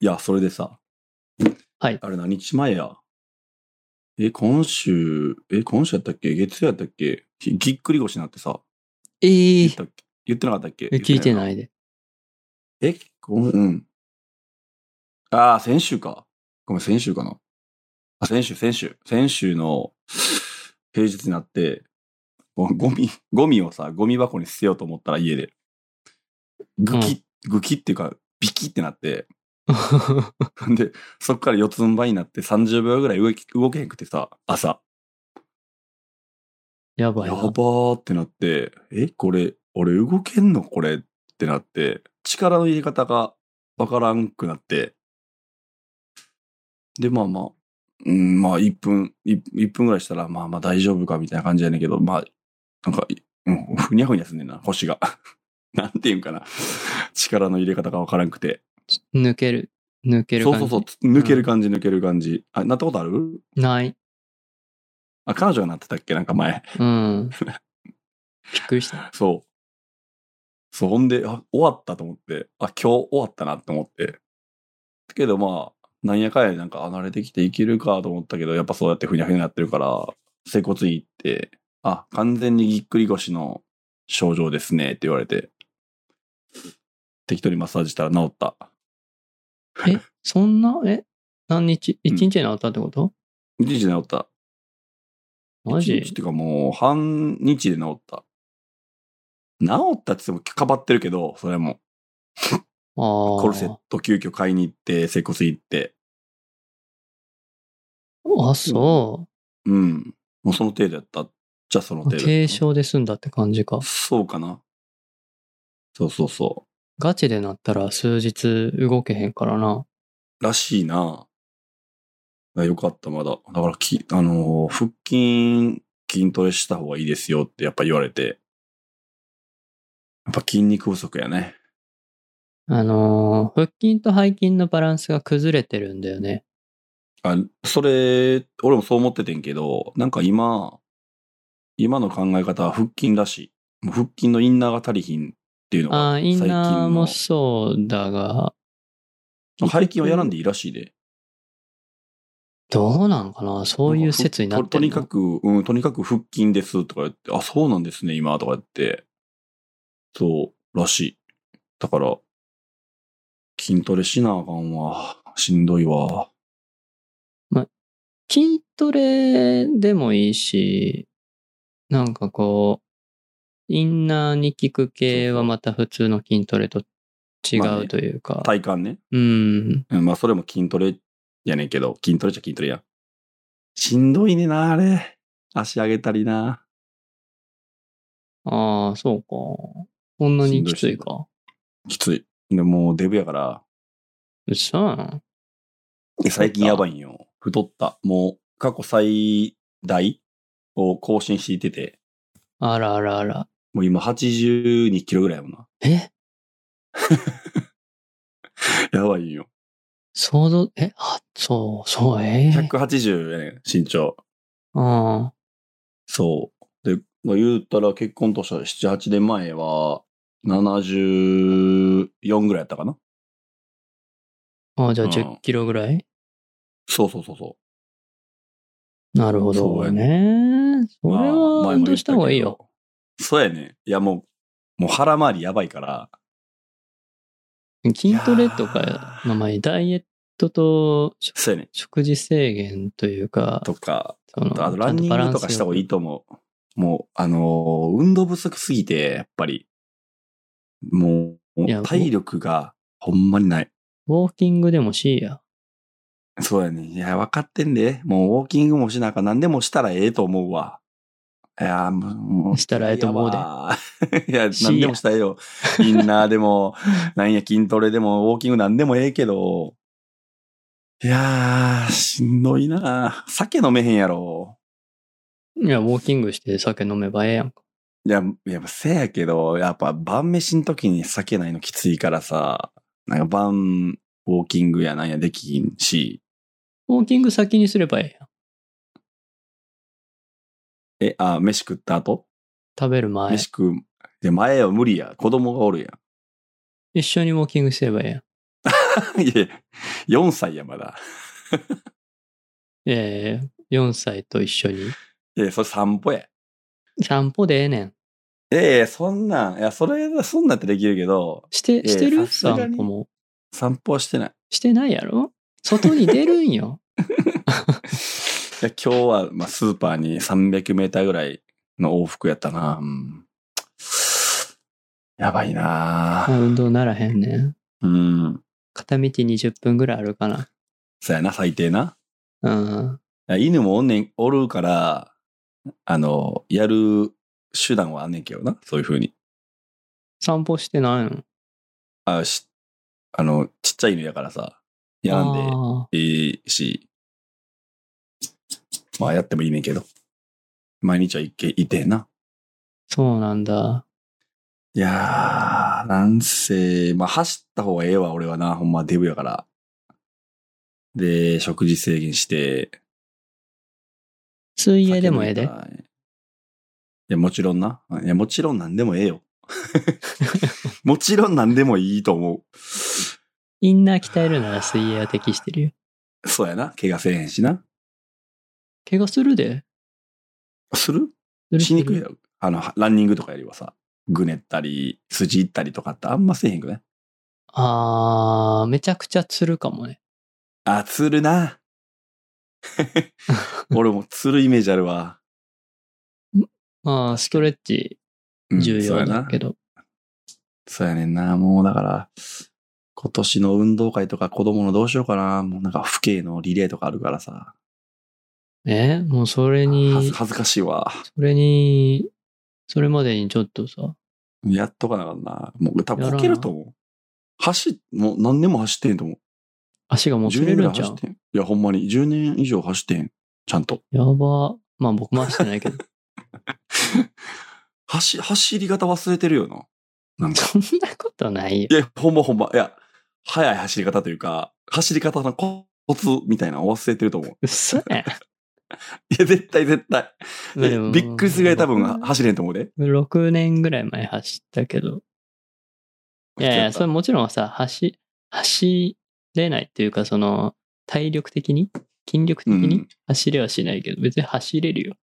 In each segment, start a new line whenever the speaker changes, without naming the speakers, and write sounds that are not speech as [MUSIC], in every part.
いや、それでさ。
はい
あれ何日前やえ、今週、え、今週やったっけ月曜やったっけひぎっくり腰になってさ。
え
言
ー
ったっけ言ってなかったっけ
え聞いて
い。
ないで。
え、ごめん、うん。ああ、先週か。ごめん、先週かな。あ、先週、先週。先週の平日になって、もうゴミ、ゴミをさ、ゴミ箱に捨てようと思ったら家で。ぐき、ぐきっていうか、ビキってなって、 [LAUGHS] で、そっから四つん這いになって30秒ぐらい動き動けへんくてさ、朝。
[LAUGHS] やばい
や
な
ばーってなって、え、これ、俺動けんのこれってなって、力の入れ方がわからんくなって。で、まあまあ、うん、まあ1分、1, 分ぐらいしたら、まあまあ大丈夫かみたいな感じやねんけど、まあ、なんか、いうんふにゃふにゃすんねんな、腰が。 [LAUGHS] なんていうんかな。力の入れ方がわからんくて。
抜ける。抜ける
そう
感じ。
そうそう、抜ける感じ、抜ける感じ。あ、なったことある
ない。
あ、彼女がなってたっけなんか前。 [LAUGHS]
うん。びっくりした。
そう。そう、ほんで、あ、終わったと思って、あ、今日終わったなと思って。だけどまあ、なんやかんやでなんか、あ、慣れてきていけるかと思ったけど、やっぱそうやってふにゃふにゃになってるから、整骨院行って、あ、完全にぎっくり腰の症状ですね、って言われて。適当にマッサージしたら治った。
え、そんな、え、何日一日になったってこと、
一日で治った。
マ
一日っ
ジ
ていうかもう、半日で治った。治ったって言っても、かばってるけど、それも。
ああ。
コルセット急遽買いに行って、整骨行って。
あ、そ
うん。もうその程度やった。じゃあその
う。
程度。
軽症で済んだって感じか。
そうかな。そうそうそ
ガチでなったら数日動けへんからな。
う。らしいな。あよかった、まだ。だからき、あのー腹筋、筋トレした方がいいですよってやっぱ言われて。やっぱ筋肉不足やね。
あのー腹筋と背筋のバランスが崩れてるんだよね。
あ、それ、俺もそう思っててんけど、なんか今、今の考え方は腹筋らしい。もう腹筋のインナーが足りひんっていうのが
ああ、イン
最
ナー
近
も
の
そうだが、
背筋はやらんでいいらしいで。
どうなんかなそういう説になって
とと
る
に
の
かく、うん、とにかく腹筋ですとか言って、あ、そうなんですね、今、とか言って。そう、らしい。だから、筋トレしなあかんわ。しんどいわ。
筋トレでもいいし、なんかこう、インナーに効く系はまた普通の筋トレと違
まあ
う
ね
というか。
体幹ね。
うん。
うん、まあ、それも筋トレやねんけど、筋トレじゃ筋トレやん。しんどいねんな、あれ。足上げたりな。
ああ、そうか。こんなにきついか。
きつい。でもう、デブやから、
うっさー
で最近やばいんよ。太った。もう、過去最大を更新していってて、
あらあらあら。
もう今82キロぐらいやもんな。
え
やばいんよ。
想像、えあ、そう、そう、ええ
180やね身長。
あ
そう。で、まあ、言うたら結婚としたら7、8年前は、74ぐらいやったかな
あ。ああ、じゃあ
うん
10キロぐらい
そうそうそうそ
なるほ
そう
ど
や。
ね。そうれ
ま
は
あ
運動した方がいい。
前も
よ。
言ったけどそうやね。いやもう、もう腹回りやばいから、
筋トレとか、
いやー
まあまあ、ダイエットと食
そうやね。
食事制限というか、
とか、
その
あとランニングとかした方がいい
と。
と思う。もう、あのー運動不足すぎて、やっぱり。もう
いや、
体力がほんまにない。
ウォーキングでもしいや。
そうやね。いや、分かってんで。もうウォーキングもしなあかん何でもしたらええと思うわ。いや、もう。
したらええと思う
で。
で [LAUGHS]
いや、
しいや
何でもしたらええよ。インナーで
[LAUGHS]
も、なんや、筋トレでも、ウォーキングなんでもええけど。いやー、しんどいな酒飲めへんやろ。
いや、ウォーキングして酒飲めばええやんか。
いや、やっぱせやけど、やっぱ晩飯の時に酒ないのきついからさ、なんか晩、ウォーキングやなんやできひんし、
ウォーキング先にすればええやん。
え、あ、飯食った後
食べる前
飯、食う。で、前は無理や。子供がおるや
一緒にウォーキングすればええやん。
ん。いやいや [LAUGHS] 4歳や、まだ。
ええ4歳と一緒に。
いや、それ散歩や。
散歩でええねん。
いやいや、そんなん、いや、それ、そんなんってできるけど、
して、
え
してる、
さすがに
散歩も。
散歩はしてない。
してないやろ外に出るん
[LAUGHS]
よ。
いや、今日は、まあ、スーパーに300メーターぐらいの往復やったな。うん、やばい
ま
な
あ運動ならへんねん。
うん。
片道20分ぐらいあるかな。
そうやな、最低な。
うん。
いや犬もおんねん、おるから、あの、やる手段はあんねんけどな、そういうふうに。
散歩してないの
あ、し、あの、ちっちゃい犬やからさ、やらんで
あ
いいし、まあやってもいいねんけど、毎日は行け、いてえな。
ーそうなんだ。
いやー、なんせ、まあ走った方がええわ、俺はな、ほんまデブやから。で、食事制限して。
水泳でもええで。
いや、もちろんな。いや、もちろんなんでもええ
[LAUGHS]
よ。もちろんなんでもいいと思
インナー鍛えるなら水泳は適してるよ。
う。そうやな。怪我せえへんしな。
怪我するです
る
する
しにくい
する
やろ。あの、ランニングとかよりはさ、ぐねったり、筋いったりとかってあんませえへんくね。
あー、めちゃくちゃつるかもね。
あ、つる
[LAUGHS]
な。俺もつるイメージあるわ。
まあ、ストレッチ
うん
重
そう
要
や
だ
な
けど。
そうやねんな。もうだから、今年の運動会とか子供のどうしようかな。もうなんか父兄のリレーとかあるからさ。
えもうそれ
は
に
ず、恥ずかしいわ。
それに、それまでにちょっとさ、
やっとかなあかんな。もう多
や
分
ら
こ
な
けると思う。走っ、もう何年も走ってへんと思う。
足がもつ
10
れ
年ぐら
るん
い
ちゃ
走
う
ってへん。いや、ほんまに。10年以上走ってへん。ちゃんと。
やば。まあ僕も走ってな
[LAUGHS]
いけど。
走、走り方忘れてるよな。なんか。
そんなことないよ
い。や、ほんまほんま。いや、速い走り方というか、走り方のコツみたいなの忘れてると思う。
嘘
[LAUGHS]
やん。
いや、絶対絶対。
まあでも
びっくりするぐらい多分
僕
走れへんと思うで。
6年ぐらい前走ったけど。いやいや、それもちろんさ、走、走れないっていうか、その、体力的に、筋力的
う
に
ん
走れはしないけど、別に走れるよ。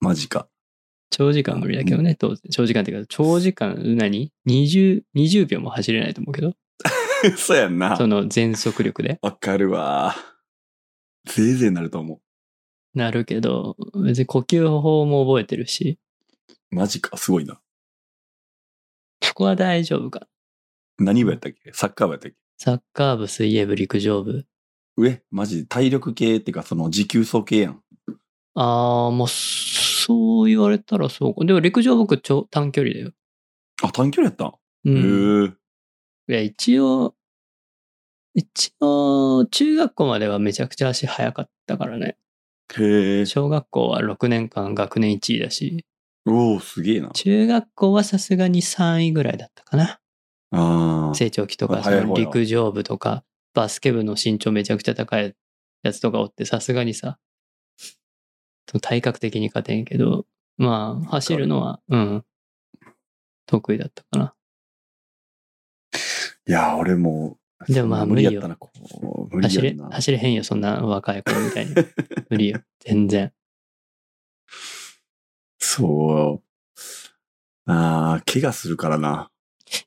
マジか。 [LAUGHS]
長時間無理だけどね、当然。長時間っていうか、長時間何、?20、20秒も走れないと思うけど、
そうやんな
そ。の全速力で。
わかるわ。ぜいぜいなると思
なるけど、別に呼吸法も覚えてるし、
う。マジか。すごいな。
そこは大丈夫かな。
何部やったっけサッカー部やったっけ
サッカー部、水泳部、陸上部。
上、マジで体力系っていうか、その持久走系やん。
ああ、もう、そう言われたらそうか。でも陸上僕超短距離だよ。
あ、短距離やったん、
う
へ
ん。
ー
いや、一応、一応、中学校まではめちゃくちゃ足速かったからね。
へえ。
小学校は6年間学年1位だし、
おおすげえな。
中学校はさすがに3位ぐらいだったかな。
ああ。
成長期と
あ
か、そ
早い
の
方や
陸上部とか、バスケ部の身長めちゃくちゃ高いやつとかおって、さすがにさ、と体格的に勝てんけど、まあ、走るのは、うん、得意だったかな。
いや、俺も。
でもまあ
無理やったな、こう。無理
走
や
れ
ん、な。
走れへんよ、そんな若い子みたいに。無理よ、全然。
そう。ああ、怪我するからな。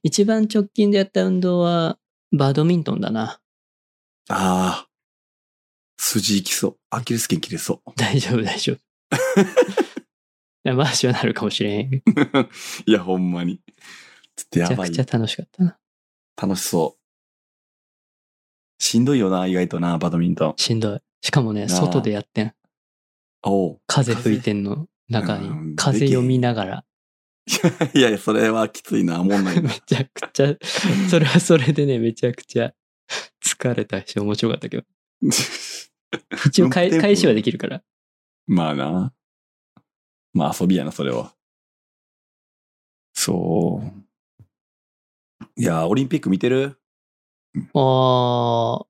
一番直近でやった運動は、バドミントンだな。 [LAUGHS]
ああ。筋いきそう。アキレス腱切れそう。
大丈夫、
[LAUGHS]
大丈夫。いやマーシはなるかもしれへん。め
いや、ほんまに。ちょっとや
ちゃ
ば
く
い
ちゃ。楽しかったな。
楽しそう。しんどいよな、意外とな、バドミントン。
しんどい。しかもね、
あ
外でやってん。
おう [LAUGHS]
風吹いてんの中
う
に
ん
風読みながら
いやいや、それはきついな、おもんない
[LAUGHS] め
な。
ちゃくちゃそれはそれでねめちゃくちゃ疲れたし面白かったけど一応
運転
返
部
返しはできるから
まあな。まあ遊びやな、それは。そう。いや、オリンピック見てる
あー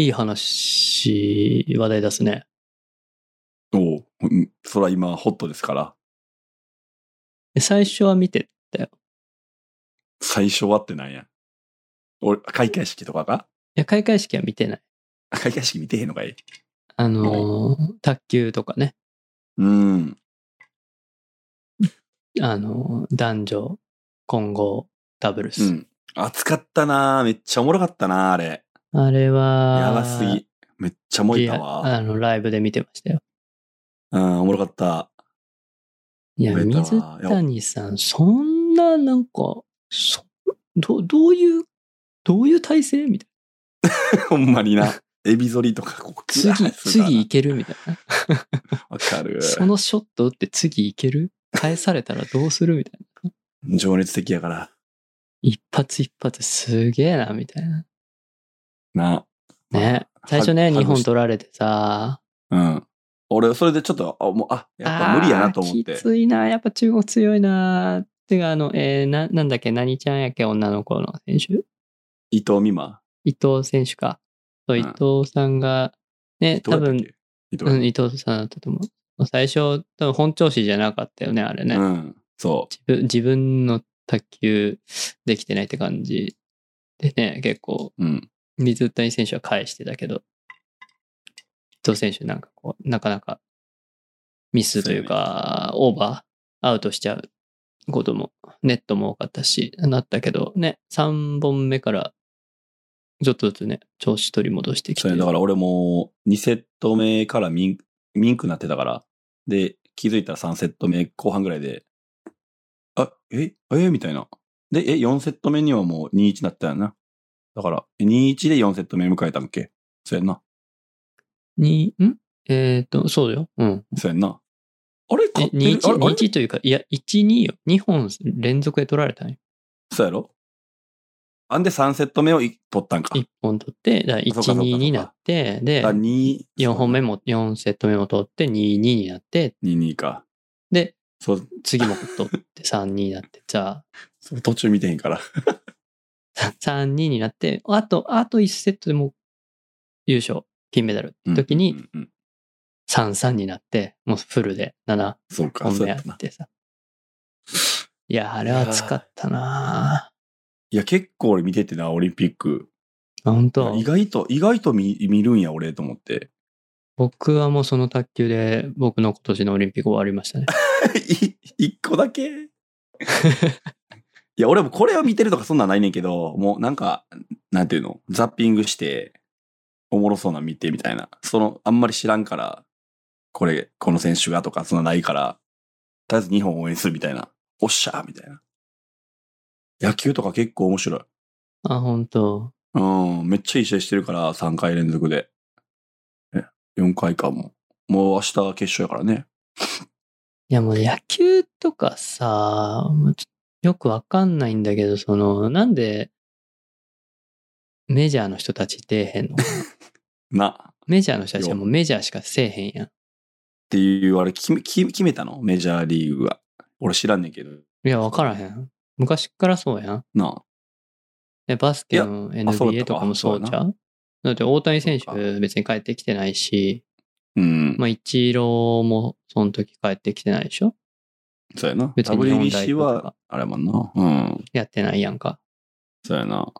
いい話話題出すね
おううんそら今、ホットですから。
最初は見て
最初はってなんや。俺、開会式とかが
いや、開会式は見てない。
開会式見てへんのかい
あのー卓球とかね、
うん。
あのー男女混合ダブル
う
ス。
ん。暑かったなめっちゃおもろかったなあれ。
あれは、
やばすぎ。めっちゃ燃えた
リア
わ。
あの、ライブで見てましたよ。
うん、おもろかった。 [LAUGHS]
いや、
燃えた
水
わ
谷さん、そんな、なんか、そど、どういう、どういう体勢みたい
ほんまに
[LAUGHS]
な。エビ反りとか、ここ
な。次、次い。けるみたいな。
わかる。
そのショット打って次いける返されたらどうするみたいな。
情熱的やから。
一発一発すげえな、みたいな。
な。
ね。最初ね、
ハグ
日本取られてさ。
うん。俺、それでちょっと、あ、もう、あ、やっぱ無理やなと思っ
あー
て
き。ついな、やっぱ中国強いな。てか、あの、えーな、なんだっけ、何ちゃんやっけ、女の子の選手
伊藤美誠。
伊藤選手か。そう、
うん
伊藤さんが、ね、
ど
多
うやったっ
分
け、伊藤
うん、伊藤さんだったと思う。最初、多分本調子じゃなかったよね、あれね。
うん。そ
自分自分の卓球できてないって感じでね、結構、
う。うん。
水谷選手は返してたけど、伊藤選手なんかこう、なかなかミスというか、オーバー、アウトしちゃうことも、ネットも多かったし、なったけど、ね、3本目から、ちょっとずつね、調子取り戻してき
そ
て。
うねだから俺も2セット目からミンミンクになってたから、で、気づいたら3セット目後半ぐらいで、あ、え、え、みたいな。で、え、4セット目にはもう2-1になってたよな。だから、え2-1で4セット目迎えたんっけそうやんな。
に、んえっ、と、そうだよ。うん。
そうやんな。あれ勝ってる
2、
あれあれ
1というか、いや、1、2よ。2本連続で取られたんよ。
そうやろあんで3セット目をい取ったんか。
1本取って、だから
そ
1、
うかそうかそう
2
か
になって、で
あ、、2、
4本目も、4セット目も取って、2、2になって、
2、2か。
で、
そう、
次も取
[LAUGHS]
って、3、2になって、じ [LAUGHS] ゃ
そう途中見てへんから。
あ、3、2になって、あと、あと1セットでもう優勝、金メダルって時
うん
に、
うんうん
3、3になって、もうフルで7
そうか、
本
そう
目
や
や
ったな
っ。てさ。いや、あれは熱かったない
や、結構俺見ててな、オリンピック。
ぁ本当
意外と、意外と見見るんや、俺、と思って。
僕はもうその卓球で僕の今年のオリンピック終わりましたね。
い一個だけいや、俺もこれを見てるとかそんなんないねんけど、もうなんか、なんていうの、ザッピングして、おもろそうなん見てみたいな。その、あんまり知らんから、これ、この選手がとか、そんなんないから、とりあえず日本応援するみたいな。おっしゃーみたいな。野球とか結構面白い。
あ、本当
うん、めっちゃいい試合してるから、3回連続で。え、4回かも。もう明日決勝やからね。
いやもう野球とかさ、もうちょよくわかんないんだけど、その、なんでメジャーの人たち出えへんの [LAUGHS]
な、っ
メジャーの人たちはもうメジャーしかせえへんやん。
ていう、あれ決め、決め決めたのメジャーリーグは。俺知らんねんけど。
いや、わからへん。昔っからそうやん。
な
でバスケの
あそう
NBA
だったか
とかもそうじゃんだって大谷選手
そっ
別に帰ってきてないし、
うん。
まあ、イチローもその時帰ってきてないでしょ
そうやな。
別に日本代
WBC
表と
は
か、
あれやもんな。うん。
やってないやんか。
そうやな。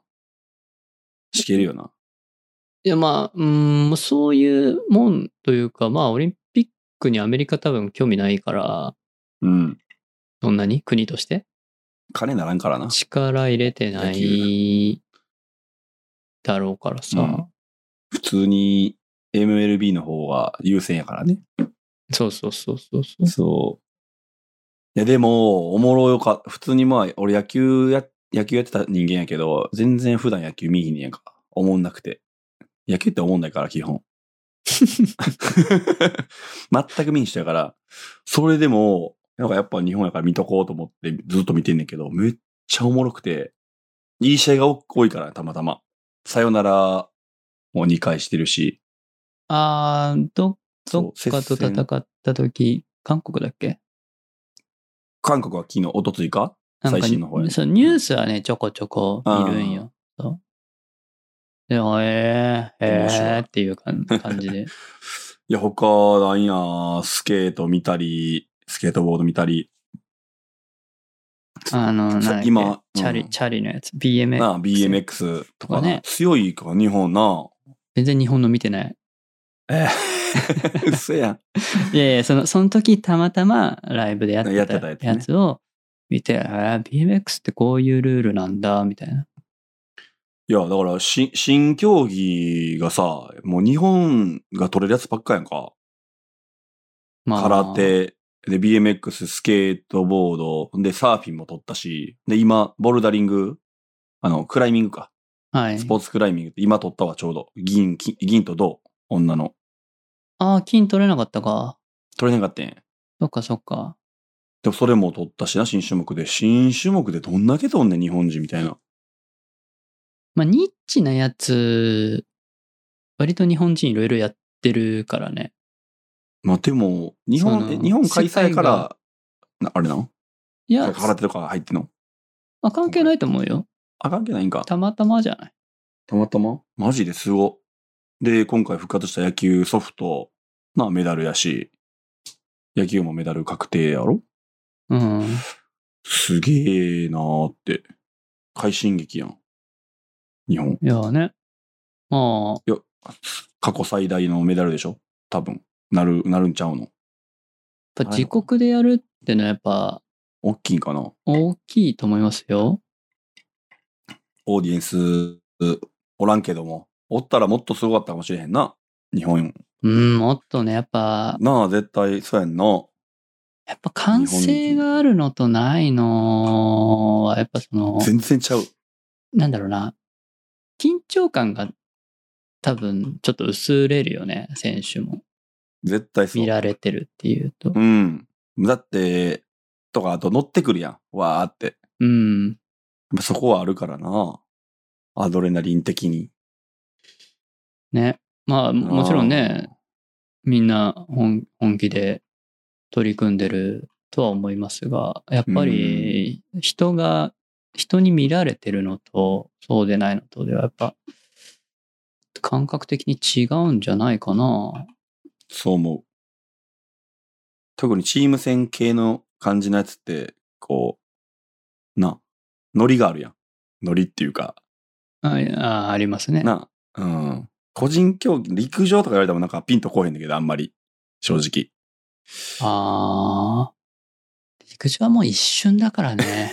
しけるよな。
いや、まあ、うーん、そういうもんというか、まあ、オリンピックにアメリカ多分興味ないから、
うん。
そんなに国として
金ならんからな。
力入れてないだろうからさ、
うん普通に MLB の方が優先やからね。
そうそうそうそうそう。
そう。いや、でも、おもろよか、普通にまあ、俺野球や、野球やってた人間やけど、全然普段野球見ひんねやんか。おもんなくて。野球っておもんないから、基
[LAUGHS]
本。全く見ん人やから。それでも、なんかやっぱ日本やから見とこうと思ってずっと見てんねんけど、めっちゃおもろくて、いい試合が多多いから、たまたま。さよならも2回してるし。
あー、ど、ど
そ
っ
う
か
接
と
戦
戦った時、韓国だっけ
韓国は昨日、おとついか
なんか
最新の方や
そう、ニュースはね、ちょこちょこ見るんよ。そうでも、えー、え
面白
ー
い
っていう感感じで。
いや、他、なんや、スケート見たり、スケートボード見たり、
あの、 [LAUGHS] なんだっけ
今
チャリ、
うん
チャリのやつ、BMX。
なあ、BMX とか
まあね
ね。強いから、日本な。
全然日本の見てない。
ええ。 [LAUGHS] 嘘やん。
いやいや、その、その時たまたまライブでやって
やって
た
たやつね
やつを見て、あー BMX ってこういうルールなんだ、みたいな。
いや、だから、し新競技がさ、もう日本が取れるやつばっかやんか。
まあ、
空。手、で、BMX、スケートボード、で、サーフィンも取ったし、で、今、ボルダリング、あの、クライミングか。
はい
ス。ポーツクライミングって今取ったわ、ちょうど。銀、金銀と銅、女の。
ああ、金取れなかったか。
取れなかったんや
そっかそっか。
でもそれも取ったしな、新種目で。新種目でどんだけ取んねん、日本人みたいな。
まあ、ニッチなやつ、割と日本人いろいろやってるからね。
まあ、でも、日
そ
本、
の
え日本開催か
世界が
ら、なあれなん
いや、
空手とか入ってんの
まあ、関係ないと思うよ。
あ関係ないんか。
たまたまじゃない。
たまたまマジですご。で、今回復活した野球ソフト、な、メダルやし、野球もメダル確定やろ
うん。
すげえなーって。快進撃やん。日本。
いやね。まあ、
過去最大のメダルでしょ多分。なる、なるんちゃうの
やっぱ自国でやるってのはやっぱ
大きいんかな
大きいと思いますよ。
オーディエンス、おらんけども。おったらもっとすごかったかもしれへんな。日本。
うん、もっとね、やっぱ、
なあ、絶対、そうやんな。
やっぱ完成があるのとないのは、やっぱその、
全然ちゃう。
なんだろうな、緊張感が多分ちょっと薄れるよね、選手も。
絶対そう。
見られてるっていうと
う。ん。だって、とか、あと乗ってくるやん。わーって。
うん。
まあそこはあるからな。アドレナリン的に。
ね。まあ、ももちろんね、みんな本本気で取り組んでるとは思いますが、やっぱり人が、人に見られてるのと、そうでないのとでは、やっぱ、感覚的に違うんじゃないかな。
そう思う。特にチーム戦系の感じのやつって、こう、な、ノリがあるやん。ノリっていうか、
あいあありますね。
[LAUGHS] な、うん。個人競技、陸上とか言われてもなんかピンとこうへんだけど、あんまり。正直。
ああ。陸上はもう一瞬だから [LAUGHS] ね。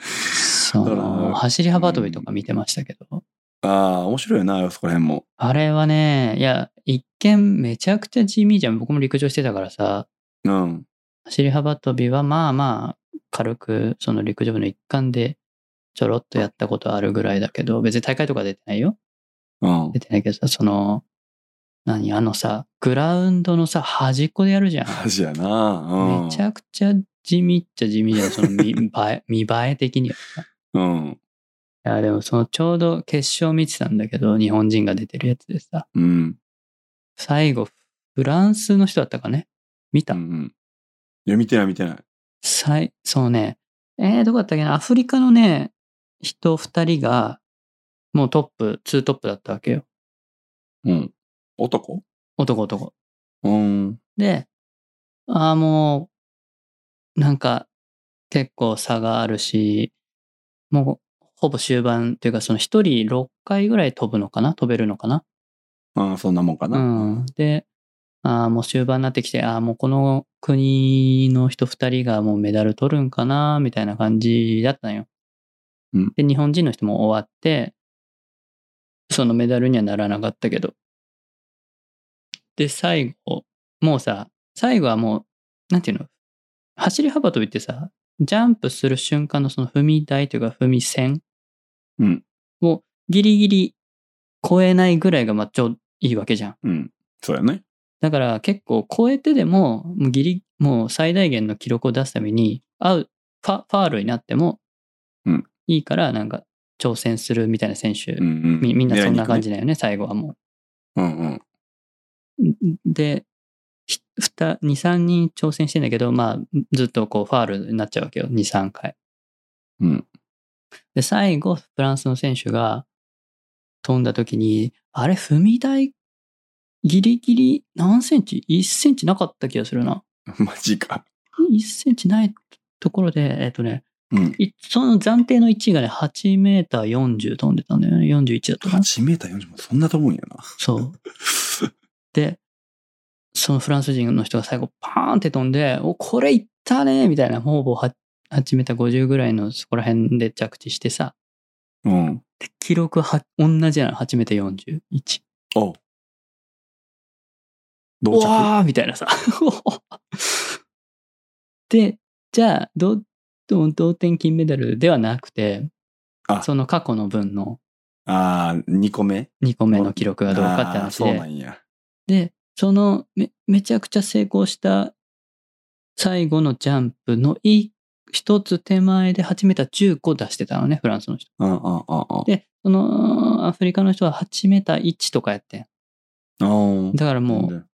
そ
だから
の走り幅跳びとか見てましたけど。
ああ、面白いよな、そこら辺も。
あれはね、いや、一見めちゃくちゃ地味じゃん。僕も陸上してたからさ、
うん。
走り幅跳びはまあまあ、軽く、その陸上部の一環で、ちょろっとやったことあるぐらいだけど、別に大会とか出てないよ。
うん
出。てないけどさ、その、何あのさ、グラウンドのさ、端っこでやるじゃん。
マジやな。うん。
めちゃくちゃ地味っちゃ地味じゃん。その [LAUGHS] 見見栄え、見栄え的には。
うん。
いや、でもそのちょうど決勝見てたんだけど、日本人が出てるやつでさ、
うん。
最後、フランスの人だったかね見
う
た、
ん。いや、見てない見てない。
最、そうね、えー、どこだったっけなアフリカのね、人二人が、もうトップ、ツートップだったわけよ。
うん。男
男男。
うん。
で、ああ、もう、なんか、結構差があるし、もう、ほぼ終盤というか、その一人6回ぐらい飛ぶのかな飛べるのかな
ああ、そんなもんかな。
うん。で、ああ、もう終盤になってきて、ああ、もうこの国の人二人がもうメダル取るんかな、みたいな感じだったんよ。
うん
で、日本人の人も終わって、そのメダルにはならなかったけど。で、最後、もうさ、最後はもう、なんていうの走り幅跳びってさ、ジャンプする瞬間のその踏み台というか踏み線
うん
をギリギリ超えないぐらいがまあちょうどいいわけじゃん。
うん。そうやね。
だから結構超えてでも、もうギリ、もう最大限の記録を出すために、合う、ファファールになっても
うん、
いいから、なんか、挑戦するみたいな選手、
うんうん。
みみんなそんな感じ
狙いに
だよね、最後はも
行くね。うんうん。 [LAUGHS]
う。んで、ひふた2、3人挑戦してんだけど、まあ、ずっとこう、ファールになっちゃうわけよ、2、3回。
うん。
で、最後、フランスの選手が飛んだ時に、あれ、踏み台、ギリギリ何センチ ?1 センチなかった気がするな。
マジか。
1センチないところで、えっ、とね、
うん。
いその暫定の1位がね、8メーター40飛んでたんだよね。41だったかな。
8メーター40もそんなと思うんやな。
そう。
[LAUGHS]
で、そのフランス人の人が最後パーンって飛んで、お、これいったねみたいな、ほぼ 8, 8メーター50ぐらいのそこら辺で着地してさ、
うん。
で記録は同じなの、8メーター41。
お
う
同着
わーみたいなさ。 [LAUGHS] で、じゃあ、どど同点金メダルではなくて
あ、
その過去の分の
ああ、2個目
2個目の記録がどうかって
あー
話
そう
で
な、んや。
で、そのめ、めちゃくちゃ成功した最後のジャンプのい一つ手前で8メーター15出してたのね、フランスの人。
うんうんうんうん。
で、そのアフリカの人は8メーター1とかやってん。
あ
だから
あ。
もう、
う。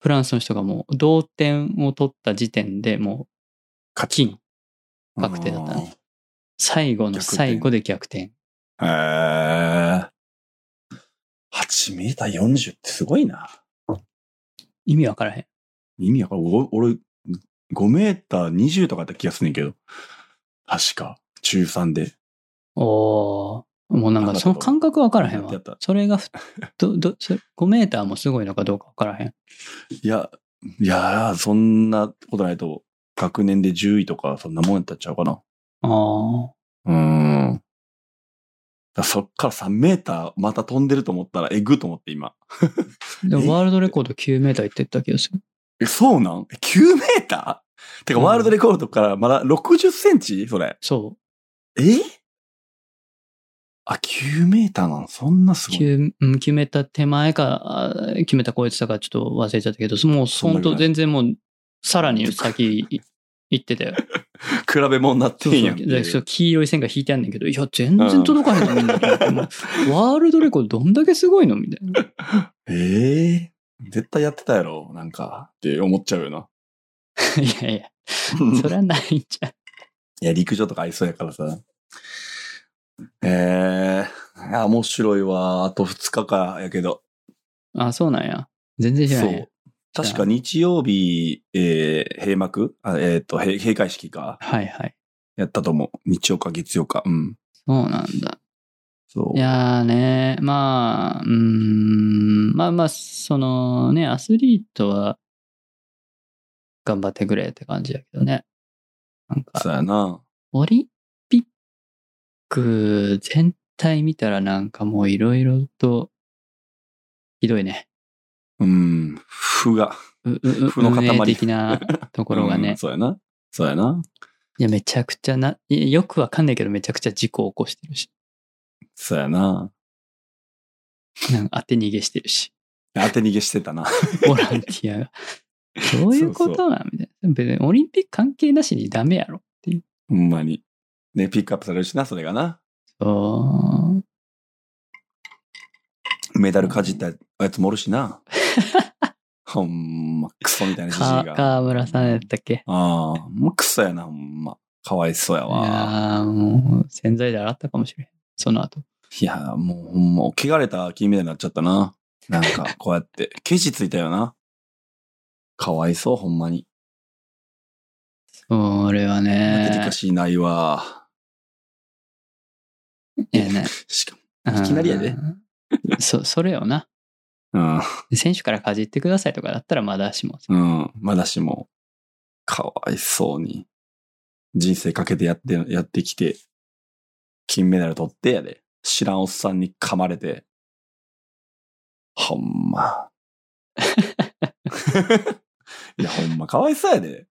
フランスの人がもう同点を取った時点でもう
勝ち
金、確定だったね。最後の最後で逆転。
へえ。8メーター40ってすごいな。
意味わからへん。
意味わかる。お俺、5メーター20とかだった気がすんねんけど。確か、中3で。
おー。もうなんかその感覚わからへん
や
わ
った。
それがふ、ど、ど、それ5メーターもすごいのかどうかわからへん。
いや、いやー、そんなことないと、学年で10位とか、そんなもんやったっちゃうかな。
ああ。
うーん。だそっから3メーターまた飛んでると思ったら、えぐと思って今。
で
え
もワールドレコード9メーターいってった気がする。
え、そうなんえ ?9 メーターてか、
うん
ワールドレコードからまだ60センチそれ。
そ
えあ、9メーターなのそんなす
う。
ごい。
9, うん9メーター手前か、あー9メーター超えてたかちょっと忘れちゃったけど、もう
そんな
本
ぐらい
当全然もう、さらに先い行ってたよ。
比べ物になって
そうそ
ん
う
やん [LAUGHS] ってい
で
う。
そう黄色い線が引いてあんねんけど、いや、全然届かへんのみんなと思ってもう [LAUGHS] ワールドレコードどんだけすごいのみた
[LAUGHS]
いな。
ええ絶対やってたやろ。なんか、って思っちゃうよな。
いやいや、それはないんじゃ
[LAUGHS]
ん。
いや、陸上とかありそうやからさ。ええいや、面白いわ。あと2日か、やけど。
あ、そうなんや。全然知ら
そ
な
う
い。。
確か日曜日、えー閉幕あえっ、と、閉閉会式か。
はいはい。
やったと思う。日曜か月曜か。うん。
そうなんだ。
そう。
いやーね、まあ、うーん、まあまあ、そのね、アスリートは頑張ってくれって感じだけどね。なんか、
そうやな。
オリンピック全体見たらなんかもういろいろとひどいね。
うん。負が。
ううう
[LAUGHS] 負の塊
運営的
[LAUGHS]
なところが
うん
ね。
そうやな。そうやな。
いや、めちゃくちゃな、いやよくわかんないけどめちゃくちゃ事故起こしてるし、
そうやな。
なんか当て逃げしてるし。
当て逃げしてたな。 [LAUGHS]
ボランティアが。どういうことなんみたいな。別にオリンピック関係なしにダメやろっていう。
ほんまに。ね、ピックアップされるしな、それがな。
そう
メダルかじったやつもおるし
[LAUGHS]
な。ほんま、クソみたいなじじい
か
が。あ
川村さんやったっけ
あ、もうクソやな、ほんま。かわいそうや
い
わ。
やーもう洗剤で洗ったかもしれん。その後。
いや、もうほんま、汚れた金メダルになっちゃったな。なんか、こうやって。ケチついたよな。かわいそう、ほんまに。
それは
デリ
ね
カ。シーないわ。
いやね。
しかも。 [LAUGHS] いきなりやで
うん。そ、それよな。
うん。
選手からかじってくださいとかだったらまだしも。
うん。まだしも、かわいそうに、人生かけてやって、やってきて、金メダル取ってやで。知らんおっさんに噛まれて。ほん [LAUGHS] ま。いや、ほんま、かわいそうやで。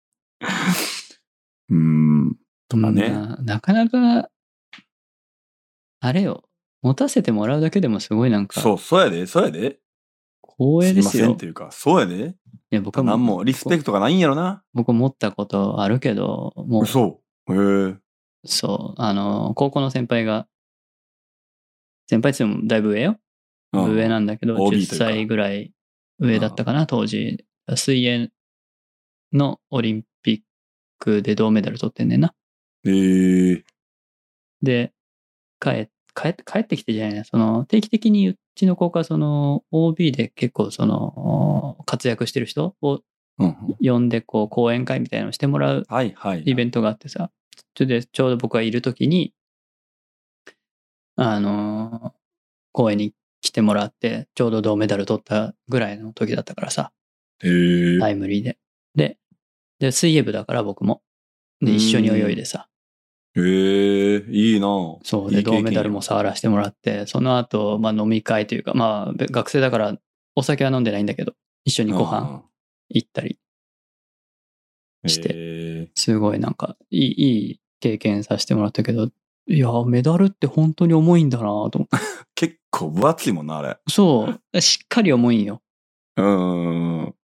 うーん。とかね。
ななかなか、あれよ。持たせてもらうだけでもすごいなんか
そう、そうやで、そうやで。
光栄です
いません
よ
っ。ていうか、そうやで。
いや、僕は
なん
も
も、リスペクトがないんやろな。
僕思ったことあるけど、もう、
嘘。へえ。
そう、あの、高校の先輩が、先輩って言ってもだいぶ上よ。
うん
上なんだけど、
OB とい
10
うか
歳ぐらい上だったかな、当時。水泳のオリンピックで銅メダル取ってんねんな。
へえ。
で、帰、帰って、帰ってきてじゃないな。その、定期的にうちの高校はその、OB で結構その、活躍してる人を
うんうん。
呼んで、こう、講演会みたいなのをしてもらう
はい、はい。
イベントがあってさ、ちょでちょうど僕がいるときに、あのー公園に来てもらって、ちょうど銅メダル取ったぐらいの時だったからさ、
へえ。
タイムリーで。で、で、水泳部だから僕も。で、
うん
一緒に泳いでさ、
へえ、いいな
そうで、銅メダルも触らせてもらって、その後、まあ飲み会というか、まあべ学生だからお酒は飲んでないんだけど、一緒にご飯
飯
行ったり、して
て。
すごいなんか、いい、いい経験させてもらったけど、いや、メダルって本当に重いんだなと思って。
結構分厚いもんな、あれ。
そう、しっかり重いんよ。
うーん。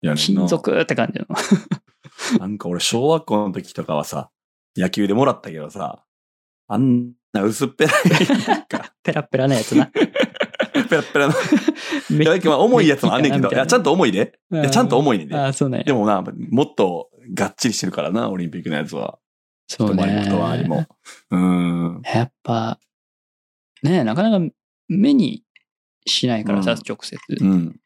いやねんな
金属って感じの。 [LAUGHS]
なんか俺、小学校の時とかはさ、野球でもらったけどさ、あんな薄っぺら
[LAUGHS]
い、なんか、
ペラペラな
[LAUGHS]
やつな。
ペラッペラの。
め
いや、まあ重いやつもあんねんけ
めっ
ど、
ち
い
ゃ
や、ちゃんと重いで。いや、ちゃんと重いねんで。
ああ、そうね
で。もな、もっとがっちりしてるからな、オリンピックのやつは。
そう
一回りも
ね。
二回りも。うーん。
やっぱ、ねなかなか目にしないからさ、
うん
直接。
うん。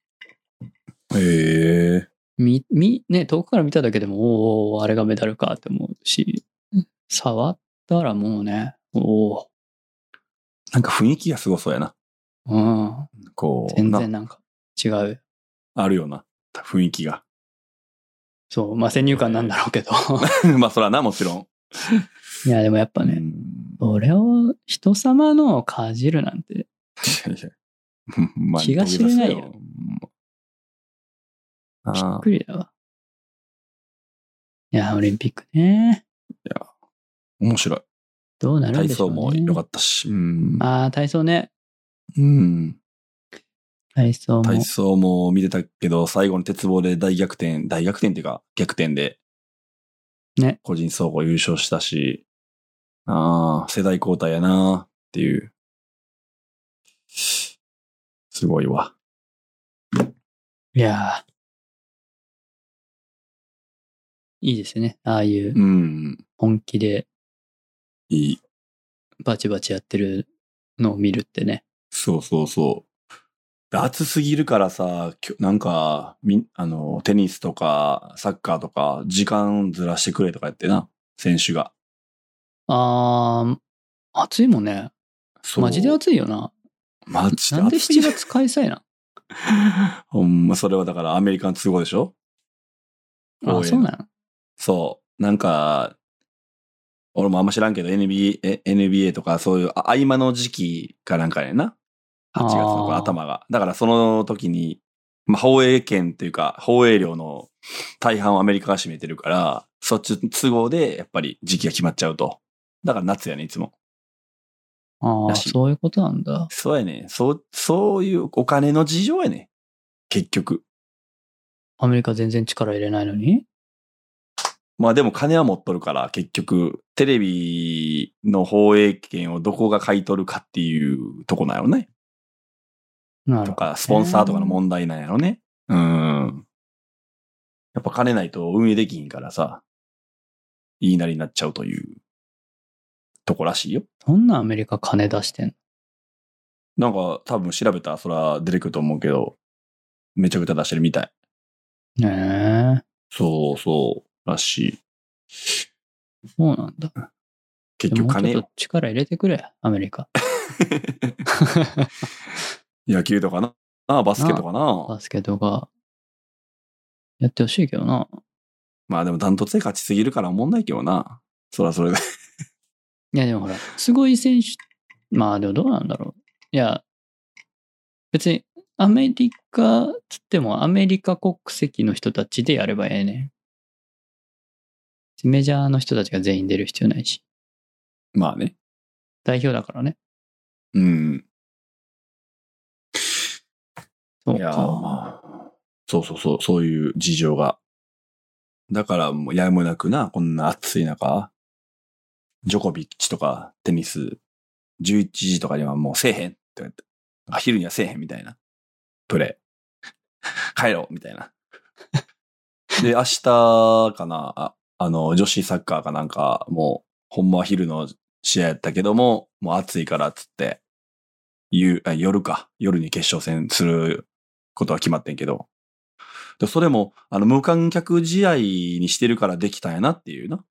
へえ。
み、み、ね、遠くから見ただけでも、おーおーあれがメダルかって思うし、触ったらもうね、おお
なんか雰囲気がすごそうやな。
うん。
こう、
全
な
然なんか違う。
あるような、雰囲気が。 [LAUGHS]
そう、まあ、先入観なんだろうけど。
まあ、そらな、もちろん。
いや、でもやっぱ
う
ね、
ん
俺を人様のをかじるなんて、
いやいやうんまあ
[LAUGHS] 気が知れないよ
土下座するようん
びっ
あ
くりだわ。いや、オリンピックね。
ー面白い。
どうなるん
体
でしょ
操
うね。
も良かったし。うん
ああ、体操ね。
うん
体操も。
体操も見てたけど、最後の鉄棒で大逆転、大逆転っていうか、逆転で、
ね。
個人総合優勝したし、ああ、世代交代やなっていう。すごいわ。
いやーいいですね。ああいう
うん。
本気で
いい。
バチバチやってるのを見るってね。
そうそうそう。暑すぎるからさ、きょなんか、み、あの、テニスとか、サッカーとか、時間ずらしてくれとかやってな、選手が。
ああ、暑いもんね。
そう
マジで暑いよな。
マジで
なんで
暑い
7。月開
[LAUGHS]
催な
ほんま、それはだからアメリカの都合でしょ
のあ
応
あ、
援
そうなの
そう。なんか、俺もあんま知らんけど、NBA、え NBA とかそういうあ合間の時期かなんかやねんな。8月と
あ
か
ー
頭が。だからその時に、まあ、放映権っていうか、放映量の大半をアメリカが占めてるから、そっちの都合でやっぱり時期が決まっちゃうと。だから夏やね、いつも。
ああ、
らしい
そういうことなんだ。
そうやね。そう、そういうお金の事情やね。結局。
アメリカ全然力入れないのに
まあでも金は持っとるから、結局、テレビの放映権をどこが買い取るかっていうとこなんやろね。
なる
と
ほど。
か、スポンサーとかの問題なんやろね。うん。やっぱ金ないと運営できひんからさ、言いなりになっちゃうというとこらしいよ。
そんなアメリカ金出してんの
なんか多分調べたらそら出てくると思うけど、めちゃくちゃ出してるみたい。
ね
そうそう、らしい。
え。そうなんだ。
結
でも
局
もうち
金
ょっと力入れてくれ、アメリカ。
野球とかな、あバスケとかな
バスケとか、やってほしいけどな。
まあでもダントツで勝ちすぎるから思んないけどな。そらそれで。 [LAUGHS]
いや、でもほら、すごい選手、まあでもどうなんだろう。いや、別にアメリカつってもアメリカ国籍の人たちでやればええねん。メジャーの人たちが全員出る必要ないし。
まあね。
代表だからね。
うん。
そう
いやー、
か。
まあ。そうそうそう、そういう事情が。だからもうやむなくな、こんな暑い中、ジョコビッチとかテニス、11時とかにはもうせえへんって言われて、あ昼にはせえへんみたいな。プレイ。 [LAUGHS] 帰ろうみたい [LAUGHS] な。で、明日かな、ああの、女子サッカーかなんか、もう、ほんまは昼の試合やったけども、もう暑いからっつって、夕あ夜か、夜に決勝戦することは決まってんけど。でそれも、あの、無観客試合にしてるからできたんやなっていうな。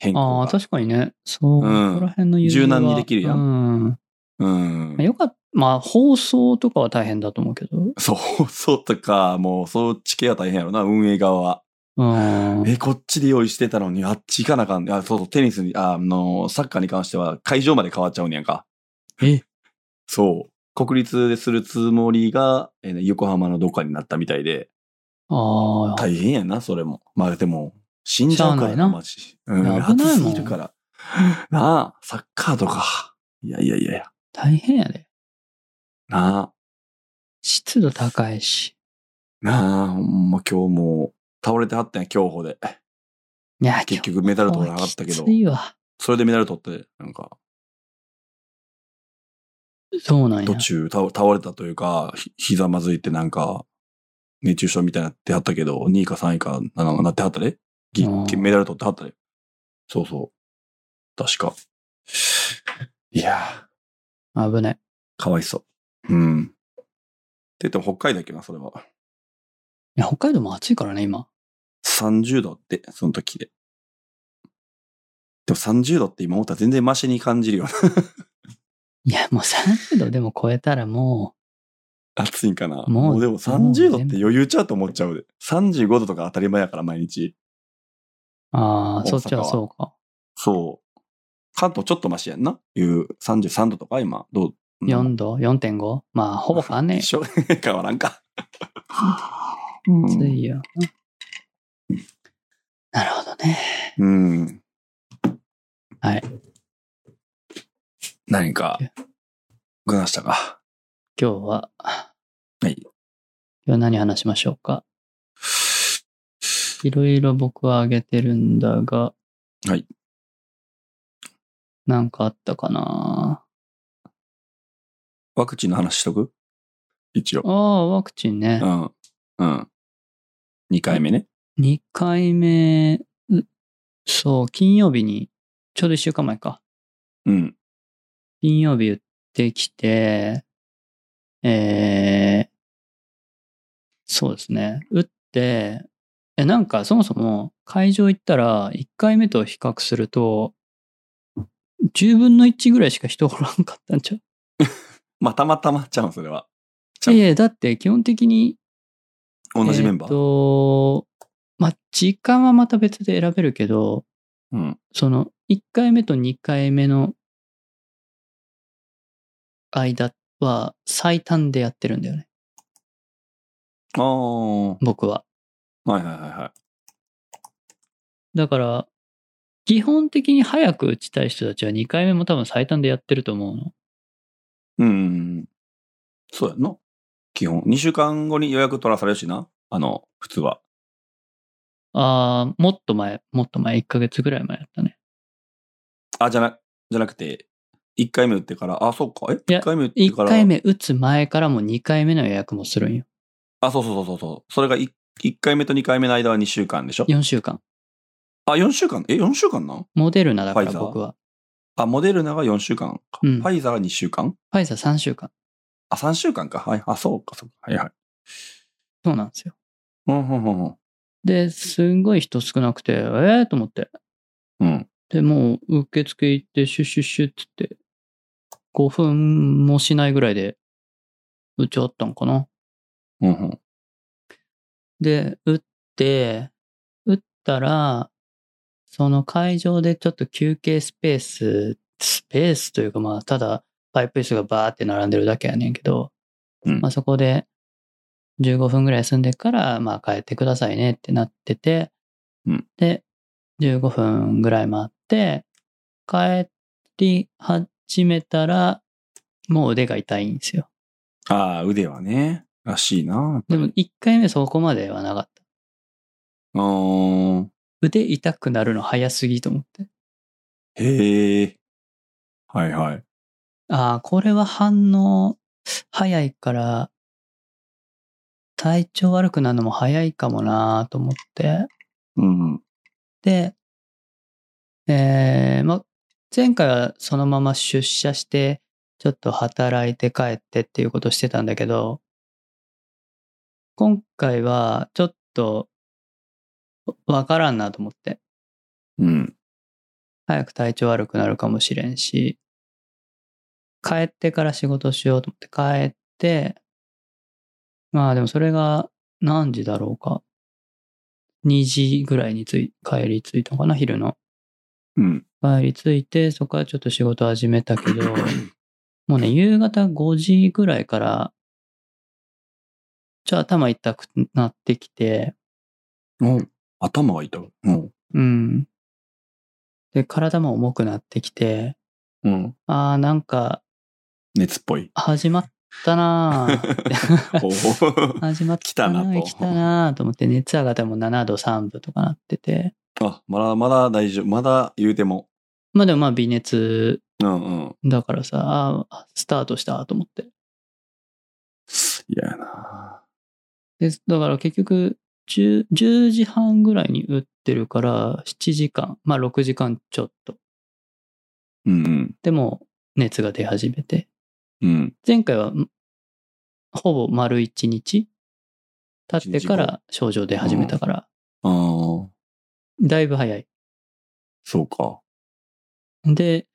変
あ
更
あ、
が。
確かにね。そう、
うん
ここら辺の融通
柔
は
軟にできるやん
うん。ま
うん
あ、。よかった。まあ、放送とかは大変だと思うけど。
そう、放送とか、もう、そっち系は大変やろな、運営側は。
うん。
え、こっちで用意してたのに、あっち行かなあかんね。あ、そうそう、テニスに、ああの、サッカーに関しては、会場まで変わっちゃうんやんか。
え
[LAUGHS] そう。国立でするつもりが、えー横浜のどっかになったみたいで、
ああ、
大変やな、それも。まあ、でも、死んじゃうから
しゃあないな
マジ。うん、
危ないもん
暑すぎるから。 [LAUGHS] なあ、サッカーとか。いやいやいやいや。
大変やで。
なあ、
湿度高いし。
なあ、ほんま今日も、倒れてはったんや、競歩で。
いや、
結局メダル取らなかったけど
今日はきついわ。
それでメダル取って、なんか、
そうなんや
途。中倒倒れたというか、ひひざまずいてなんか、熱中症みたいになってはったけど、2位か3位かななってはったで、ぎ
うん
メダル取ってはったで。そうそう。確か。 [LAUGHS] いや
危ない。
ー、かわいそう。うん。って言っても北海道だっけな、それは。
いや、北海道も暑いからね、今。
30度って、その時で。でも30度って今思ったら全然マシに感じるよな。
いや、もう30度でも超えたらも
暑いんかな。 [LAUGHS]
もう
もうでも30度って余裕ちゃうと思っちゃうで。35度とか当たり前やから、毎日。
う、
大阪
あ
は
あ、そっちはそうか。
そう。関東ちょっとマシやんな。いう33度とか今、どう
4度 ?4.5? まあ、ほぼ変わんね
一緒 [LAUGHS] 変わらんか。
え。暑いよ。なるほどね。
うん。
はい。
何か、ぐなしたか。
今日は、
はい。
今日何話しましょうか。いろいろ僕はあげてるんだが、
はい。
なんかあったかな
ワクチンの話しとく一応
あ。あ、ワクチンね
う。ん。うん。2回目ね。
2回目、うそう、金曜日に、ちょうど1週間前か。
うん。
金曜日打ってきて、えー、そうですね。打って、え、なんかそもそも会場行ったら、1回目と比較すると、10分の1ぐらいしか人おらんかったんちゃう
まあ、たまたまちゃうん、それは。ちゃう
いやいや、だって基本的に、
同じメンバー。
えっと、まあ、時間はまた別で選べるけど、
うん。
その1回目と2回目の間は最短でやってるんだよね、
ああ。はい
僕は。
はいはいは
だから、基本的に早く打ちたい人たちは2回目も多分最短でやってると思うの。
い。うん。そうやんな。基本。2週間後に予約取らされるしな。あの、普通は。
ああ、もっと前、もっと前、1ヶ月ぐらい前やったね。
あ、じゃな、じゃなくて、1回目打ってから、あ、そうか。え
いや
?1 回目打ってか
1
ら。
回。目打つ前からも2回目の予約もするんよ。
あ、そうそうそうそうそう。それが 1, 回目と2回目の間は2週間でしょ
4週間。
あ、4週間え、4週間なん
モデルナだか
ファ
ら
イザー
僕は。
あ、モデルナが4週間か。
うん
ファイザーが2週間
ファイザー3週間。
あ、3週間か。はい。あ、そうか、そうか。はいはい。
そうなんですよ。
うん、うん、うんうん。
で、すんごい人少なくて、ええー、と思って。
うん。
で、もう受付行って、シュッシュッシュッつって、5分もしないぐらいで、打ち終わったんかな。
うん、うん。
で、打って、打ったら、その会場でちょっと休憩スペース、スペースというかまあ、ただ、パイプ椅子がバーって並んでるだけやねんけど、
うん
まあそこで15分ぐらい休んでから、まあ帰ってくださいねってなってて、
うん
で、15分ぐらい待って、帰り始めたら、もう腕が痛いんですよ。
ああ、腕はね、らしいな。
でも1回目そこまではなかった。
うーん。
腕痛くなるの早すぎと思って。
へえ。はいはい。
ああ、これは反応早いから、体調悪くなるのも早いかもなと思って。
うん。
で、えー、ま、前回はそのまま出社して、ちょっと働いて帰ってっていうことしてたんだけど、今回はちょっとわからんなと思って。
うん。
早く体調悪くなるかもしれんし、帰ってから仕事しようと思って帰って、まあでもそれが何時だろうか。2時ぐらいについ帰り着いたのかな、昼の。
うん。
帰り着いて、そこからちょっと仕事始めたけど、もうね、夕方5時ぐらいから、ちょっと頭痛くなってきて、
うん。頭が痛い。うん。
うん。で、体も重くなってきて、
うん。
あーなんか、
熱っぽい。
始まったなぁ
[LAUGHS] おー
始まっ
来
た
た
な
な
ぁ
と
来たなぁと思って、熱上がっても7度3分とかなってて、
あ、まだ、まだ大丈夫。まだ言うても。
まあでもまあ微熱
うんうん。
だからさ、あースタートしたと思って。
嫌やな
で、だから結局10、10時半ぐらいに打ってるから、7時間、まあ6時間ちょっと。
うんうん。
でも、熱が出始めて。
うん。
前回は、んほぼ丸1日経ってから症状出始めたから、
ああ、
だいぶ早い。
そうか。
で、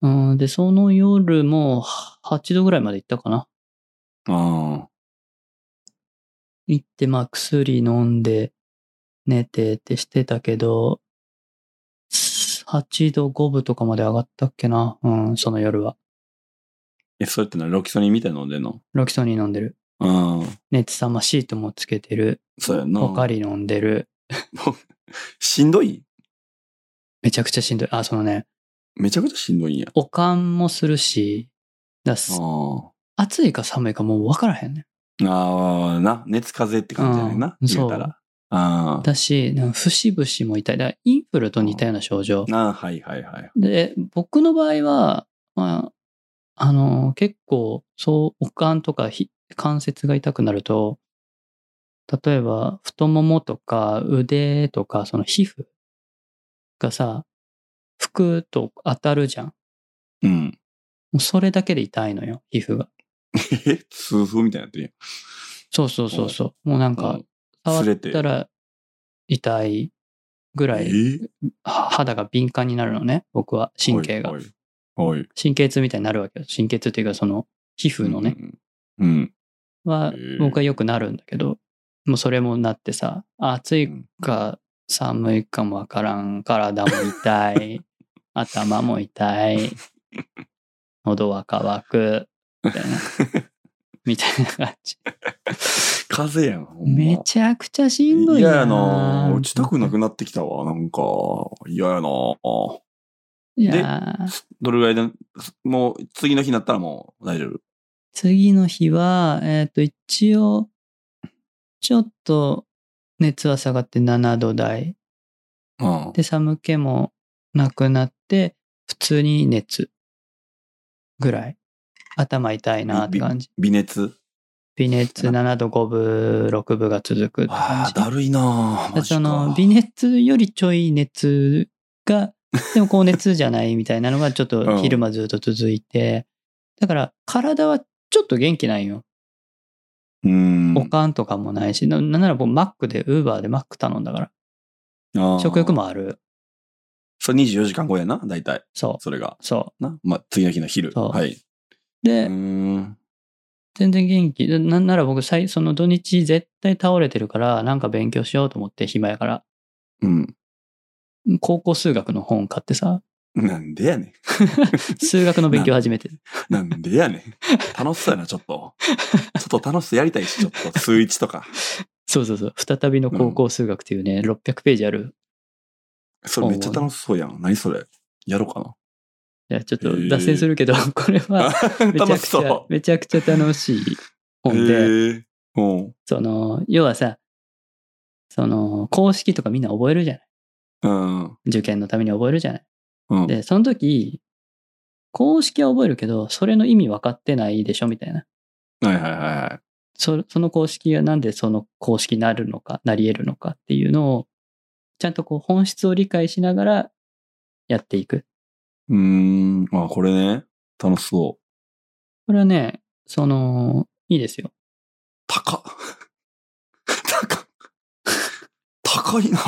うん、で、その夜もは8度ぐらいまで行ったかな。
ああ、
行って、まあ薬飲んで、寝てってしてたけど、8度5分とかまで上がったっけな。うん、その夜は。
え、それってのはロキソニンみたいなのでんの
ロキソニン飲んでる。
ああ、
熱さまシートもつけてる。
そうやな。
ポカリ飲んでる。
しんどい
めちゃくちゃしんどい。あ、そのね、
めちゃくちゃしんどいんや。
おかんもするし、だ
あ
す暑いか寒いかもう分からへんね
あ、ああ、な、熱風邪って感じやねんな。
うん
言うた
そう
ら。あ
ん。だし、なんか節々も痛い。だからインフルと似たような症状
あ、。なあ、はいはいはい。
で、僕の場合は、まあ、あの、結構、そう、おかんとかひ関節が痛くなると、例えば、太ももとか腕とか、その皮膚がさ、服と当たるじゃん。
うん。
もうそれだけで痛いのよ、皮膚が。
え痛風みたいになってる
そうそうそうそう。もうなん
やん。う
か、
ん
触
擦れ
ってたら痛いぐらい、
え
は肌が敏感になるのね、僕は、神経が
は。い。はいはい。
神経痛みたいになるわけよ。神経痛っていうか、その、皮膚のね、
うん。うん。 [LAUGHS]
は
へえ
僕はよくなるんだけど、もうそれもなってさ、暑いか寒いかもわからん、体も痛
[LAUGHS]
い、頭も痛い、喉は渇く、み
[LAUGHS]
たいな、みたいな感じ。
風邪やん。ほんま
めちゃくちゃしんどい
嫌
な。
やな打ちたくなくなってきたわ。なんか、嫌やなど
いやー
れぐらいで、もう、次の日になったらもう大丈夫。
次の日は、えっ、と、一応、ちょっと熱は下がって7度台。
うん。
で、寒気もなくなって、普通に熱ぐらい。頭痛いなって感じ。
微熱。
微熱7度5分、6分が続くって感
ああ、
じ。
だるいなマ
で
ジか
その、微熱よりちょい熱が、
[LAUGHS]
でも高熱じゃないみたいなのがちょっ
う
と
ん
昼間ずっと続いて、だから体はちょっと元気ないよ。
うん。
おかんとかもないし、ななんなら僕マックで、ウーバーでマック頼んだか
あ
ら、
ー
食欲。もある。
それ24時間後やな、大体。
そ
それが。
う、そ
な。まあ、次の日の昼。
そう
はい。
う。で、
うーん。
全然元気。ななんなら僕、最その土日絶対倒れてるから、なんか勉強しようと思って暇やから、
うん。
高校数学の本買っ
[LAUGHS]
てさ、
なんでやね
数学の勉強始めて。
ん。なんでやねん。楽しそうやな、ちょっと。ちょっと楽しそうやりたいし、ちょっと。数一とか。
そうそうそう。再びの高校数学っていうね、600ページある。
それめっちゃ楽しそうやん。何それ。やろうかな。
いや、ちょっと脱線するけど、 [LAUGHS] これはめち
[LAUGHS]
ゃ
楽
く
し
ち
そう
ゃ。、めちゃくちゃ楽しい本で、
へえ。うん。
その、要はさ、その、公式とかみんな覚えるじゃない。
うん。
受験のために覚えるじゃない。
うん。
で、その時、公式は覚えるけど、それの意味分かってないでしょみたいな。
はいはいはいはい。
そその公式がなんでその公式になるのか、なり得るのかっていうのを、ちゃんとこう本質を理解しながらやっていく。
うーん。あ、これね。楽しそう。
これはね、その、いいですよ。
[LAUGHS] 高っ。高っ。高いな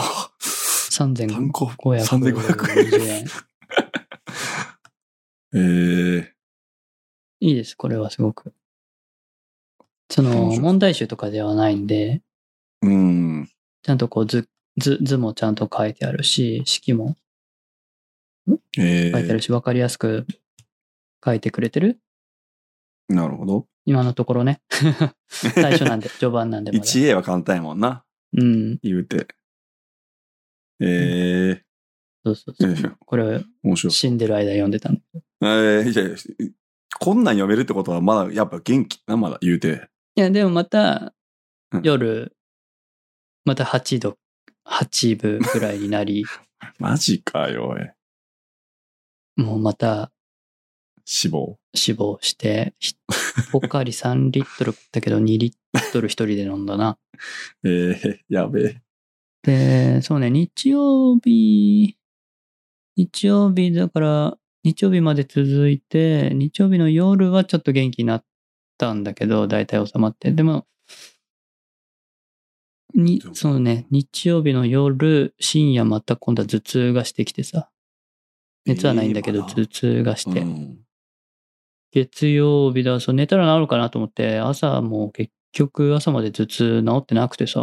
単
3500
行
円。
3500円。 [LAUGHS] えー、
いいです、これはすごく。その、
面白い
問題集とかではないんで、
うん。
ちゃんとこう図、図、図もちゃんと書いてあるし、式も
え
書いてある
ー、
し、わかりやすく書いてくれてる
なるほど。
今のところ
[LAUGHS]
ね。最初なんで、序盤なんでまだ。
1A は簡単やもんな、
うん。
言うて。え
そうそう
ー、
そう。
[LAUGHS] えー
これ、
面白い。
死んでる間読んでたの。
えー、いやいや、こんなん読めるってことは、まだ、やっぱ元気な、まだ言うて。
いや、でもまた
うん、
夜、また8度、8分ぐらいにな
[LAUGHS]
り、
マジかよ、おい。
もうまた
死亡。
死亡して、ひポカリ3リットル食ったけど2リットル一人で飲んだな。
えー、やべえ。
で、そうね、日曜日、日曜日だから、日曜日まで続いて、日曜日の夜はちょっと元気になったんだけど、だいたい収まって。でも、に
でも
そうね、日曜日の夜、深夜また今度は頭痛がしてきてさ。熱はないんだけど、
いいな
頭痛がして。
うん
月曜日だ、そう寝たら治るかなと思って、朝もう結局朝まで頭痛治ってなくてさ、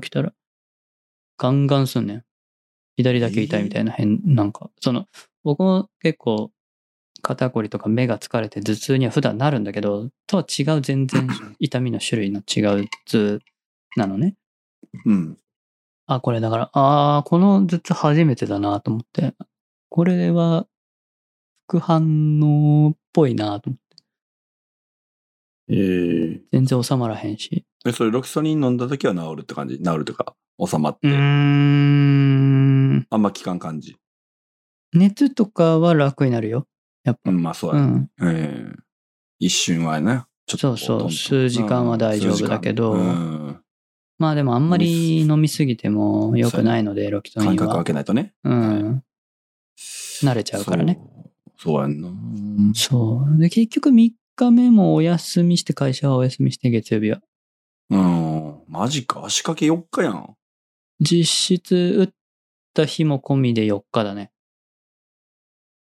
起きたら、ガンガンすんねん。左だけ痛いみたいな変、なんか、その、僕も結構、肩こりとか目が疲れて頭痛には普段なるんだけど、とは違う全然痛みの種類の違う頭痛なのね。
うん。
あ、これだから、ああ、この頭痛初めてだなと思って、これは副反応っぽいなと思っ
え
て、
ー、
全然収まらへんし。
え、それ、ロキソニン飲んだ時は治るって感じ治るとか、収まって。
うーん。
あんま効かん感じ。
熱とかは楽になるよ。やっぱ。
うん、まあそう
う
や。
ん。
えー一瞬はね。ちょっとこ
そうそう
トントン
数時間は大丈夫だけど
数時間うん
まあでもあんまり飲みすぎても良くないので、ロキソニ
間
ン
隔空
は。
けないとね。
うん。慣れちゃうからね。
そう。そうやんな。
そう。で、結局3日目もお休みして、会社はお休みして、月曜日は。
うん。マジか。足掛け4日やん。
実質打った日も込みで4日だ
[CLEARS THROAT]
ね。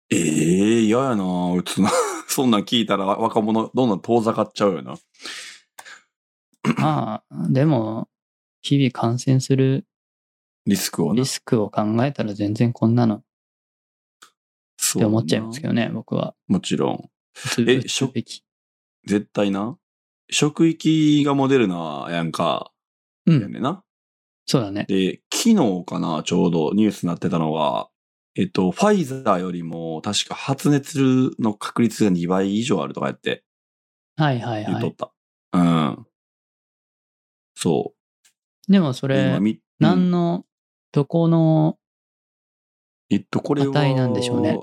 ええ嫌やな。うつな。 [LAUGHS] そんなん聞いたら若者どんどん遠ざかっちゃうよな。
まあ、でも、日々感染する
リスクをね
リ。スクを考えたら全然こんなのっ
って
思っちゃいますけ
ど。
どね、僕は。
もちろん。
打つ
え
打つべき。
絶対な。職域がモデルナやんか。
う
や
ん。
ねんな。
そうだね。
で、昨日かな、ちょうどニュースになってたのが、えっと、ファイザーよりも、確か発熱の確率が2倍以上あるとかやって
はいはい
言
は
っと
い
っ。た。うん。そ。
でもそうれ
今、みう
何
ん
の、どこの、
えっと、これは。
値なんでしょうね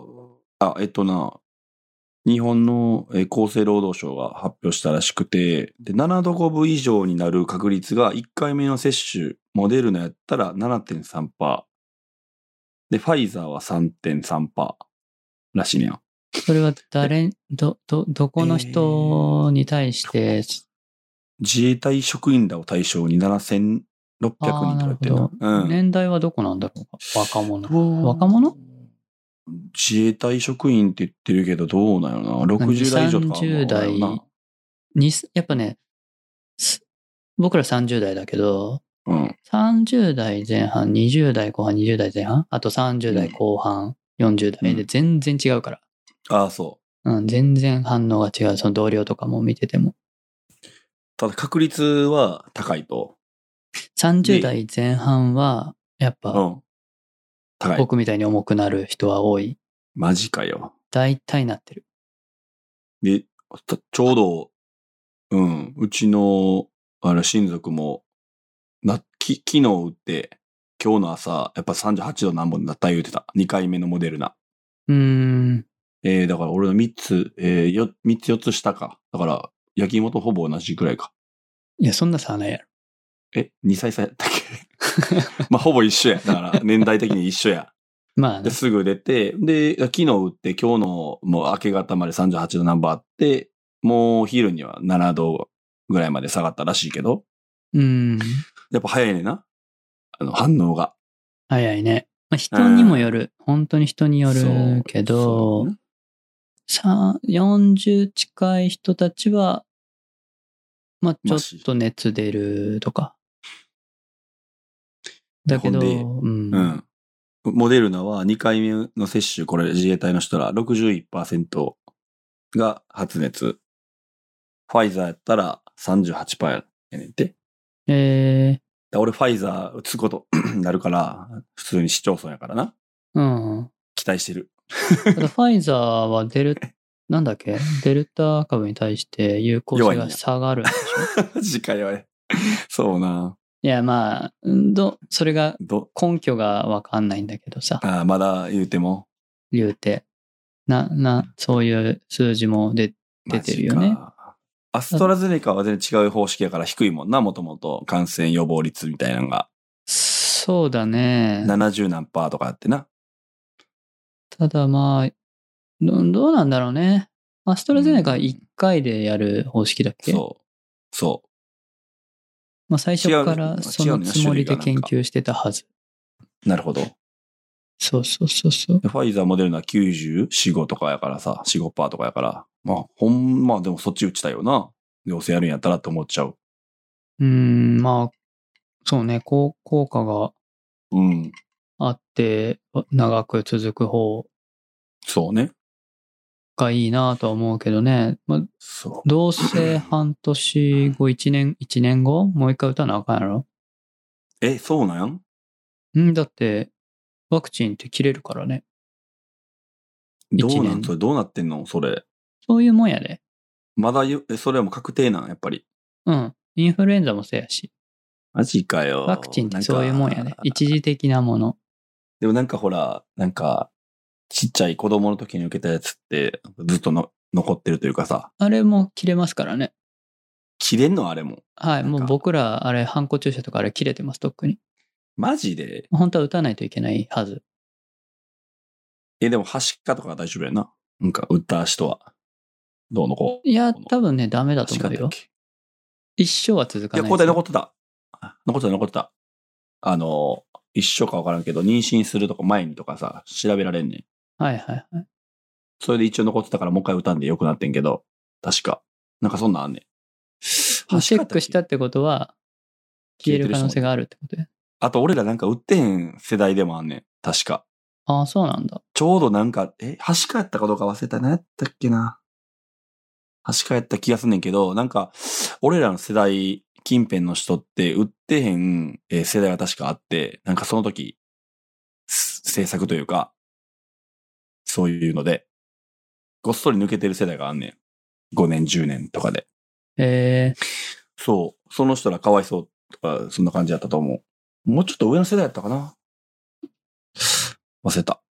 あ、えっとな、日本のえー厚生労働省が発表したらしくて、で、7度5分以上になる確率が1回目の接種、モデルナやったら7.3%。で、ファイザーは3.3%らしいねや。
それは誰、ど、ど、どこの人に対して、
自衛隊職員らを対象に7600人とか
あーな
や
る
っ
ほ
てるな
ど。年代はどこなんだろうか。若者。
うん。
若者
自衛隊職員って言ってるけど、どうなのな ?60 代以上とかは
30代
な。
に、やっぱね、す僕ら30代だけど、
うん。
30代前半、20代後半、20代前半、あと30代後半、40代で全然違うから。
ああ、そう。
うん、全然反応が違う。その同僚とかも見てても。
ただ確率は高いと。
30代前半は、やっぱ、
うん。高い。
僕みたいに重くなる人は多い。
マジかよ。
大体なってる。
で、たちょうど、うん、うちの、あの、親族も、な、き、昨日打って、今日の朝、やっぱ38度何本だった言うてた。2回目のモデルナ。
うーん。
えー、だから俺の3つ、えー、よ、3つ4つ下か。だから、焼き芋とほぼ同じくらいか。
いや、そんな差はないやろ。
え、2歳差やったっけ [LAUGHS] まあ、ほぼ一緒や。だから、年代的に一緒や。
まあね
で、。すぐ出て、で、昨日打って、今日のもう明け方まで38度ナンバーあって、もう昼には7度ぐらいまで下がったらしいけど、
うーん。
やっぱ早いねんな。あの、反応が。
早いね。まあ、人にもよる。本当に人によるけ
そう
ど、
ね
さ40近い人たちは、まあ、ちょ
マ
っ
シ
と熱出るとか。だけど、
ほんで
うん。
うん。モデルナは2回目の接種、これ自衛隊の人ら61%が発熱。ファイザーやったら38%やねんて。だか
え
ら俺ファイザー打つこと [COUGHS] なるから、普通に市町村やからな。
ー、うん。
期待してる。
ただファイザーはデル、なんだっけデルタ株に対して有効
弱
性
いんや
が下がる。
[LAUGHS] 次回はね。そうな。
いや、まあ、うんど、それが
ど、
根拠がわかんないんだけどさ、
あーまだ言うても。
言うて。な、な、そういう数字も出出てるよ
マ
ね
ジか。アストラゼネカは全然違う方式やから低いもんな、もともと感染予防率みたいなのが。
そうだね。
70何パーとかやってな。
ただまあ、どどうなんだろうね。アストラゼネカ1回でやる方式だっけ、
そう。そう。
まあ最初か
違う
ら
ね
そのつもりで研究してたはず。
なるほど。
そうそうそうそう。
ファイザーモデルナ94、5とかやからさ、4、5%パーとかやから。まあ、ほんま、でもそっち打ちたいよな。どうせやるんやったらって思っちゃう。
うーん、まあ、そうね、こう効果が
うん。
あって、長く続く方
そうね。
がいいなとは思うけどね。まあ、
そ
どうせ半年後、1年、一年後もう一回打たなあかんやろ
う。え、そうなんやん
うん、だって、ワクチンって切れるからね。
どうなん
一年
それどうなってんのそれ。
そういうもんやで。
まだよ、えそれはもう確定なんやっぱり。
うん。インフルエンザもそうやし。
マジかよ。
ワクチンってそういうもんや
な
ね
か。
一時的なもの。
でもなんかほら、なんか、ちっちゃい子供の時に受けたやつって、ずっとの残ってるというかさ、
あれも切れますからね。
切れんのあれも。
はい。
なんか
もう僕ら、あれ、ハンコ注射とかあれ切れてます、とっくに。
マジで
本当は打たないといけないはず。
え、でも、はしかとかは大丈夫やな。なんか、打った人は。どうのこう。
いや、多分ね、ダメだと思う
確か
よ
だっ。け
一生は続
い
か
や、
ない。
抗体残ってた。残ってた、残ってた。あの、一緒かわからんけど、妊娠するとか前にとかさ、調べられんねん。
はいはいはい。
それで一応残ってたから、もう一回打たんでよくなってんけど、確か。なんかそんなんあんねん。
まあ
橋
チェ
かだ
ッ
っけ
クしたってことは、消える可能性があるってことや。
あと、俺らなんか打ってへん世代でもあんねん。確か。
ああ、そうなんだ。
ちょうどなんか、え、はしかやったかどうか忘れた。何やったっけな。はしかやった気がすんねんけど、なんか、俺らの世代近辺の人って、売ってへん、えー世代が確かあって、なんかその時、す制作というか、そういうので、ごっそり抜けてる世代があんねん。5年、10年とかで。
え
そう。その人らかわいそうとか、そんな感じだったと思う。もうちょっと上の世代やったかな。忘れた。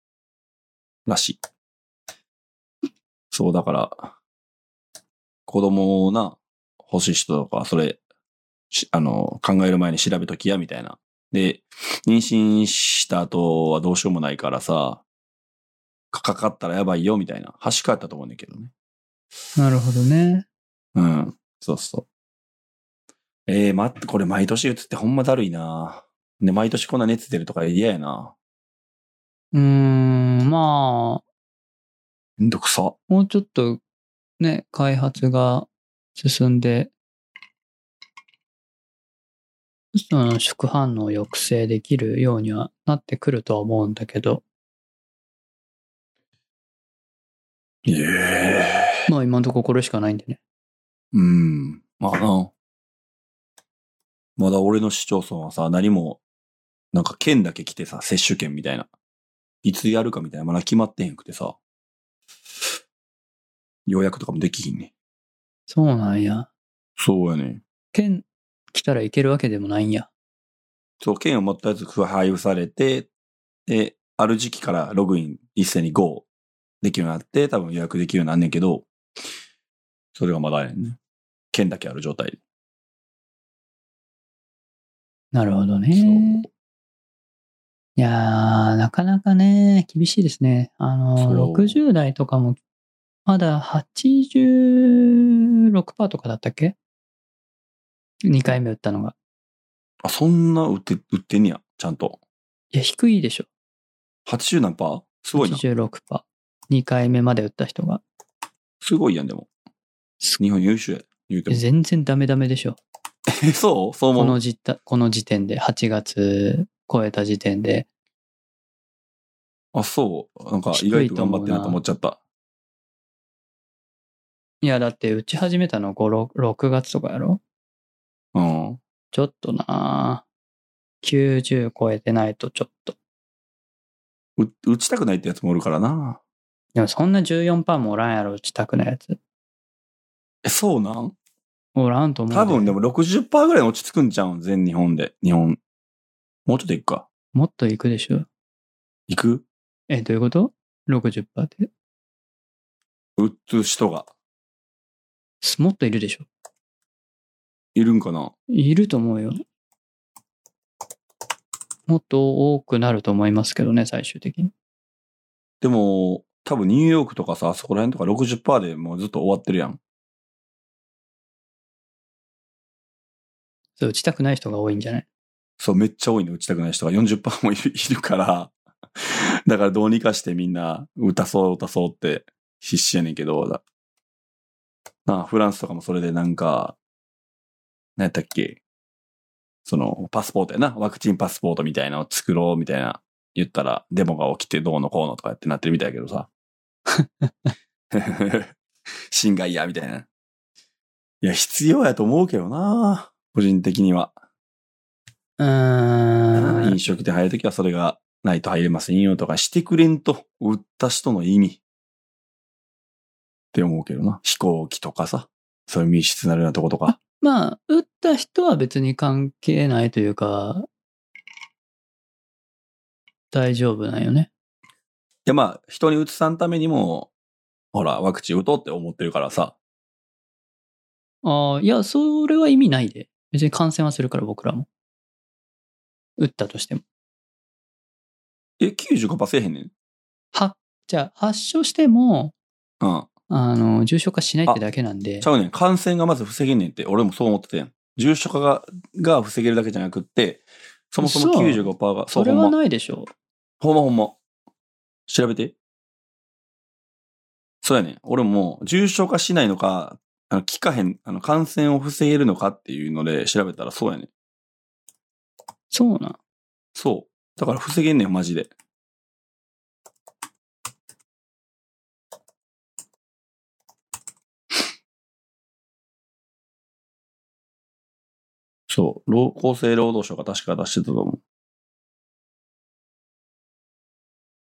らしい。そう、だから、子供をな、欲しい人とか、それ、しあの、考える前に調べときや、みたいな。で、妊娠した後はどうしようもないからさ、かかかったらやばいよ、みたいな。端かやったと思うんだけどね。
ー、なるほどね。
うん。そうそう。えー、待って、これ毎年打つってほんまだるいな。ね、毎年こんな熱出るとか嫌やな。
うーん、まあ、
めんどくさ。
もうちょっと、ね、開発が進んで、その副反応を抑制できるようにはなってくるとは思うんだけど、
ええ
まあ今のところこれしかないんでね。
うん。まあな。まだ俺の市町村はさ、何も、なんか県だけ来てさ、接種券みたいな。いつやるかみたいな、まだ決まってへんくてさ。予約とかもできひんね。
そうなんや。
そうやね。
県来たらいけるわけでもないんや。
そう、券を持ったやつが配布されて、で、ある時期からログイン一斉に GO できるようになって、多分予約できるようになんねんけど、それがまだあれやね。券だけある状態。
なるほど
そう
ね。いやー、なかなかね、厳しいですね。あ
そう
の、60代とかも、まだ86%とかだったっけ ?2 回目打ったのが。
あ、そんな売って、売ってんねや、ちゃんと。
いや、低いでしょ。
80何パーすごいな。
86%。2回目まで打った人が。
すごいやん、でも。
す
日本優秀や。言うても。
全然ダメダメでしょ。
え、 [LAUGHS] そうそう
こ
思う
の。時たこの時点で、8月超えた時点で。
あ、そう。なんか
低
意外
い
と
と
頑
思
張っ
うな
てなと思っちゃった。
いや、だって打ち始めたの5、6月とかやろ
うん。
ちょっとなぁ90超えてないとちょっと。
う打ちたくないってやつもおるからな。
でもそんな14%もおらんやろ、打ちたくないやつ。
え、そうなん
おらんと思うで。
多分でも60%ぐらいに落ち着くんちゃうん全日本で。日本。もうちょっといくか。
もっといくでしょ。
いく
え、どういうこと ?60% って。
打つ人が。
すもっといるでしょ。
いるんかない
ると思うよ。もっと多くなると思いますけどね、最終的に。
でも、多分ニューヨークとかさ、そこら辺とか60%でもうずっと終わってるやん。
そう、打ちたくない人が多いんじゃない
そう、めっちゃ多いの、打ちたくない人が40%もいるいるから、だからどうにかしてみんな、打たそう、打たそうって必死やねんけど、だなあ、フランスとかもそれでなんか、何やったっけその、パスポートやな、ワクチンパスポートみたいなのを作ろうみたいな、言ったら、デモが起きてどうのこうのとかやってなってるみたいやけどさ。 [LAUGHS] 侵害や、みたいな。いや、必要やと思うけどな個人的には。
うー
飲
ん。
食店入るときはそれがないと入れませんよとかしてくれんと、売った人の意味。って思うけどな。飛行機とかさ。そういう密室なるようなとことか。
まあ、打った人は別に関係ないというか、大丈夫なんよね。
いやまあ、人に移さんためにも、ほら、ワクチン打とうって思ってるからさ。
ああ、いや、それは意味ないで。別に感染はするから、僕らも。打ったとしても。
え、95%せえへんねん。
は、じゃあ、発症しても、
うん。
あの、重症化しないってだけなんで
ちゃ。うねん。感染がまず防げんねんって、俺もそう思っててん。重症化が、が防げるだけじゃなくって、そもそも
そう
95%が、そ、
そうれ
ほ
は
んま。
ないでしょ
ほんまほんま。調べて。そうやね。俺も重症化しないのか、あの、効かへん、あの、感染を防げるのかっていうので調べたらそうやね。
そうなん。
そう。だから防げんねん、マジで。そう。労厚生労働省が確か出してたと思う。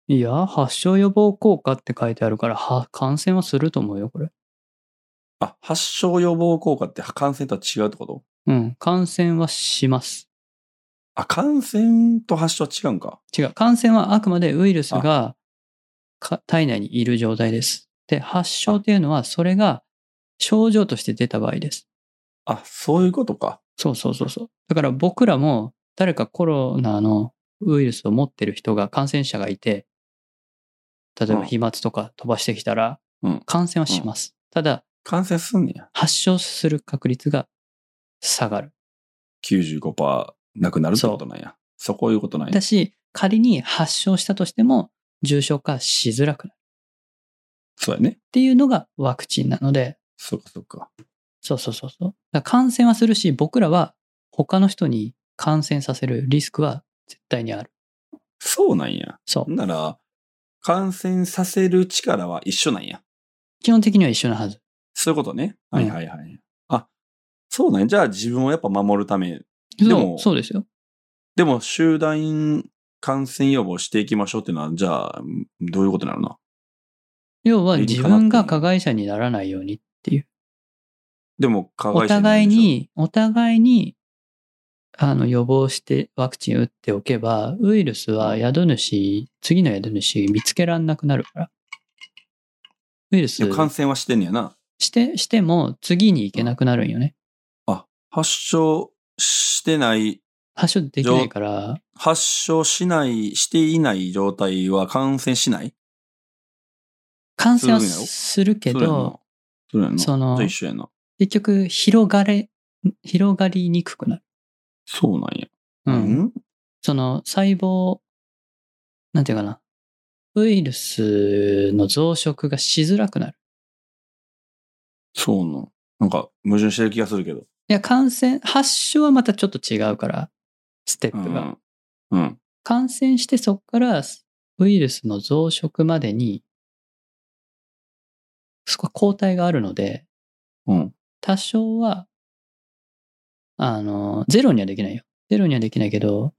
いや、発症予防効果って書いてあるから、は、感染はすると思うよ、これ。
あ、発症予防効果って感染とは違うってこと
うん。感染はします。
あ、感染と発症は違うんか。
違う。感染はあくまでウイルスがか体内にいる状態です。で、発症っていうのは、それが症状として出た場合です。
あ、そういうことか。
そうそうそうそう。だから僕らも誰かコロナのウイルスを持ってる人が感染者がいて、例え
う
ば
ん
飛沫とか飛ばしてきたら
うん、
感染はします。ただ、
感染すんねや。
発症する確率が下がる。
95%なくなるってことなんや。そこいうことなんや
だ。し、仮に発症したとしても重症化しづらくなるっ
そうやね。
ていうのがワクチンなので、
そうかそうか。
そうそうそうそう。だから感染はするし、僕らは他の人に感染させるリスクは絶対にある。
そうなんや。
そう。
なら、感染させる力は一緒なんや。
基本的には一緒なはず。
そういうことね。
うん
はいはいはい。あ、そうなんや。じゃあ自分をやっぱ守るため。で
そ
も
う、そうですよ。
でも集団感染予防していきましょうっていうのは、じゃあ、うんどういうことなのな。
要は
理に
自
かなってんの
分が加害者にならないようにっていう。
でも、加
お
害者
互い
なるでしょ、
に、お互いに、あの、予防してワクチン打っておけば、ウイルスは宿主、次の宿主見つけらんなくなるから。ウイルス
でも感染はしてんねやな。
して、しても次に行けなくなるんよね。
発症してない
発症できないから、
発症しない、していない状態は感染しない
感染は
するんやろ
するけど、、
それやんな。そ
その
れやんなじゃあ一緒やな。
結局広がれ、広がりにくくなる。
そうなんや。
うん。その細胞、なんていうかな、ウイルスの増殖がしづらくなる。
そうなの。なんか、矛盾してる気がするけど。
いや、感染、発症はまたちょっと違うから、ステ
う
ップが。
ん。うん。
感染してそこからウイルスの増殖までに、そこは抗体があるので、
うん。
多少は、あの、ゼロにはできないよ。ゼロにはできないけど、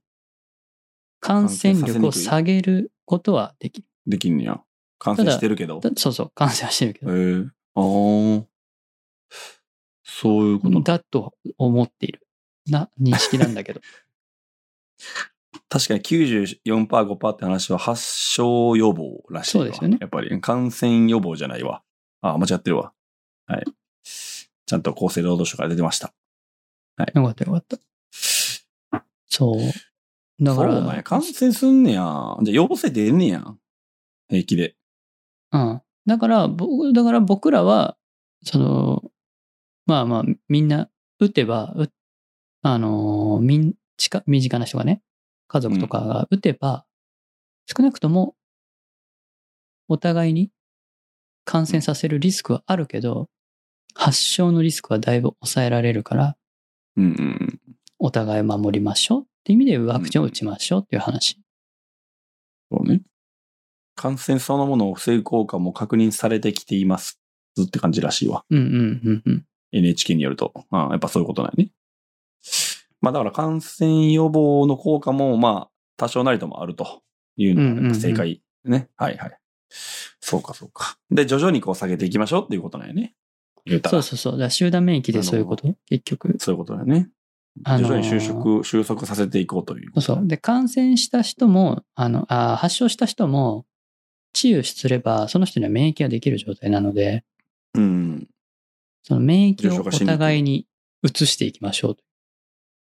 感染力を下げることはできる。
できんねや。感染してるけど。
だそうそう、感染はしてるけ
へえあ
ど。
あ。そういうことな。
だと思っている。な、認識なんだけど。
確かに94%、5%って話は発症予防らしいわ。
そうですよね
やっぱり感染予防じゃないわ。あ、間違ってるわ。はい。ちゃんと厚生労働省から出てました。
[LAUGHS] よかったよかった。そう。だから、
そうなんや。感染すんねや。じゃあ陽性出んねや。平気で。
うん。だから、僕、だから僕らは、その、まあまあ、みんな、打てば、うあのー、みん、近、身近な人がね、家族とかが打てば、少なくとも、お互いに感染させるリスクはあるけど、発症のリスクはだいぶ抑えられるから、
うんうんうん。
お互い守りましょうって意味でワクチンを打ちましょうっていう話。
そうね。感染そのものを防ぐ効果も確認されてきています。って感じらしいわ。
うんうんうんうん。
NHK によると。うん、やっぱそういうことなんやね。まあだから感染予防の効果も、まあ、多少なりともあるという
うんうん
の
うん
が正解ね。はいはい。そうかそうか。で、徐々にこう下げていきましょうっていうことなんやね。言うた
そ
ら。
う
そ
そうそう。だから集団免疫でそういうこと結局
う。いうことだよね。
あ
徐
のー
々に収束、収束させていこうという
そ
こ
う
と
そう。で、感染した人も、あの、あー発症した人も、治癒すれば、その人には免疫ができる状態なので、
うん。
その免疫
重
を
症
お
化しにくい
互いに移していきましょうと。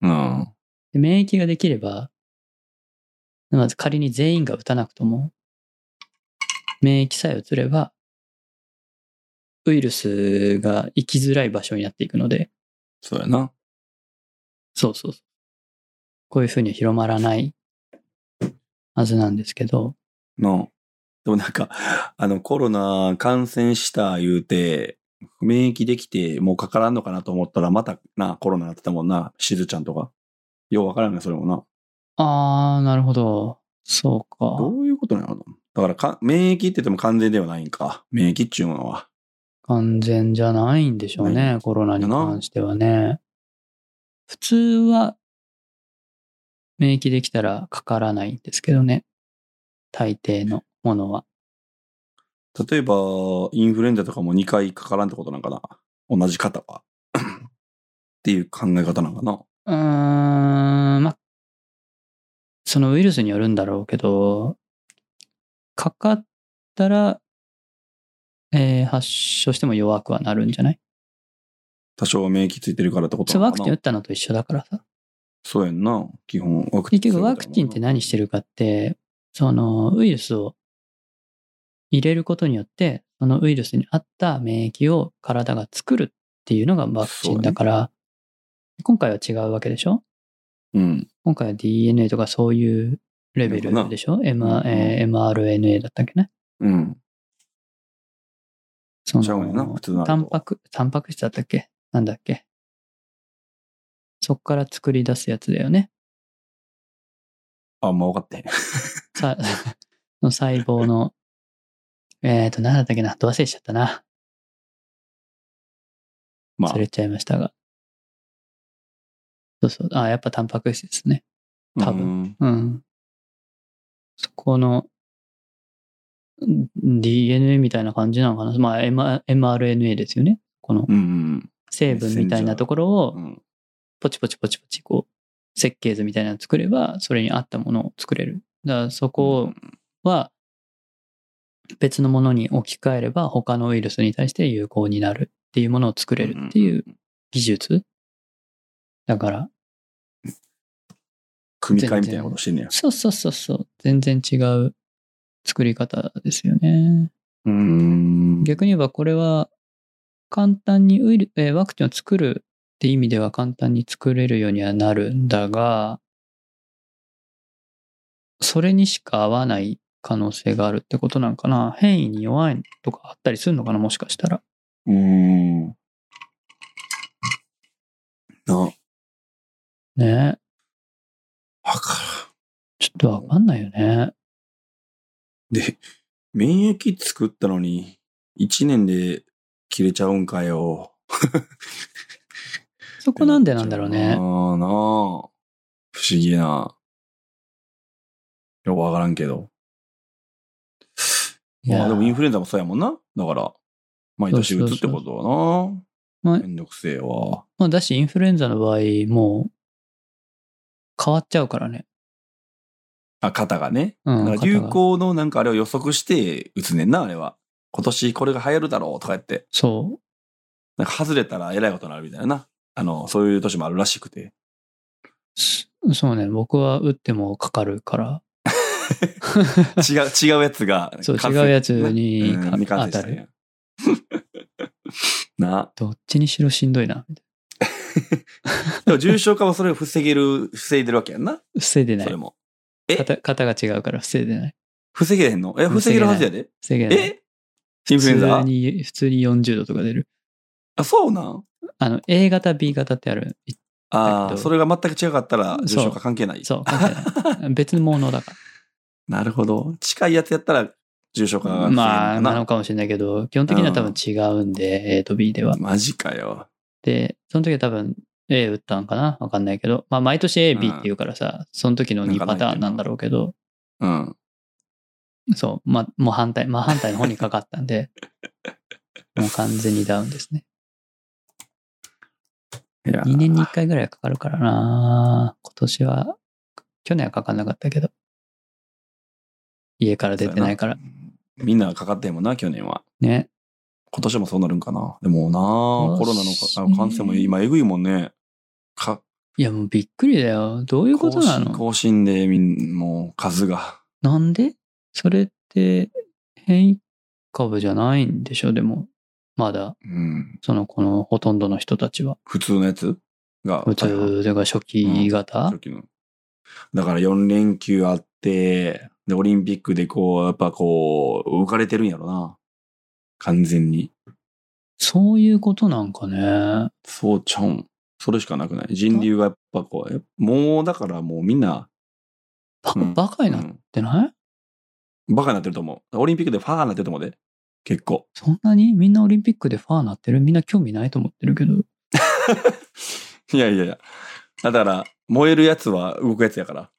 うん。
で免疫ができれば、まず仮に全員が打たなくとも、免疫さえ移れば、ウイルスが生きづらい場所になっていくので、
そうやな。
そうそうそう。こういうふうには広まらないはずなんですけど、
の。でもなんか、 [LAUGHS] あの、コロナ感染した言うて、免疫できて、もうかからんのかなと思ったら、またな、コロナなってたもんな、しずちゃんとか。ようわからんね、それもな。
あー、なるほど。そうか。
どういうことなのだからか、免疫って言っても完全ではないんか。免疫っちゅうのは。
完全じゃないんでしょう
ない
ね
ん、
コロナに関してはね。普通は、免疫できたらかからないんですけどね。大抵のものは。
例えば、インフルエンザとかも2回かからんってことなんかな。同じ方は。 [CLEARS THROAT] っていう考え方なんかな。
うーん、まあ、そのウイルスによるんだろうけど、かかったら、えー発症しても弱くはなるんじゃない
多少は免疫ついてるからってこと
それ
な
ワ
の
ク
か
チン打
な
っ。たのと一緒だからさ。
そうやんな。基本、ワクチン
結局ワクチンって何してるかって、そのウイルスを入れることによって、そのウイルスに合った免疫を体が作るっていうのがワクチンだから、今回は違うわけでしょ
うん。
今回は DNA とかそういうレベルでしょ、M
うん
えー ?mRNA だったっけね
うん。
そ
ちゃうねんな普通のあれと
タンパク、タンパク質だったっけなんだっけそっから作り出すやつだよね。
あんま分かってへん。 [LAUGHS]
さ、 [LAUGHS] の細胞の、えっ、と、何だったっけな、ど忘れしちゃったな。
まあ
忘、れちゃいましたが。そうそう。あ、やっぱタンパク質ですね。多分
分。
うん。そこの、ん DNA みたいな感じなのかな。まあ、M、mRNA ですよね。この
うん
成分みたいなところ
う
を、
ん。
ポチポチポチポチ、こう、設計図みたいなのを作れば、それに合ったものを作れる。だから、そこを、は別のものに置き換えれば他のウイルスに対して有効になるっていうものを作れるっていう技術だから
組み替えみたいなことしてんねや。
そうそうそうそう全然違う作り方ですよね
うん
逆に言えばこれは簡単にウイル、えーワクチンを作るって意味では簡単に作れるようにはなるんだがそれにしか合わない可能性があるってことなんかな。変異に弱いとかあったりするのかな、もしかしたら。
うん。な、わ
ね
か
ちょっとわかんないよね。
らん。で、免疫作ったのに、1年で切れちゃうんかよ。
そこなんでなんだろう
ああなあ。
ね。
不思議な。よくわからんけど。
いや
まあでもインフルエンザもそうやもんな。だから、毎年打つってことはな。
そうそうそう
めんどくせえわ。
まあ、だし、インフルエンザの場合、もう、変わっちゃうからね。
あ、肩がね。
うん。
なんか流
方が
行のなんかあれを予測して打つねんな、あれは。今年これが流行るだろうとか言って。
そ
なんか外れたらえらいことになるみたいな。あの、そういう年もあるらしくて。
うす。そうね。僕は打ってもかかるから。
違う、 [LAUGHS] 違うやつが。
そう、
感
違
染
うやつに
うん
か
に感染し
当
たたんや
る。
[LAUGHS] な。
どっちにしろしんどいな。
でも重症化はそれを防げる、防いでるわけやんな。
防いでな
それ
い。
も。え
型型が違うから防いでない。
防げへんのえ、防げるはずやで。
防げない。
えインフルエン
普
ザ
通に、普通に40度とか出る。
あ、そうなん
あの、A 型、B 型ってある。い
ああ、
えっと
それが全く違かったら重症
そ
化
う
関係ない。
そう、関係
[LAUGHS]
ない別のものだか
なるほど。近いやつやったら重症化が防
ら。
げるの
ま
か
あ、
な
なのかもしれないけど、基本的には多分違うんで、A と B では。
マジかよ。
で、その時は多分 A 打ったんかなわかんないけど。まあ、毎年 A、B って言うからさ、その時の2パターンなんだろうけど、
うん。
そう、まあ、もう反対、まあ反対の方にかかった
[LAUGHS]
んで、もう完全にダウンですね。
いや
2年に1回ぐらいはかかるからな今年は、去年はかかんなかったけど。家から出てないから。
みんなかかってんもんな、去年は。
ね。
今年もそうなるんかな。でもな
よし
コロナのかあの感染も今えぐいもんね。か、
いや、もうびっくりだよ。どういうこと
更
な
新、
の
更新でみん、もう数が。
なんでそれって変異株じゃないんでしょでも、まだ、
うん。
その、このほとんどの人たちは。
普通のやつが。
普通が初期型、
時の。だから4連休あって、で、オリンピックでこう、やっぱこう、浮かれてるんやろな。完全に。
そういうことなんかね。
そうちゃうん。それしかなくない。人流がやっぱこう、えもうだからもうみんな、
バカ、
うん
バカに
う
なっ
ん、
てない、
バカになってると思う。オリンピックでファーになってると思うで。結構。
そんなにみんなオリンピックでファーなってるみんな興味ないと思ってるけど。
いやいやいや。だから、燃えるやつは動くやつやから。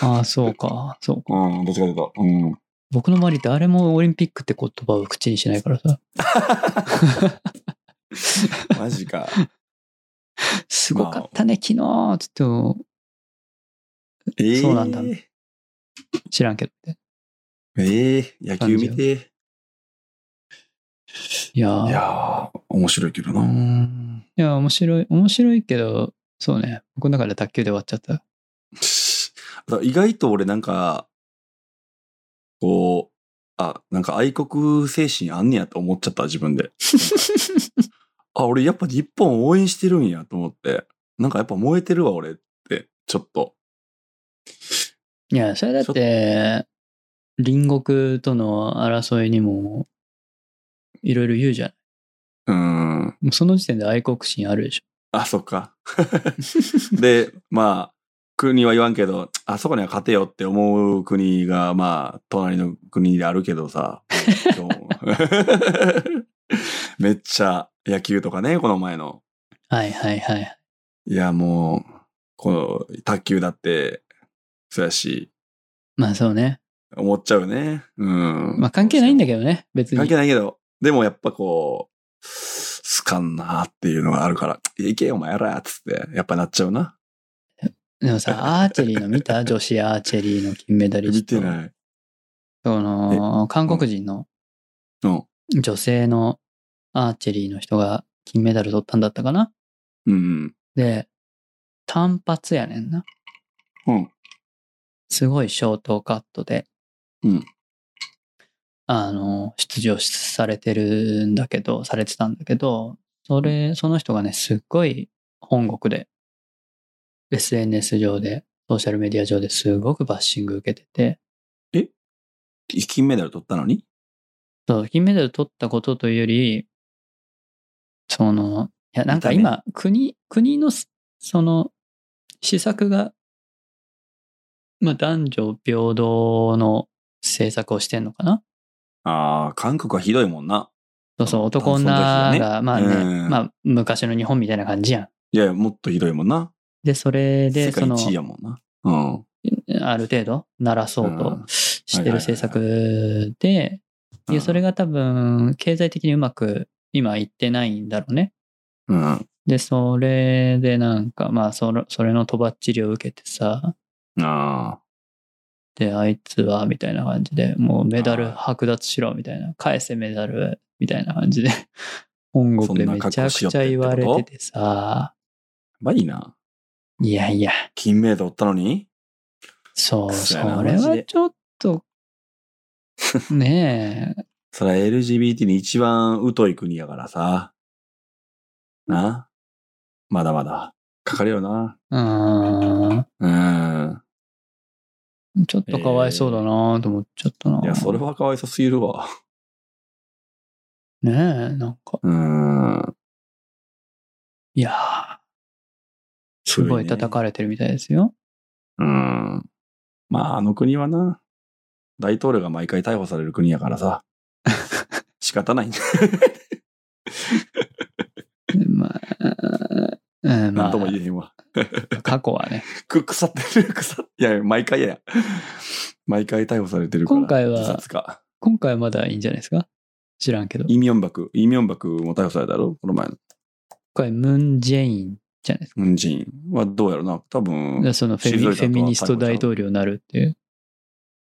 ああ、そうか。そうか。
うん、どっちかというと。うん。
僕の周り誰もオリンピックって言葉を口にしないからさ。
マジ [LAUGHS] か。
すごかったね、昨日つっても
えー
そうなんだ知らんけどって。
ええ野球見て。
いやー
い
いや
やー、面白いけどな。
面白い、面白いけど、そうね。僕の中で卓球で終わっちゃ [LAUGHS] った。
[LAUGHS] 意外と俺なんか、こう、あ、なんか愛国精神あんねやと思っちゃった自分で。あ、俺やっぱ日本応援してるんやと思って。なんかやっぱ燃えてるわ俺って、ちょっと。
いや、それだって、隣国との争いにも、いろいろ言うじゃん。
うーん。
もうその時点で愛国心あるでしょ。
あ、そっか。 [LAUGHS] で、まあ、国は言わんけど、あそこには勝てよって思う国が、まあ、隣の国であるけどさ。どうも [LAUGHS] めっちゃ野球とかね、この前の。
はいはいはい。
いや、もう、この、卓球だって、そうやし、
まあそうね。
思っちゃうね。うん。
まあ関係ないんだ
け
けどね、別に。
関係ないけど、でもやっぱこう、すかんなーっていうのがあるから、いけよ、お前やらーっつって、やっぱなっちゃうな。
でもさ、アーチェリーの見た女子アーチェリーの金メダリ
見
ス
て
ト。
ない。
その、韓国人の
うん。
女性のアーチェリーの人が金メダル取ったんだったかな
うん。
で、単発やねんな。
うん。
すごいショートカットで、
うん
あの、出場されてるんだけど、されてたんだけど、それ、その人がね、すっごい本国で、SNS 上で、ソーシャルメディア上ですごくバッシング受けてて、
え金メダル取ったのに
そう、金メダル取ったことというより、その、いや、なんか今、国、国のす、その、施策が、まあ、男女平等の政策をしてんのかな
ああ、韓国はひどいもんな。
そうそう、
そ
男女が、
その時
まあね、
うん
まあ、昔の日本みたいな感じやん。
いやいや、もっとひどいもんな。
で、それで、
世
そ
界
の、
一位やもんな。うん。
ある程度、鳴らそう
うん
としてる
はいはいはいはい
政策で、
うん
で、それが多分、経済的にうまく今いってないんだろうね。
うん。
で、それでなんか、まあ、その、それのとばっちりを受けてさ、
ああ。
で、あいつは、みたいな感じで、もうメダル剥奪しろ、みたいな、返せメダル、みたいな感じで、 [LAUGHS] 本国でめちゃくちゃ言われててさ、
まあいいな。
いやいや、
金メダル取ったのに
そう、
く
そ
そ
れ
やなマジ
は
で
ちょっと、ね
[LAUGHS]
え、
それは LGBT に一番疎い国やからさ。なまだまだ。かかるよな。
うー
うん。
ん、ちょっとかわいそうだなと思っちゃったな。
いや、それはかわいそうすぎるわ。
ねえ、なんか、
うん。
いやーすごい
ね
叩かれてるみたいですよ。
うん。まあ、あの国はな、大統領が毎回逮捕される国やから
[LAUGHS]
さ。仕方ないんだ。
まあ、うん、ま
なん
あ
と、も言えへんわ。
過去はね。
く、腐ってる、腐って。いや、毎回や。毎回逮捕されてるから。
今回は
自殺か。
今回はまだいいんじゃないですか知らんけど。今
イ・ミョンバク、イ・ミョンバクも逮捕されたやろこの前の。
回、ムン・ジェインじゃないです
ムンジンはどうやろな多分
か。、そのフェミ
退いた後は
フェミニスト大統領になるって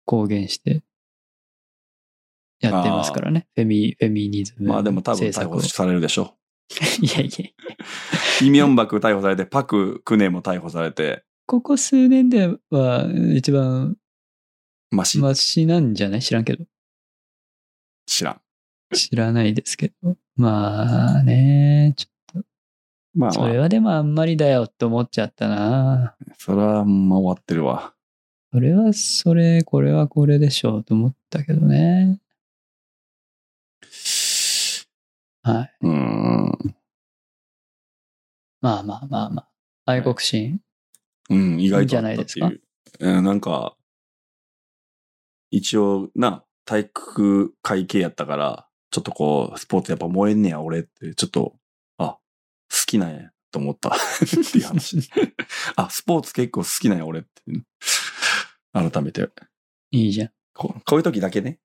公言してやってますからね。フェミ、フェミニズム。
まあでも多分逮
政策
捕
を。
されるでしょ
[LAUGHS] いやいや。
う。イ・ミョンバク逮捕されて、パク・クネも逮捕されて、
ここ数年では一番
マシ、
マシなんじゃない知らんけど。
知らん。
知らないですけど。まあね、ちょ
まあ、
それ
まあ、
はでもあんまりだよって思っちゃったな。
それは、まあ、終わってるわ。
それはそれ、これはこれでしょうと思ったけどね。はい。
うーん。
まあまあまあまあ。愛国心。
うん、意外とあ
いいんじゃない
ったっ
です
てい
か
う。うん、なんか、一応、な、体育会系やったから、ちょっとこう、スポーツやっぱ燃えんねや、俺って、ちょっと、あ、好きなんや、と思
[LAUGHS]
った。っていう話。あ、スポーツ結構好きなんや、俺って。改めて
いいじゃん。
こう。こういう時だけね、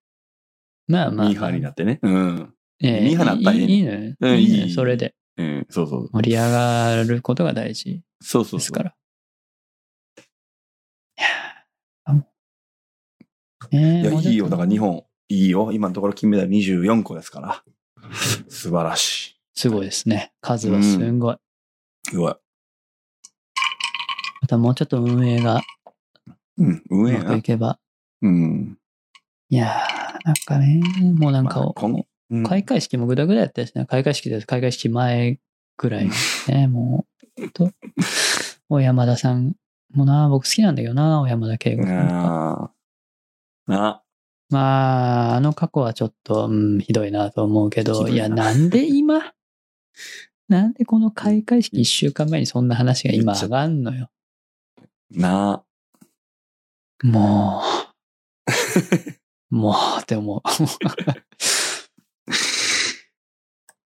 まあまあ、まあ。
ミーハーになってね。うん。
ええ
ミーハーなったら
い
いいね
いいいのよ。
うん
いいのよ
いい
それで。
うん、そうそう。
盛り上がることが大事
そうそう
です
そう
か。ら。いやーねえ
いや、
もうちょっと
いいよ。だから日本、いいよ。今のところ金メダル24個ですから。素晴らし
すごいですね。数はすんごい。
い。すごい。
またもうちょっと運営が
うん、
う
運営
まく。
ない
けば。
うん。
いやー、なんかね、もうなんか
まあ
を、
この、うん
開会式もぐだぐだやったしね、開会式で、開会式前ぐらいで
[LAUGHS]
すね、もう、と、小山田さんもな、僕好きなんだけどな、小山田圭吾さんとか。
ああ。な、
まあ、あの過去はちょっと、うん、ひどいなと思うけ
ひ
ど、
どい
い
な
や、なんで
[LAUGHS]
今、なんでこの開会式一週間前にそんな話が今上がんのよ。
な、
も
[LAUGHS]
う、もうって思う。
[LAUGHS]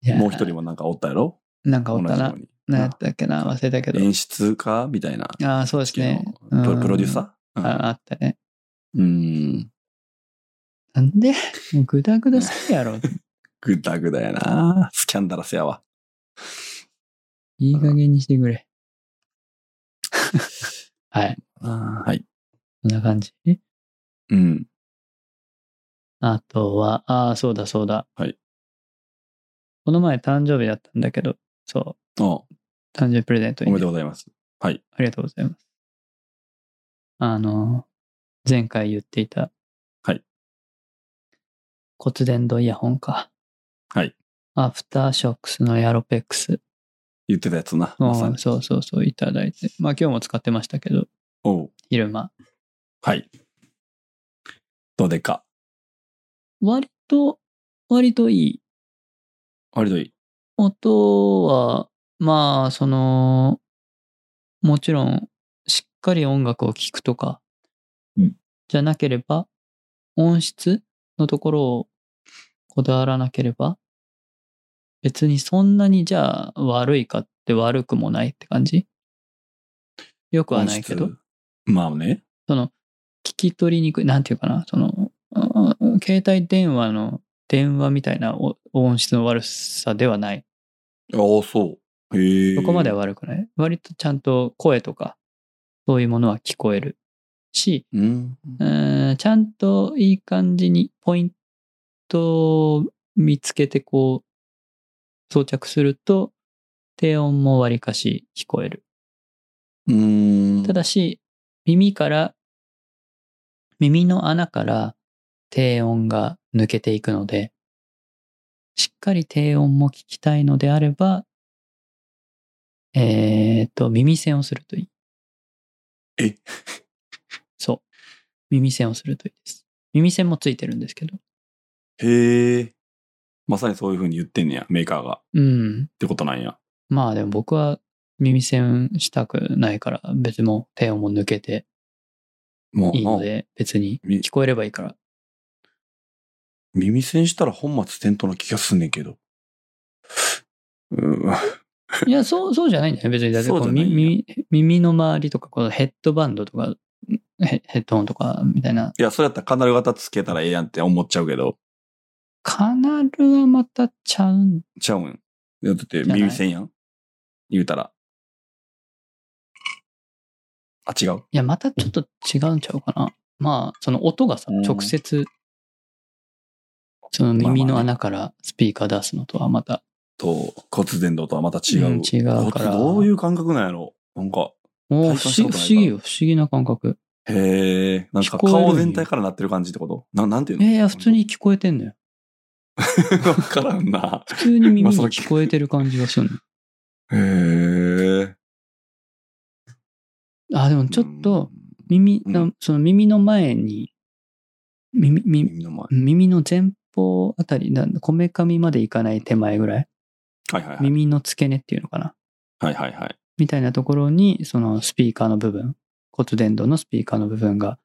いや
もう一人もなんかおったやろ
なんかおったな
同。じ
何やったっけな忘れたけ
よう
ど
に。。演出家みたいな。
ああ、そうですね。
プロ
うん
プロデューサー
ああったね。
うん。
なんでグダグダ好きやろ。
ぐだぐだやな。スキャンダラスやわ。
いい加減にしてくれ。はい。
あーはい。
こんな感じ。
うん。
あとは、ああ、そうだそうだ。
はい。
この前誕生日だったんだけど、そう。
おお
誕生日プレゼントに
め
ね、
でとうございます。はい。
ありがとうございます。あの、前回言っていた。
はい。
骨伝導イヤホンか。
はい。
アフターショックスのエアロペックス。
言ってたやつな。
う
まさ
ん
に。
そうそうそう、いただいて。まあ今日も使ってましたけど、
おう
昼間。
はい。どうでっか。
割と、割といい。
割といい。
音は、まあ、その、もちろん、しっかり音楽を聴くとか
うん、
じゃなければ、音質のところをこだわらなければ、別にそんなにじゃあ悪いかって悪くもないって感じよくはないけど
音質。。まあね。
その、聞き取りにくい、なんていうかな、その、あ携帯電話の電話みたいなお音質の悪さではない。
ああ、そう。へえ。
そこまでは
は。
悪くない。割とちゃんと声とか、そういうものは聞こえるし、
うん。
うーんちゃんといい感じにポイントを見つけてこう、装着すると、低音もわりかし聞こえる。
うん。
ただし、耳から、耳の穴から低音が抜けていくので、しっかり低音も聞きたいのであれば、えー、と、耳栓をするといい。
え
[LAUGHS] そう。耳栓をするといいです。耳栓もついてるんですけど。
へえ。まさにそういう風に言ってんねや、メーカーが。っ
うん。
てことなんや。
まあでも僕は耳栓したくないから、別にもう低音も抜けて
もう、
いいので、別に
み
聞こえればいいから。
耳栓したら本末転倒な気がすんねんけど。うん。
いや、そう、そうじゃないんだよね。別に。だってこ
そううじゃないんだ
耳、耳の周りとか、このヘッドバンドとか、ヘヘッドホンとか、みたいな。
いや、それやったらカナル型つけたらええやんって思っちゃうけど、
カナルはまたちゃうん。
ちゃうん。だって
じゃない
耳栓やん言うたら。あ、違う。
いや、またちょっと違うんちゃうかな。まあ、その音がさ
うん、
直接、その耳の穴からスピーカー出すのとはまた、
と、骨伝導とはまた違う。
うん違うから
骨どういう感覚なんやろなんか、
も
体
う不
感
思
した
議
ことないか
不
ら
思議よ。不思議な感覚。
へえ、なんか
聞こえるんよ
顔全体からなってる感じってことななんていう
え
の
いや、普通。に聞こえてんのよ。
[LAUGHS] わからんな。
普通に
[LAUGHS] まあ
耳に
その
聞こえてる感じがす
[LAUGHS]
るの。
へえ。
あ、でもちょっと、耳の、その耳の前に、耳、
うん、
耳、
耳の前。
耳の前方あたり、なこめかみまでいかない手前ぐらい、
はいはいはい。
耳の付け根っていうのかな、
はいはいはい。
みたいなところに、そのスピーカーの部分、骨伝導のスピーカーの部分が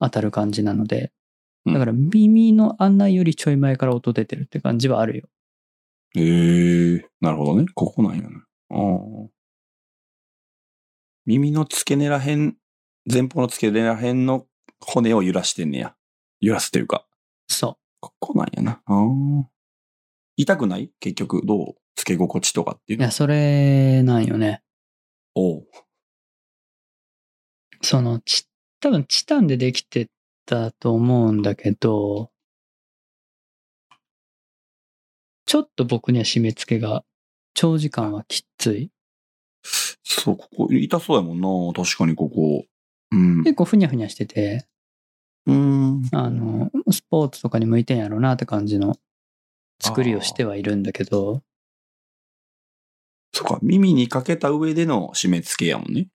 当たる感じなので、
うん
だから耳の穴よりちょい前から音出てるって感じはあるよ。
へえ、なるほどね。ここなんやね。ああ。耳の付け根らへん、前方の付け根らへんの骨を揺らしてんねや。揺らすというか、
そ。
ここなんやな。ああ。痛くない結局、どう付け心地とかっていうう
い
の。
や、それなんよね。
おう。
その、ち、多分チタンでできてたと思うんだけど、ちょっと僕には締め付けが、長時間はきつい。
そう、ここ、痛そうやもんな。確かにここ。うん。
結構ふにゃふにゃしてて、
うん。
あの、スポーツとかに向いてんやろうなって感じの作りをしてはいるんだけど、
そうか、耳にかけた上での締め付けやもんね。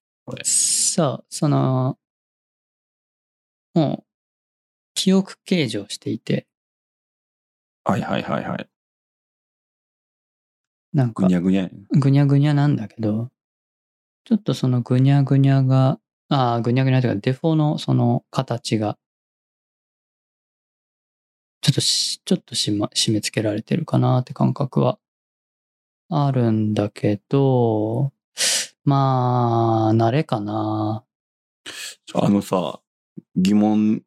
さあ、その、もう、記憶形状していて、
はいはいはいはい。
なん
ぐ
か
に、ゃぐにゃやね。
ぐにゃぐにゃなんだけど、ちょっとそのぐにゃぐにゃが、ああ、ぐにゃぐにゃというか、デフォのその形が、ちょっとし、ちょっとしま、締め付けられてるかなって感覚はあるんだけど、まあ、慣れかな。
あのさ、疑問、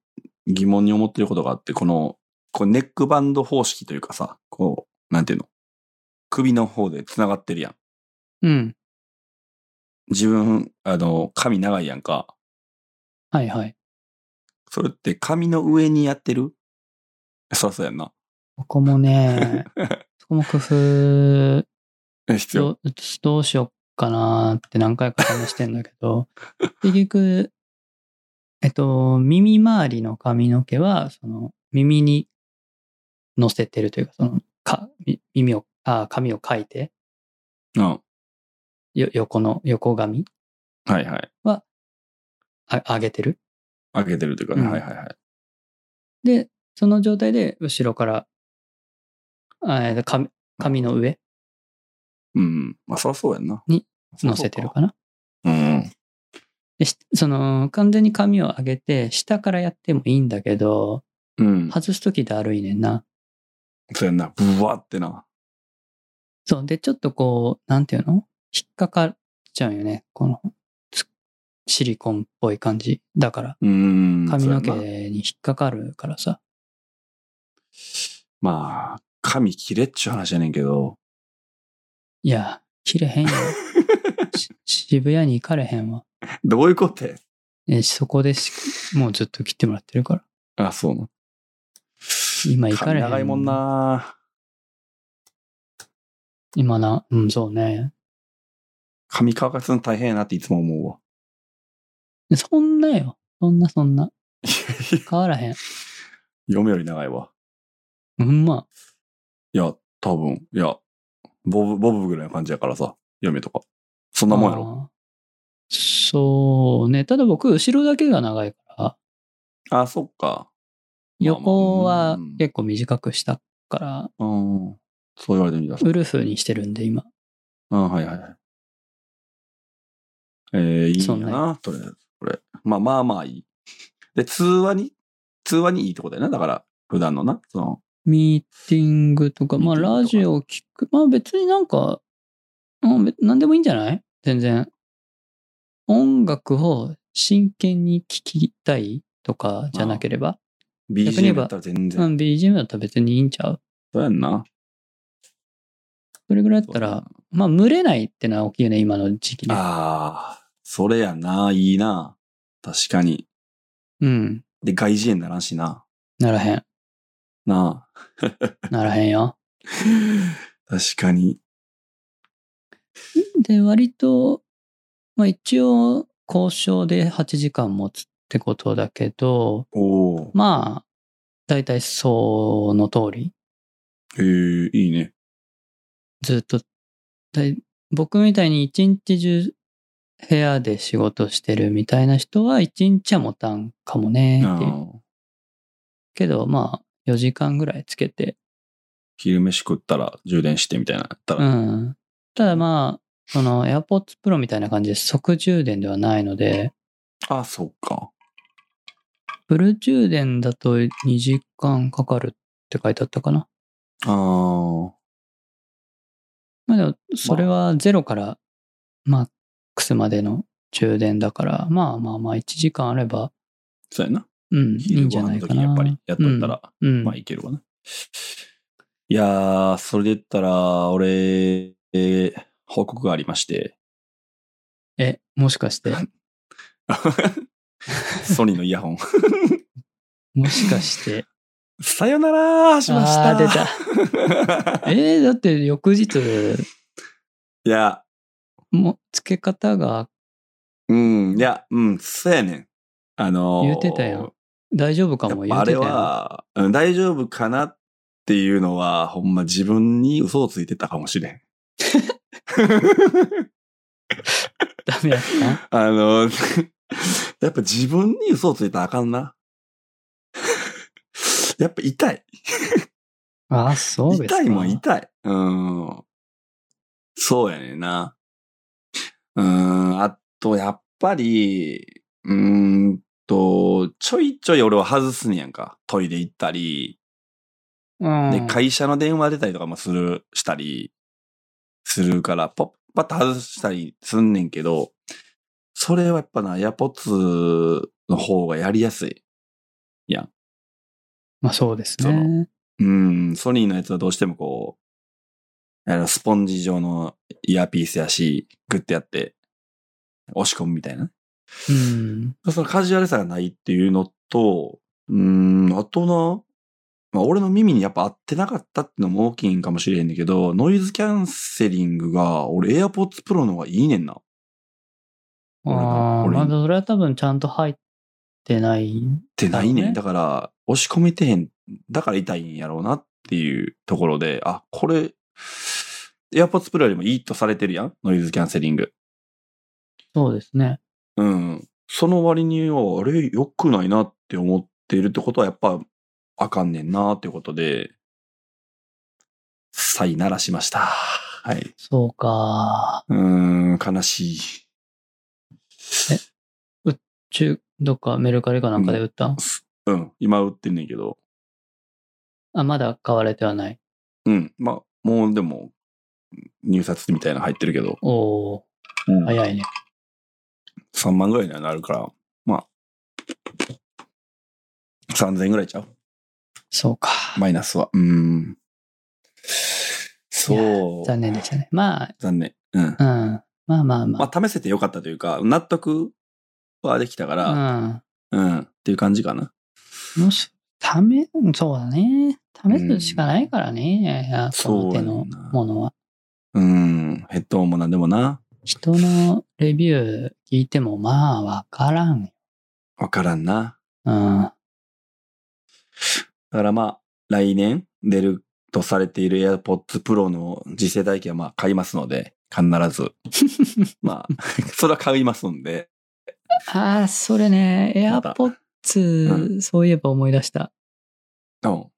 疑問に思ってることがあって、この、こうネックバンド方式というかさ、こう、なんていうの首の方で繋がってるやん。
うん。
自分、あの、髪長いやんか。
はいはい。
それって髪の上にやってるそらそうやんな。
ここもね、そこも工夫
え必要。
どうどうしようかなって何回か試してんだけ
[LAUGHS]
ど、結局、えっと、耳周りの髪の毛は、その、耳に乗せてるというか、その、か、み耳を、あ、髪をかいて、
うん。は
よ、横の、横髪
いはい。
あ、上げてる。
開けてるというかね。
うん
はいはいはい。
で、その状態で、後ろから、あえー紙紙の上
うん。まあ、そりゃそうやんな。
に乗せてるかな。
そりゃそうか。うん。
でしその、完全に紙を上げて、下からやってもいいんだけど、
うん。
外すときだるいねんな。
そうやんな。ブワってな。
そう。で、ちょっとこう、なんていうの引っかかっちゃうよね。この、つシリコンっぽい感じ。だから、
うん。
髪の毛
そうやんな
に引っかかるからさ。
まあ、髪切れっちゅう話やねんけど。
いや、切れへ
[LAUGHS]
んよ。し渋谷に行かれへんわ。
どういうことや
えそこでし、もうずっと切ってもらってるから。
あ、そうな。
今行かれへん。
髪長いもん。な。
今な、うん、そうね。
髪乾かすの大変やなっていつも思うわ。
そんなよ。そんなそん
[LAUGHS]
な。変わらへん。
嫁より長いわ。
うんま。
いや、多分、いや、ボブ、ボブぐらいの感じやからさ、嫁とか。そんなもんやろ。
あーそうね。ただ僕、後ろだけが長いから、
あそっか。
横は
うん
結構短くしたから、
うん。そう言われてみたら。
ウルフにしてるんで、今。
うん、はいはいはい。えー、いい
そ
ん
ん
や
な
な、とりあえず。これ。まあまあまあいい。で、通話に、通話にいいってことやな。だから、普段のな、その、
ミーティングとか、まあ、
ミーティングとか
ラジオを聞く。まあ、別になんか、うん、べなんでもいいんじゃない全然。音楽を真剣に聞きたいとかじゃなければ。逆に言え
BGM
ば
だったら全
う
然。
ん、BGM だったら別にいいんちゃう
そうやんな。
それぐらいだったら、まあ、群れないってのは大きいよね、今の時期ね。
ああ、それやな、いいな。確かに。
うん。
で、外耳炎ならんしな。
ならへん。
なあ。
ならへんよ。
確かに。
で、割と、まあ一応、交渉で8時間持つってことだけど、
おお。
まあ、大体その通り。
へえ、いいね。
ずっと、だい僕みたいに一日中部屋で仕事してるみたいな人は一日は持たんかもねっていう。
うん
けど、まあ、4時間ぐらいつけて。
昼飯食ったら充電してみたいな。やった
う
ら、
ん。ただまあ、その AirPods Pro みたいな感じで即充電ではないので、
あ、そっか。
フル充電だと2時間かかるって書いてあったかな。
ああ。
まあでも、それはゼロからマックスまでの充電だから、まあまあまあ1時間あれば、
そうやな。
うん、いい
昼
んじ
ご
ゃな
飯
い
の
か
時
な。
にやっぱりやっとったら、
うん、うん
まあいけるわな。いやー、それで言ったら、俺、えー報告がありまして、
え、もし
[LAUGHS]
かして、
ソニーのイヤホン。 [LAUGHS]
もしかして。
さよならしました。
あー出
[LAUGHS]
た。えーだって翌日、
いや、
もう、付け方が
うん、いや、うん、そうやねん。あのー
言うてたやん大丈夫かも
やっぱ
言う
あ
て
れ
たよ
は、うん大丈夫かなっていうのは、ほんま自分に嘘をついてたかもしれん。
ダメだった
あの、 [LAUGHS] やっぱ自分に嘘をついたらあかんな。 [LAUGHS] やっぱ痛い。
あ、そうですか。
痛いもん痛い。うん。そうやねんな。うん、あと、やっぱり、うーんと、ちょいちょい俺は外すねやんか。トイレ行ったり、
うん。
で、会社の電話出たりとかもする、したり、するから、ポッ、パッと外したりすんねんけど、それはやっぱな、エアポッツの方がやりやすい。
まあそうです
そ
ね。
うん、ソニーのやつはどうしてもこう、あのスポンジ状のイヤーピースやし、グッてやって、押し込むみたいな。
うん。
そのカジュアルさがないっていうのと、うん、あとな、まあ俺の耳にやっぱ合ってなかったってのも大きいんかもしれへんねんけど、ノイズキャンセリングが、俺 AirPods Pro の方がいいねんな。俺が
ああ、
俺
ま
に
あそれは多分ちゃんと入ってない。
ってないねん。だ
だ
から、押し込めてへん。だから痛いんやろうなっていうところで、あ、これ、AirPods Pro よりもいいとされてるやんノイズキャンセリング。
そうですね。
うん。その割には、あれ、良くないなって思っているってことは、やっぱ、あかんねんなってことで、さいならしました。はい。
そうか。
うーん、悲しい。
中、どっかメルカリかなんかで売った、
うん、今売ってんねんけど、
あ、まだ買われてはない。
うん、まあ、もうでも、入札みたいなの入ってるけど、
おおー、早いね。
3万ぐらいにはなるから、まあ、3000円ぐらいちゃう
そうか。
マイナスは。うーん。そう。
残念でしたね。まあ、
残念。うん。
うん。まあま
ま
あま
あ、試せてよかったというか、納得はできたから、
あ。
うん、っていう感じかな。
うん。もし、ため、そうだね。試すしかないからね。いやこの手
そうや
の
ねんな
ものは。
うん、ヘッドホンもなんでもな、
人のレビュー聞いても、まあ、わからん。
わからんな。
うん。
だからまあ、来年出るとされている AirPods Pro の次世代機はまあ買いますので、必
[LAUGHS]
ず。まあ、それは買いますんで。
ああ、それね、
まだ
AirPods、そういえば思い出した。
うん、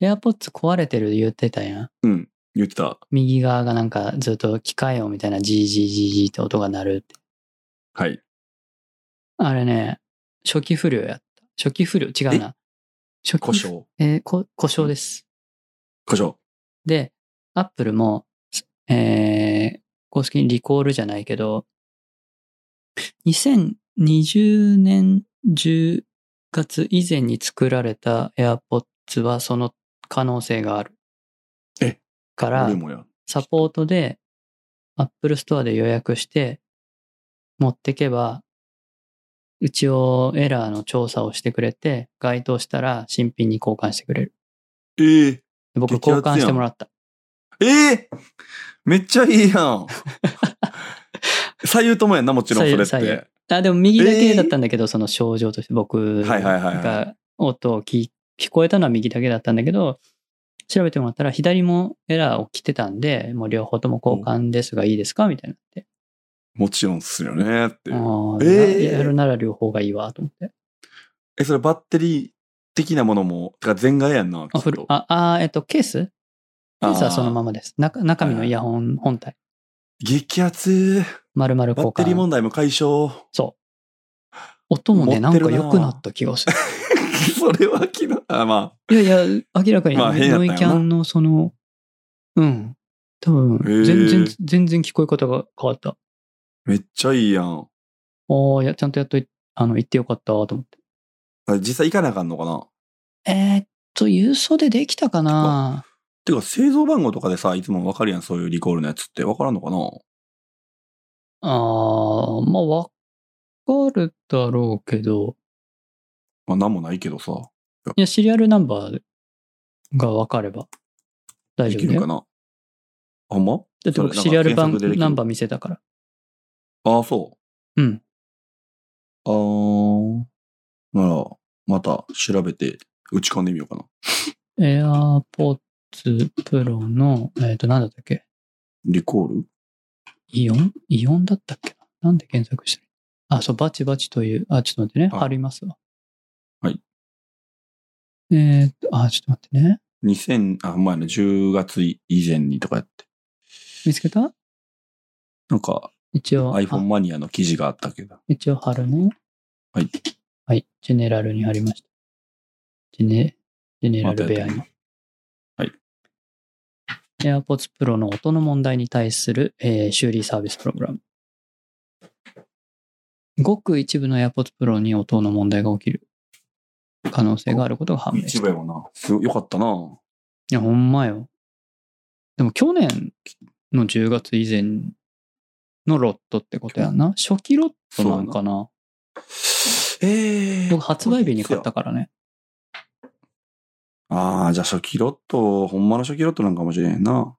AirPods 壊れてる言ってたやん。
うん、言ってた。
右側がなんかずっと機械音みたいなジージージージーって音が鳴るって。
はい。
あれね、初期不良やった。初期不良、違うな。初期
故。障。
えーこ故障です。
故障。
で、Apple も、えー公式にリコールじゃないけど、2020年10月以前に作られた AirPods はその可能性がある。
え
から、
俺もや。
サポートで Apple Store で予約して持ってけば、一応エラーの調査をしてくれて、該当したら新品に交換してくれる。
ええ
で僕
激アツや
交
ん
換してもらった。
ええめっちゃいいや
[LAUGHS]
ん。左右ともやんな、もちろんそれっ
左右左
て。
あ、でも右だけだったんだけど、その症状として僕
はいはいはいはい
が音を聞聞こえたのは右だけだったんだけど、調べてもらったら左もエラーを来てたんで、もう両方とも交換ですがいいですかみたいになって。
もちろんっすよねって
あ。あ、
ええ
ややるなら両方がいいわ、と思って。
え、それバッテリー的なものも、てか全外やんな、き
あ、
っ
フル
と。
あ、あーえっと、ケースケースはそのま
ま。
まです。中中身のイヤホン本体、
激アツ。
丸々
バ
交
ッテリー
換。
問題も解消。
音もね、
持
な
って
ん
るな
か良くなった気がする。
それは気な、あ、ま
いやいや、明らかに
まあ変やったよ
ノイ
な
キャンのその、うん。多
へ
分、
え
全然、全然聞こえ方が変わった。
あ、めっちゃいいやん。
ああ、いや、ちゃんとやっとい、あの、言ってよかったと思って。
あ実際行かなあかんのかな
えーっと、郵送でできたかな
てか、製造番号とかでさ、いつもわかるやん、そういうリコールのやつって。わからんのかな
ああ、まあ、わかるだろうけど、
まあ、なんもないけどさ、
いや、シリアルナンバーがわかれば大
でき
丈夫
る
だよ
か。なあほんま
だって僕
そ
シ
れ
リア
なんか検索
ル版
でできる
ナンバー見せたから。
ああ、そう。
うん。
あー、なら、また調べて打ち込んでみようかな。
AirPods Pro の、えっ、と、なんだったっけ
リコール
イオンイオンだったっけななんで検索してるあ、そう、バチバチという、あ、ちょっと待ってね。
あ
貼りますわ。
はい。
えーっと、あ、ちょっと待ってね。
?2000、あ、前の10月以前にとかやって。
見つけた
なんか
一応、
iPhone
あ
マニアの記事があったけど。
一応貼るね。
はい。
はい。ジェネラルに貼りました。ジェネ、ジェネラ
また
ル
やってみ
ベアに
よ。うはい。
AirPods Pro の音の問題に対する、えー修理サービスプログラム。ごく一部の AirPods Pro に音の問題が起きる可能性があることが判明し
一部
た。い
やもんな。すごいよかったな。
や、ほんまよ。でも去年の10月以前のロットってことやんな。初期ロットなんかな。
ええ
僕発売日に買ったからね。
ああ、じゃあ初期ロット、ほんまの初期ロットなんかもしれへんな。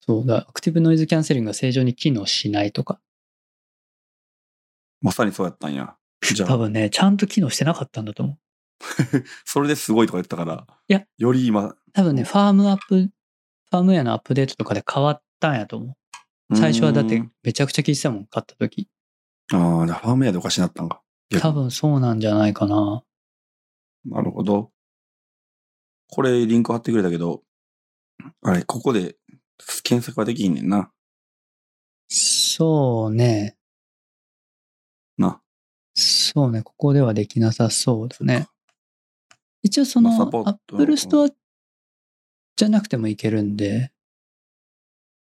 そうだ、アクティブノイズキャンセリングが正常に機能しないとか。
まさにそうやったんや。じゃ
多
あ、
分ね、ちゃんと機能してなかったんだと思う。
それですごいとか言ったから、
いや
より今、
多分ね、ファームアップ、ファームウェアのアップデートとかで変わったんやと思う。最初はだっ
う
て
ん
めちゃくちゃ聞いてたもん、買った時。
ああ、じゃあファームウェアでおかしになったんか。いや
多分そうなんじゃないかな。
なるほど。これ、リンク貼ってくれたけど、あれ、ここで検索はできひんねんな。
そうね。
な。
そうね。ここではできなさそうだね。一応そ
まあ
の、
サポート
Apple Store じゃなくてもいけるんで、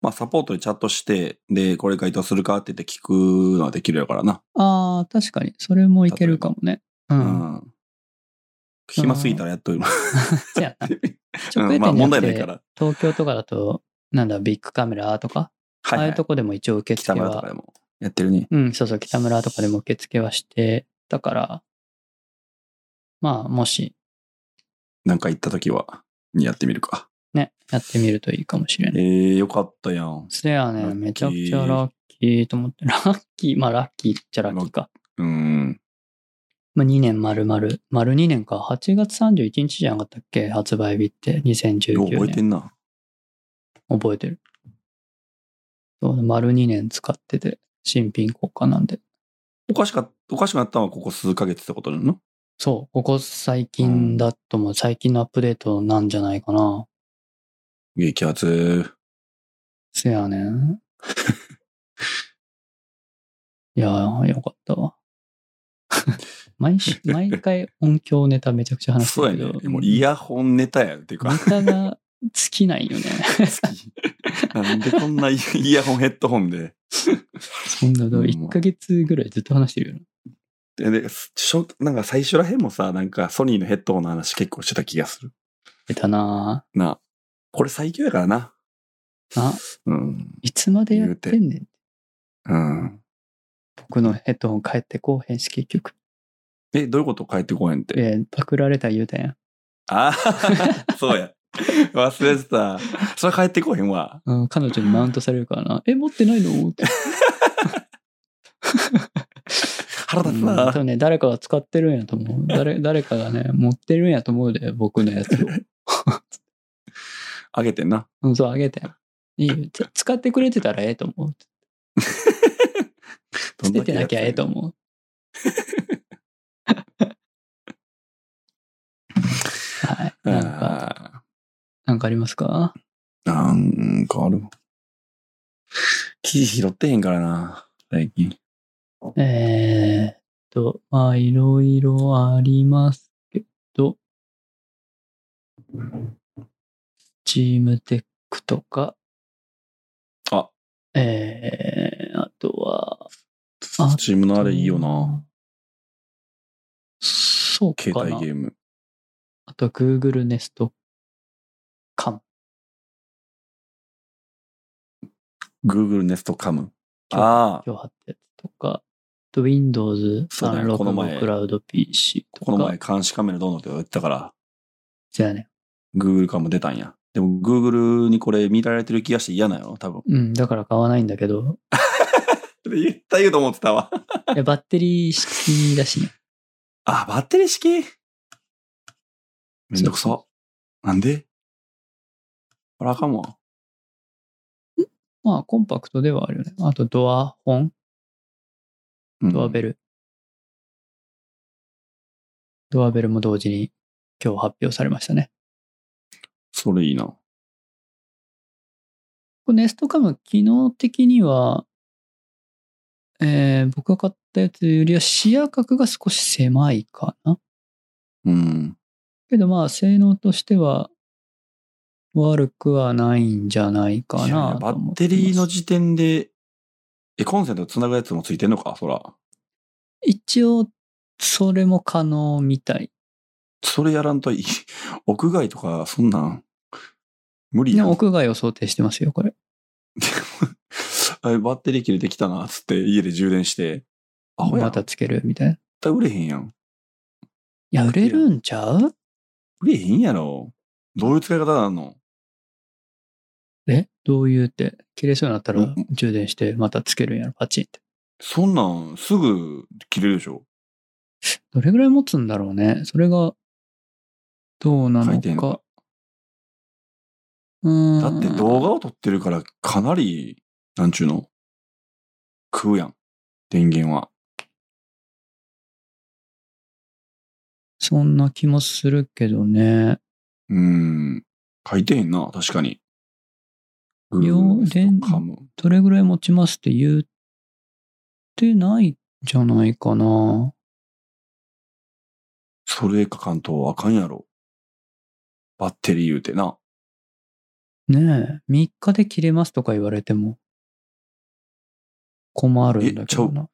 まあ、サポートでチャットして、で、これ回答するかって言って聞くのはできるやからな。
ああ、確かに、それもいけるかもね。う。
うんん。暇すぎたらやっとる。[LAUGHS]
じゃあ、直
うん
営
まあ、
店
問
じゃ
題な
なく
いか
て、
ら。
東京とかだと、なんだ、ビッグカメラとか、
はい、
ああ
はいい。
うとこでも一応受
北
付
村とか
は、
でもやってるね。
うん、そうそう、北村とかでも受付はしてたから、まあ、もし、
なんか行った時は、にやってみるか。
ね、やってみるといいかもしれ
え
ない。
ー、よかったやん。
そやね
ラッキー
めちゃくちゃラッキーと思って、 [LAUGHS] ラッキー、まあ、ラッキーっちゃラッキーか。
うん。
まあ、2年丸々、丸2年か、8月31日じゃなかったっけ発売日って、
よう
2019
覚えて
年。
んな。
覚えてる。そう、丸2年使ってて、新品国家なんで。
おかしか、おかしくなったのはここ数ヶ月ってことなの
そう、ここ最近だとも、う最近のアップデートなんじゃないかな。
激アツ。
せやねん。 [LAUGHS] いやー、よかったわ。 [LAUGHS] 毎週、毎回音響ネタめちゃくちゃ話して
そう
る
や
けど。
ね。もうイヤホンネタやんっていうか
[LAUGHS] ネ。タが尽きないよね。
なんでこんなイイヤホンヘッドホンで。
そんなの、1ヶ月ぐらいずっと話してるよね。
で、でしょなんか最初らへんもさ、なんかソニーのヘッドホンの話結構してた気がする。
出たなぁ
なあこれ最強やからな。
あ、
うん。
いつまでやってんねん。
うん。
僕のヘッドホン帰ってこうへんし、結局。
え、どういうこと帰ってこへんって。
えーパクられた言うたやん。
ああ、 [LAUGHS] そうや。忘れてた。それ帰ってこへんわ。
うん彼女にマウントされるからな。え、持ってないのって。
腹立つ
うん多
な。
分ね、誰かが使ってるんやと思う。 [LAUGHS] 誰、誰かがね、持ってるんやと思うで、僕のやつを。
あげてんな。
うん、そう、あげて。いいよ。つ使ってくれてたらええと思う。捨ててなきゃええと思う。
どんだけやつやねん。あ
はい。なんか、
ー
なんかありますか
なんかある。記事拾ってへんからな、最近。
えー、っと、まあ、いろいろありますけど、チームテックとか、
あ、
えー、あとは、
チームのあれいいよな。。
そうかな。
携帯ゲーム。
あと、Google Nest かも。
Google Nest Cam。
今日
ああ、
今日貼ったやつとか、あと Windows
そうだよこの
365
前
クラウド PC とか。
この前監視カメラどうのって言ってたから、
じゃあね。
Google カム出たんや。でも Google にこれ見られてる気がして嫌なよ、多分。
うん、だから買わないんだけど、
絶対言うと思ってたわ。
いやバッテリー式だしね。
あ、バッテリー式めんどく
そ
さ。なんであらあかんわ。
まあ、コンパクトではあるよね。あと、ドア本、
うん
ドアベル。ドアベルも同時に今日発表されましたね。
それいいな。
これネストカム、機能的には、えー、僕が買ったやつよりは視野角が少し狭いかな。
うん。
けどまあ、性能としては悪くはないんじゃないか
いやいや
なと
バ
思
ッ
って
テ
ます
リーの時点で、え、コンセントつなぐやつもついてんのかそら。
一応、それも可能みたい。
それやらんといい。屋外とか、そんなん、無理
で
やん。
も屋外を想定してますよ、これ。
[LAUGHS] あれバッテリー切れてきたな、つって家で充電して。あほやん。
またつけるみたいな。い
絶対売れへんやん。
や、売れるんちゃう
売れへんやろ。どういう使い方なんの
えどういうって、切れそうになった
う
ら
ん
充電してまたつけるんやろ、パチンって。
そんなん、すぐ切れるでしょ。
どれぐらい持つんだろうね。それが、どうな
書
の
いてん
か
の。
うー
だ
ん。
って動画を撮ってるから、かなり、なんちゅうの食うやん。電源は。
そんな気もするけどね。
うん。書いてへんな、確かに。
よ
Google
で
Calm
どれぐらい持ちますって言ってないんじゃないかな。
それ書かんとあかんやろ。バッテリー言うてな。
ねえ、3日で切れますとか言われても困るんだけどな。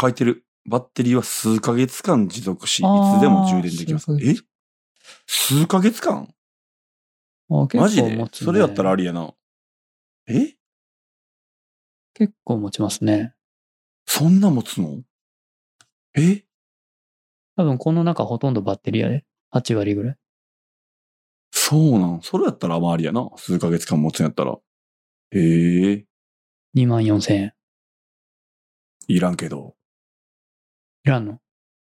書いてる。バッテリーは数ヶ月間持続し、い
あー
つでも充電できます
数ヶ。
え
月
数ヶ月間
あ結構
マ
持つ
ジ
ね、
でそれやったらありやな。え
結構持ちますね。
そんな持つのえ
多分この中ほとんどバッテリーやで。8割ぐらい。
そうなんそれやったらまあありやな。数ヶ月間持つんやったら。へえ、
2万4千円。
いらんけど。 [LAUGHS]
いらんの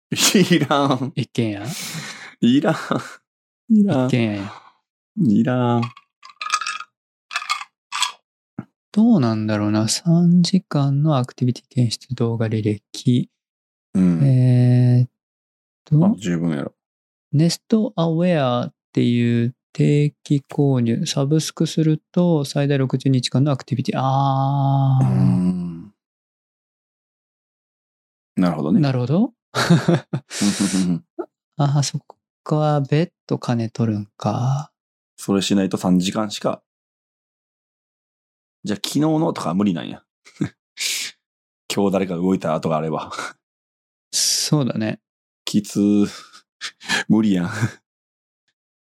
いらん。
一軒家
いらん。いらん。
一軒家や。
いらん。
どうなんだろうな。3時間のアクティビティ検出動画履歴。
うん。
えーっ
あ
と、
十分やろ。
ネストアウェアっていう定期購入。サブスクすると最大60日間のアクティビティ。あ
うー
ー。
ん。なるほ [LAUGHS] どね。
なるほど。あー、そっか。別途金取るんか。
それしないと3時間しか。じゃあ昨日のとか無理なんや。 [LAUGHS] 今日誰か動いた後があれば。
そうだね。
きつー。無理やん。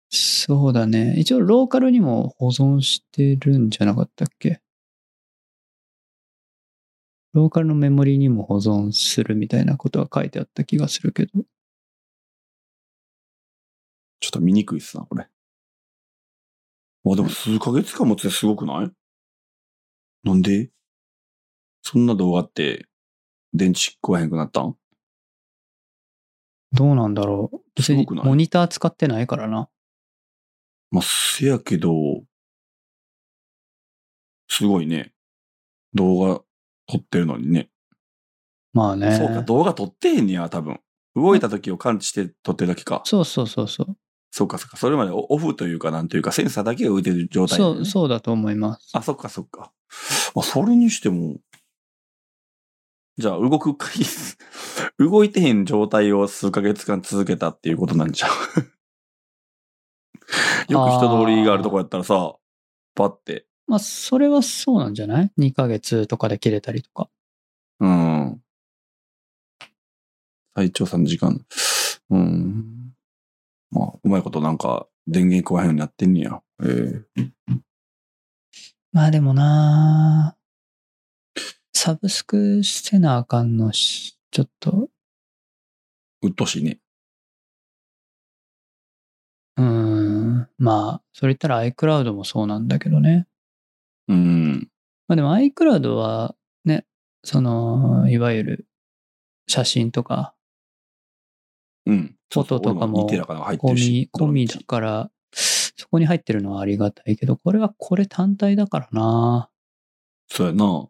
そうだね。一応ローカルにも保存してるんじゃなかったっけローカルのメモリにも保存するみたいなことは書いてあった気がするけど。
ちょっと見にくいっすな、これ。まあでも数ヶ月間持つってすごくないなんでそんな動画って、電池食わへんくなったん
どうなんだろう。別
す
に
ごくない
モニター使ってないからな。
まあ、せやけど、すごいね。動画撮ってるのにね。
まあね。
そうか、動画撮ってへんねや、多分。動いた時を感知して撮ってるだけか。
そうそうそうそう。
そうか、そうか。それまでオオフというか、なんというか、センサーだけが浮いてる状態だ
そ
よね、
う、そうだと思います。
あ、そっかそっか。まあ、それにしても、じゃあ、動く回数、 [LAUGHS] 動いてへん状態を数ヶ月間続けたっていう [LAUGHS] ことなんちゃうよく人通りがあるとこやったらさ、パって、
まあ、それはそうなんじゃない ?2 ヶ月とかで切れたりとか。
うん。最長3時間。うん。まあ、うまいことなんか、電源食わへんようになってんねや。ええ
まあでもなあサブスクしてなあかんのし、ちょっと、
うっとうしいね。
うーん、まあ、それ言ったら iCloud もそうなんだけどね。
うん。
まあでも iCloud はね、その、いわゆる写真とか、
うん。そうそう
音とかも
俺2テラかなんか入って
込
るし
み、。込み
どの
だ
道
から、そこに入ってるのはありがたいけど、これはこれ単体だからな
そうやな。
ちょ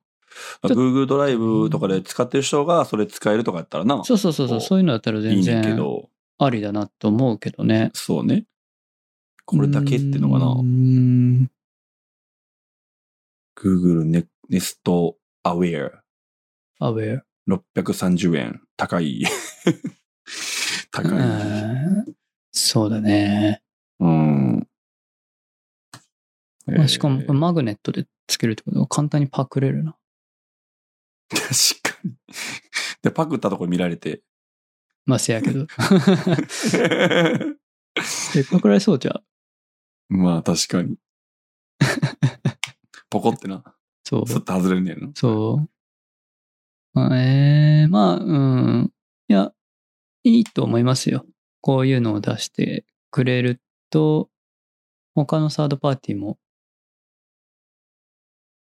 Google ドライブとかで使ってる人がそれ使えるとかやったらな。
そうそうそうそう、
こう
そういうのだったら
い
全
いねんけ
然
ど、
ありだなと思うけどね。
そうね。これだけっていうのか
うー
な。
ん
Google Ne- Nest Aware
アウェア。
630円。高い。 [LAUGHS] 高い。
うんそうだね。
うん。
まあしかも
え
これ
ー
マグネットでつけるってことは簡単にパクれるな。
確かに。で、パクったとこ見られて。 [LAUGHS]
まあせやけど。え、パクられそうじゃん。
まあ確かに。ポコってな。
そう。
スッと外れるねんな。
そう。まあ、えーまあ、うん。いや、いいと思いますよ。こういうのを出してくれると、他のサードパーティーも、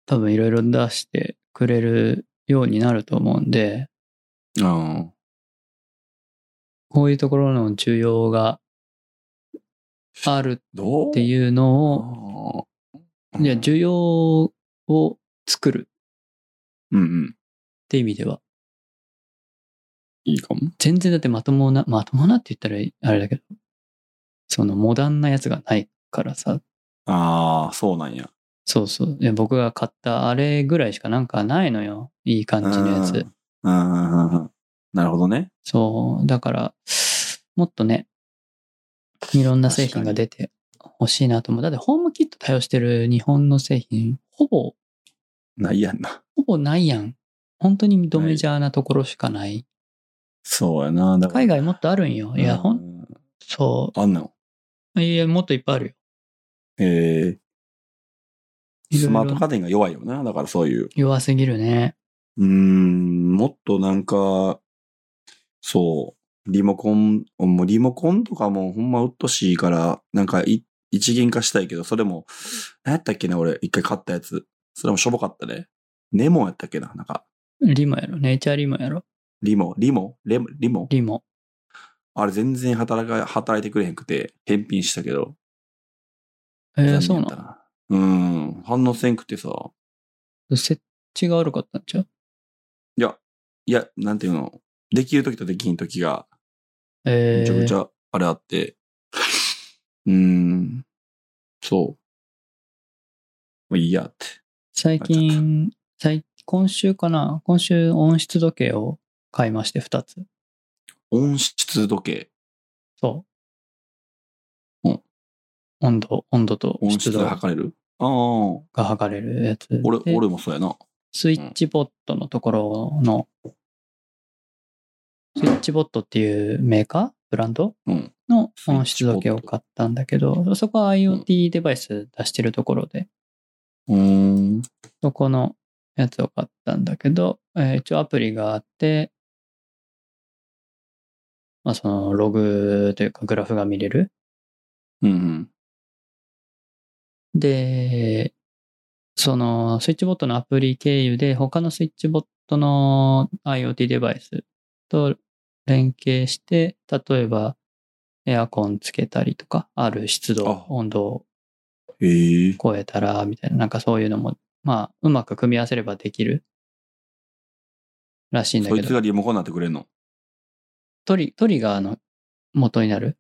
多分いろいろ出してくれるようになると思うんで、
うん。
こういうところの需要がある
どう
って
う
いうのを、いや、
じゅ
需要を作るっ
うんうん。
て意味では、
いいかも。
全然だってまともな、まともなって言ったらあれだけど、そのモダンなやつがないからさ、
ああ、そうなんや。
そうそう。で僕が買ったあれぐらいしかなんかないのよ。いい感じのやつ。
うんうんうんうん。なるほどね。
そう。だから、もっとね、いろんな製品が出てほしいなと思う。だってホームキット対応してる日本の製品、ほぼ、
ないやんな。
ほぼないやん。本当にドメジャーなところしかない。
そうやな。だから
海外もっとあるんよ。いや、ほ、
うんん。
そ
あんの
う。いや、もっといっぱいあるよ。
ええ
いろい
ス
ろ
マート家電が弱いよな。だからそういう。
弱すぎるね。
うーん、もっとなんか、そう、リモコン、もうリモコンとかもほんまうっとしいから、なんかい一元化したいけど、それも、何やったっけな、俺、一回買ったやつ。それもしょぼかったね。ネモやったっけな、なんか、
リモやろ。ネイチャーリモやろ。
リモ、リモ、レモ、リモ。
リモ。
あれ全然働か、働いてくれへんくて、返品したけど。
えー、そ
残
う
念や
な
ったうん、反応せんくてさ。
の設置が悪かったんちゃう
いや、いや、なんていうの、できる時とできひん時が、
えー、
めちゃくちゃあれあって、うーん、そう。もういいやって。
最近、最今週かな今週音質時計を買いまして、2つ。
音質時計、
そう。
うん
温度、温度と
音
湿
質
度
で
が
測れるああ、
測れるやつ。
俺、
で
俺もそうやな。
スイッチボットのところの、スイッチボットっていうメーカーブランド
うん。
の音質時計を買ったんだけど、そこは IoT デバイス出してるところで、
うーん。
そこのやつを買ったんだけど、えー一応アプリがあって、まあそのログというかグラフが見れる。
うんうん。
で、そのスイッチボットのアプリ経由で他のスイッチボットの IoT デバイスと連携して、例えばエアコンつけたりとか、ある湿度
あ、
温度を
へえ。
超えたら、みたいな、なんかそういうのも、まあ、うまく組み合わせればできるらしいんだ
そ
け
いつ
ど、
がリモコンになってくれんの
トリトリガーの元になる。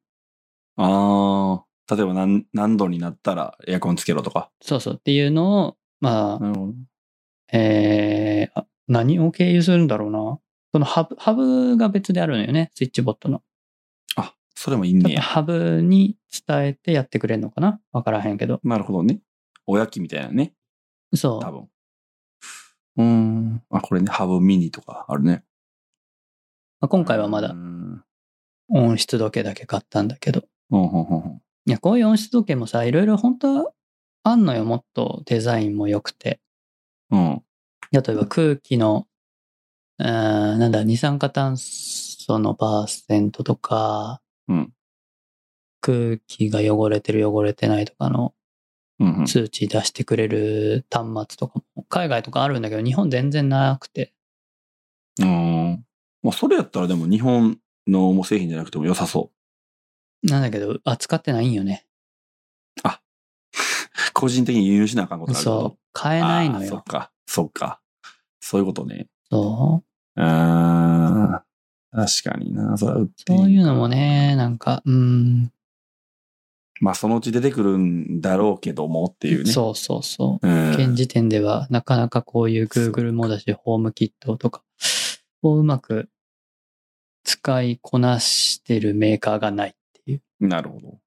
ああ、例えば何何度になったらエアコンつけろとか。
そうそうっていうのを、まあ、
るほど。
えーあ何を経由するんだろうな。そのハブ、ハブが別であるのよね、スイッチボットの。
あ、それもいいんね
多分
や。
ハブに伝えてやってくれるのかなわからへんけど。
なるほどね。おやきみたいなね。
そ
多
う。
分。うーん。あ、これね、ハブミニとかあるね。
まあ、今回はま
うー
だ
ん。
音質時計だけ買ったんだけど。
うん、うん、うんうん。
いや、こういう音質時計もさ、いろいろ本当はあんのよ、もっとデザインも良くて。
うん。
例えば空気の、うーん、なんだ、二酸化炭素のパーセントとか、
うん
空気が汚れてる汚れてないとかの
うんうん。
数値出してくれる端末とかも、海外とかあるんだけど、日本全然なくて。
うん。まあ、それやったらでも日本のもう製品じゃなくても良さそ
なんだけど、扱ってないんよね。
う。個人的に輸入しなあかんことになるって
そ
こ
う。買
と
えないの
あーそっ
よ。
か。そっか。そういうことね。
そう。
うーん。確かにな。それは売って
そういうのもね、なんか、うん。
まあ、そのうち出てくるんだろうけどもっていうね。
そうそうそう。
う。ん。
現時点ではなかなかこういう Google もだし、ホームキットとかをうまく使いこなしてるメーカーがないっていう。
なるほど。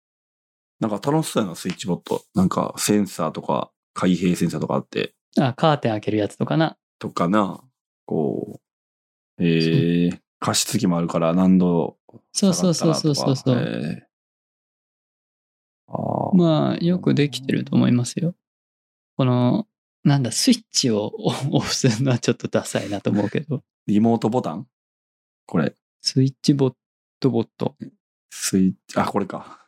なんか楽しそうやな、スイッチボット。なんかセンサーとか、開閉センサーとかあって、
あ、カーテン開けるやつとかな。
とかな、こう、えー、加湿器もあるから何度
そう
下
そ
が
う
った
そう
ら
そ
と
うそう
か
そう。
えーああ。
まあ、よくできてると思いますよ。この、なんだ、スイッチを [LAUGHS] オフするのはちょっとダサいなと思うけど、
リモートボタンこれ。
スイッチボットボット。
スイッチ、あ、これか。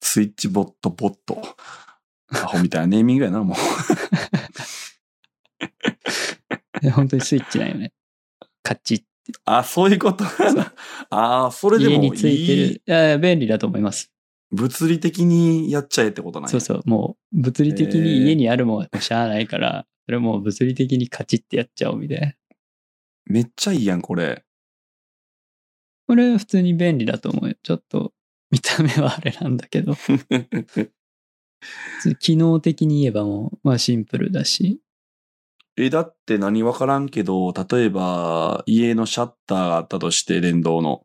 スイッチボットボット。アホみたいなネーミングやな、もう。
え本当にスイッチだよね。カチッ。
あ、そういうことやな。ああ、それで
家
も
について
い
る。
い
いやいや便利だと思います。
物理的にやっちゃえってことなんや。
そうそう、もう物理的に家にあるもんはしゃあないから、それもう物理的にカチってやっちゃおうみたいな。
めっちゃいいやん、これ。
これは普通に便利だと思うよ。ちょっと見た目はあれなんだけど、機能的に言えばもう、まあシンプルだし。
[LAUGHS] え、だって何わからんけど、例えば、家のシャッターがあったとして、電動の。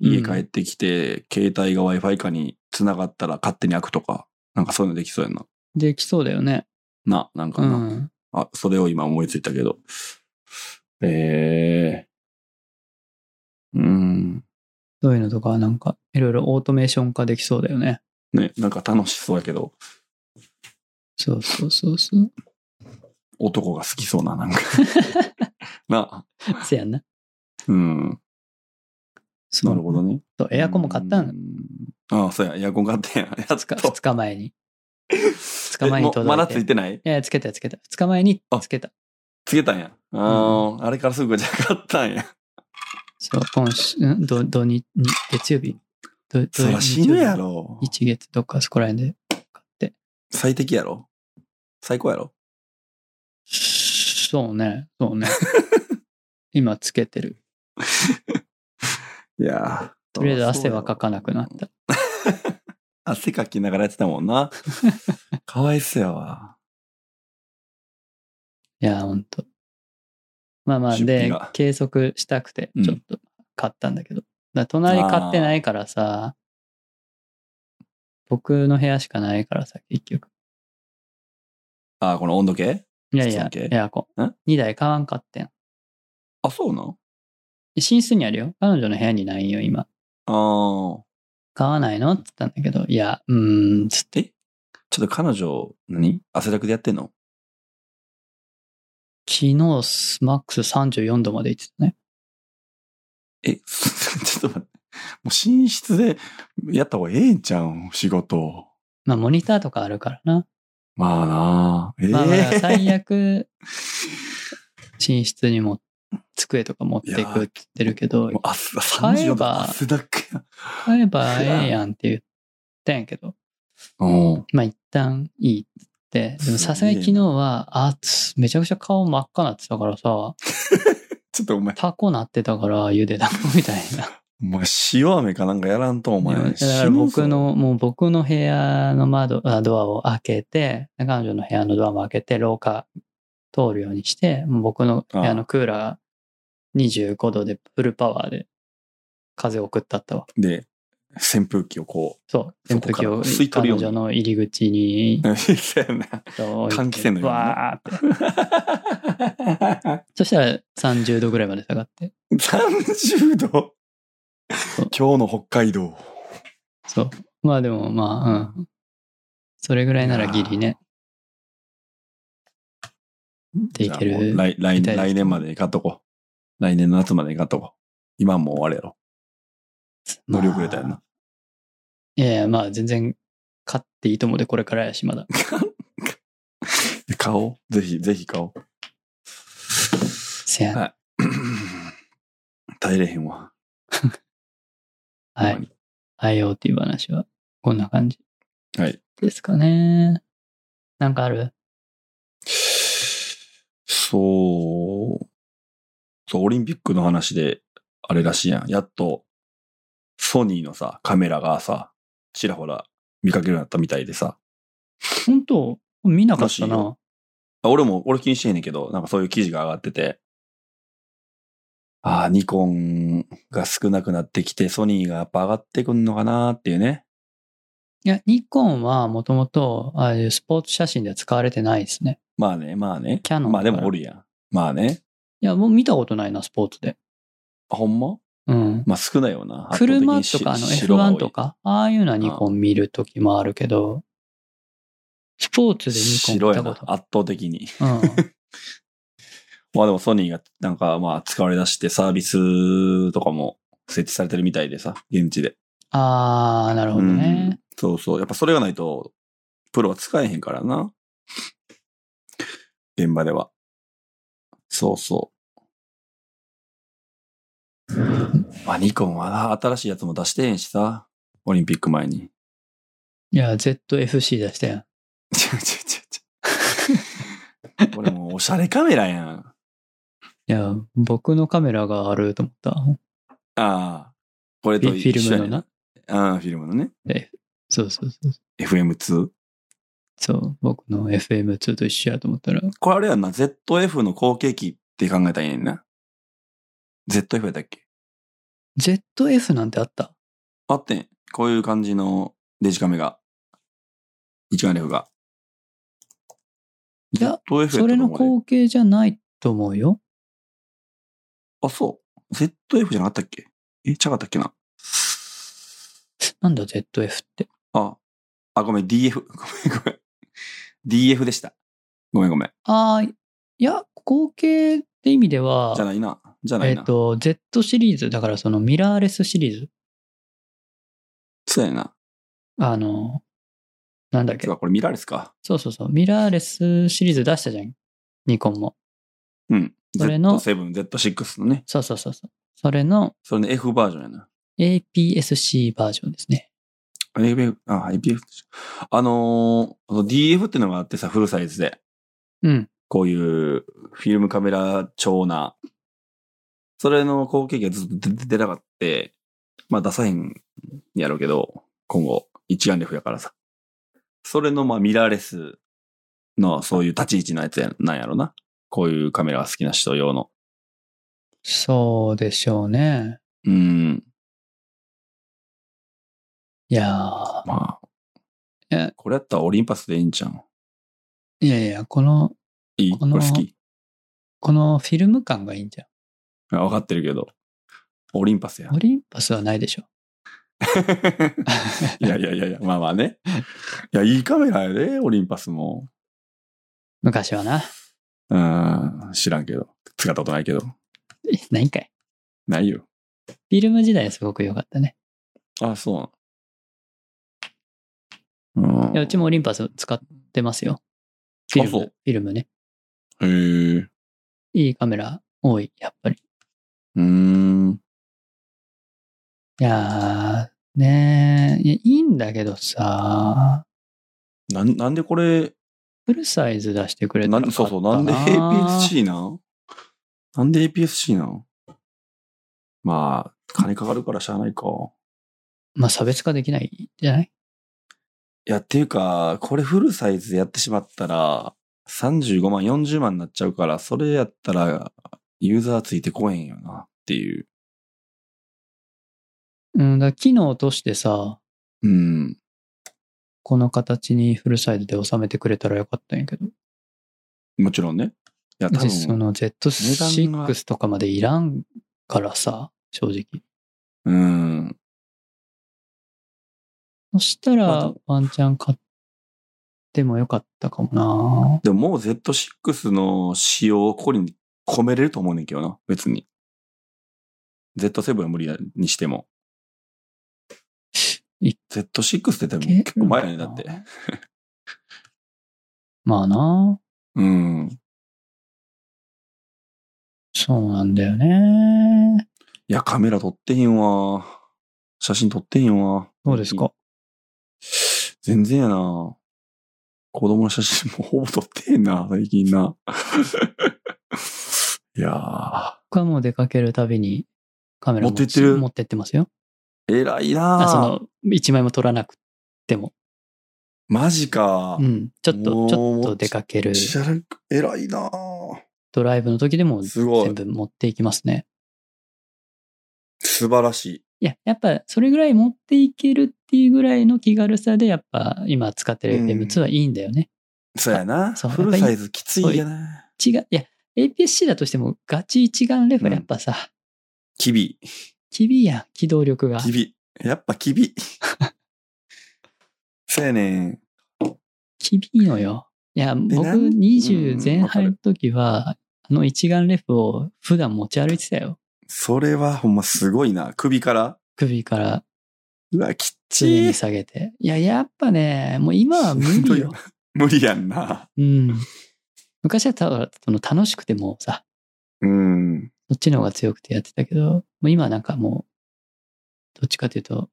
家帰ってきて、携帯が Wi-Fi かに繋がったら勝手に開くとか、なんかそういうのできそうやんな。
できそうだよね。
な、なんか
う
な。
ん。
あ、それを今思いついたけど。えー。うん。
そういうのとか、なんか、いろいろオートメーション化できそうだよね。
ね、なんか楽しそうやけど、
そうそうそ
[LAUGHS]
うそう。
男が好きそうな、なん
[LAUGHS]
か。な、
せやんな。
うん。
そう
なるほどね。
そうエアコンも買った
うんんああ、そうや、エアコン買ったやん。
[LAUGHS]
やつ
2日、二日前に。2日前に
えもう
届いて。
まだついてない
いや、つけたつけた。2日前に
あ
つけた。
つけたんや。ああ、あれからすぐじゃ買ったん
[LAUGHS]
や。
そう、今週、んど、どに、に月曜日ど、
そら死ぬや。ろ
土。日月どっかそこら辺で買って。
最適やろ。最高やろ。
そうね、そ
[LAUGHS]
うね。今つけてる。
いやー
とりあえず汗はかかなくなった。
汗かきながらやってたもん
[LAUGHS]
な。かわいそうやわ。
いや、ほんと。まあまあ、
出費
で
が、
計測したくて
うん、
ちょっと買ったんだけど。だから隣買ってないからさ、僕の部屋しかないからさ、結局。
あーこの温度計
いやいや
室、内系
エアコン
ん。
2台買わんかってん。
あ、そうなん
寝室にあるよ。彼女の部屋にないんよ、今。
あー
買わないのって言ったんだけど、いや、うーん、つって、
ちょっと彼女、何汗だくでやってんの
昨日、マックス34度まで行ってたね。
え、 [LAUGHS] ちょっと待って。もう寝室でやった方がええんちゃうん仕事。
まあ、モニターとかあるからな。
まあなあ。ええ
まあ、まあ最悪、寝室にも、机とか持ってくって言ってるけど
もう、汗、
買え
34度
ば
汗だくや。
買えばええやんって言ったんやけど、
うん。
まあ、一旦いいってって。でも、さすがに昨日は、あ、つめちゃくちゃ顔真っ赤なってたからさ、
ちょっとお前、
タコなってたから、ゆで卵みたいな。
お前、塩飴かなんかやらんと、お前。
でもだから僕の、もう僕の部屋の窓、あドアを開けて、彼女の部屋のドアも開けて、廊下通るようにして、もう僕の部屋のクーラー25度でフルパワーで風を送ったったわ。
死ぬぞ。で、扇風機をこ
そう。
そこ
扇風
か
機
ら
を
吸い取る
彼
ように
女の入り口に
[LAUGHS] う、、そうやな。換気扇のようにね
わーって。そしたら30度ぐらいまで下がって。
30度
う
今日の北海道。
そう。まあでもまあ、うん。それぐらいならギリね。でいけ
じゃあもう
る。
来来
みたいです
来年までに買っとこう。来年の夏までに買っとこう。今もうあれやろ。乗り遅れたよ
まあ
な。
いやいや、まあ全然買っていいと思うで、これからやし、まだ。
買おう。ぜひ、ぜひ買おう。
せやな。
はい [CLEARS THROAT] 耐えれへんわ。
はい。IoT 話は、こんな感じ。
はい。
ですかね。なんかある
そう。そう、オリンピックの話で、あれらしいやん。やっと、ソニーのさ、カメラがさ、ちらほら見かけるようになったみたいでさ。
本当見なかっ
ら
た
しい
な
よ。あ俺も、俺気にしてへんねんけど、なんかそういう記事が上がってて。ああ、ニコンが少なくなってきて、ソニーがやっぱ上がってくんのかなっていうね。
いや、ニコンはもともと、ああいうスポーツ写真では使われてないですね。
まあね、まあね。
キャノン
まあでもおるやん。まあね。
いや、もう見たことないな、スポーツで。
あほんま
うん。
まあ少ないよな。
車とか、あ
圧倒
の
的にし白が多い
F1 とか、ああいうのはニコン見るときもあるけど、スポーツでニ
白
コン見
や
た
な。
こ
圧
と。
倒的に。
うん。
まあでもソニーがなんかまあ使われ出してサービスとかも設置されてるみたいでさ、現地で。
あー、なるほどね。
うんそうそう。やっぱそれがないと、プロは使えへんからな。現場では。そうそう。まあニコンはな新しいやつも出してへんしさ、オリンピック前に。
いや、ZFC 出したやん。
ちょちょちょちょ。 [LAUGHS] これもうおしゃれカメラやん。あ
いや、僕のカメラがあると思った。
あ。これ
フィ
と
フ
一
ィ
緒や
ルムの
ね
な。
ああ、フィルムのね。
そうそうそう。
FM2?
そう、僕の FM2 と一緒やと思ったら、
これあれやんな、ZF の後継機って考えたらいいねんな。ZF やったっけ
ZF なんてあった
あってん。こういう感じのデジカメが。一眼レフが。
い
ZF
や、
やったと
それの
思うね
後継じゃないと思うよ。
あ、そう。ZF じゃなかったっけえ、ちゃかったっけな
なんだ ZF って。
あ、あ、ごめん、DF。ごめん、ごめん。DF でした。ごめん、ごめん。
ああ、いや、後継って意味では
じゃ、ないな。じゃな
え
い
っ、
な。
と、Z シリーズ、だからそのミラーレスシリーズ。
そうやな。
あの、なんだっけ
て。か、これミラーレスか。
そうそうそう。ミラーレスシリーズ出したじゃん。ニコンも。
うん。
それの
Z7、Z6 のね。
そうそうそうそう。それの
それの F バージョンやな。
APS-C バージョンですね。
APF、あ、APF。あのー、あの DF ってのがあってさ、フルサイズで。
うん。
こういうフィルムカメラ調な。それの後継機がずっと出出なかった。まあ出さへんやろうけど、今後、一眼レフやからさ。それのまあミラーレスのそういう立ち位置のやつやなんやろな。こういうカメラが好きな人用の。
そうでしょうね。
うん。
いやー
まあ
え。
これやったらオリンパスでいいんじゃん。
いやいや、この、
いい
こ
こ
の
れ好き
このフィルム感がいいんじゃ
あわかってるけど。オリンパスや
ん。オ。リンパスはないでしょ。 [LAUGHS]
いやいやいやいや、まあまあね。 [LAUGHS] いや、いいカメラやで、オリンパスも。
昔はな。
うん、知らんけど。使ったことないけど。
ないんかい。
ないよ。
フィルム時代はすごく良かったね。
あ、そうなの。うん。
いや、うちもオリンパス使ってますよ。フィル
あそ
ム。
う
フィルムね。
へえ。う
いいカメラ多い、やっぱり。
ーん。
いやー、ねーいや、いいんだけどさ、
なん、なんでこれ、
フルサイズ出してくれた
な
ら
んそうそう、な
買っ
ん
た
で [LAUGHS] APS-C なんなんで APS-C なんまあ、金かかるからしゃあないか。
まあ、差別化できないんじゃない
いや、っていうか、これフルサイズでやってしまったら、35万、40万になっちゃうから、それやったら、ユーザーついてこえんよな、っていう。
うん、だから機能としてさ、
うん。
この形にフルサイズで収めてくれたらよかったんやけど。
もちろんね。いや、多
私そ
分、
の
値段が
Z6 とかまでいらんからさ、正直。
うん。
そした
まあ
ら
で、
ワンチャン買ってもよかったかもな
でももう Z6 の仕様をここに込めれると思うねんけどな、別に。Z7 は無理やにしても。
い
Z6 って多分結構前やね、だって。。
まあな
うん。
そうなんだよね。
いや、カメラ撮ってへんわ。写真撮ってへんわ。
そうですか。
全然やな。子供の写真も [LAUGHS] ほぼ撮ってへんな、最近な。 [LAUGHS] いや
僕はもう出かけるたびにカメラ
持ってってる
持ってってますよ。
ー、偉い
あそ
な
の、一枚も撮らなくても。
マジか。
うん。ちょっ
も
と、
う
ちょっと出かける
知らん偉いなー
ドライブの時でも
すご
全
い。
部持っていきますね。
素晴らしい。
いや、やっぱそれぐらい持っていけるっていうぐらいの気軽さで、やっぱ今使ってる
うん
FM2 はいいんだよね。
そうやな。
そう
フルサイズきついやな。
違う、いや、APS-C だとしてもガチ一眼レフはやっぱさ、
キビ。
機微やん機動力が。
キビ。やっぱキ
[LAUGHS]
ビ。そうやねん。
厳いのよ。いや、僕
なんう
20
ん
前
わか
半
る
の時は、あの一眼レフを普段持ち歩いてたよ。
それはほんますごいな。首から。
首から
うわ、きっち
常に
い。
下げて。いや、やっぱね、もう今は無理よ。
[LAUGHS] 無理やんな。
うん。昔はただその楽しくてもうさ、
うん。
そっちの方が強くてやってたけど、もう今はなんかもう、どっちかというと、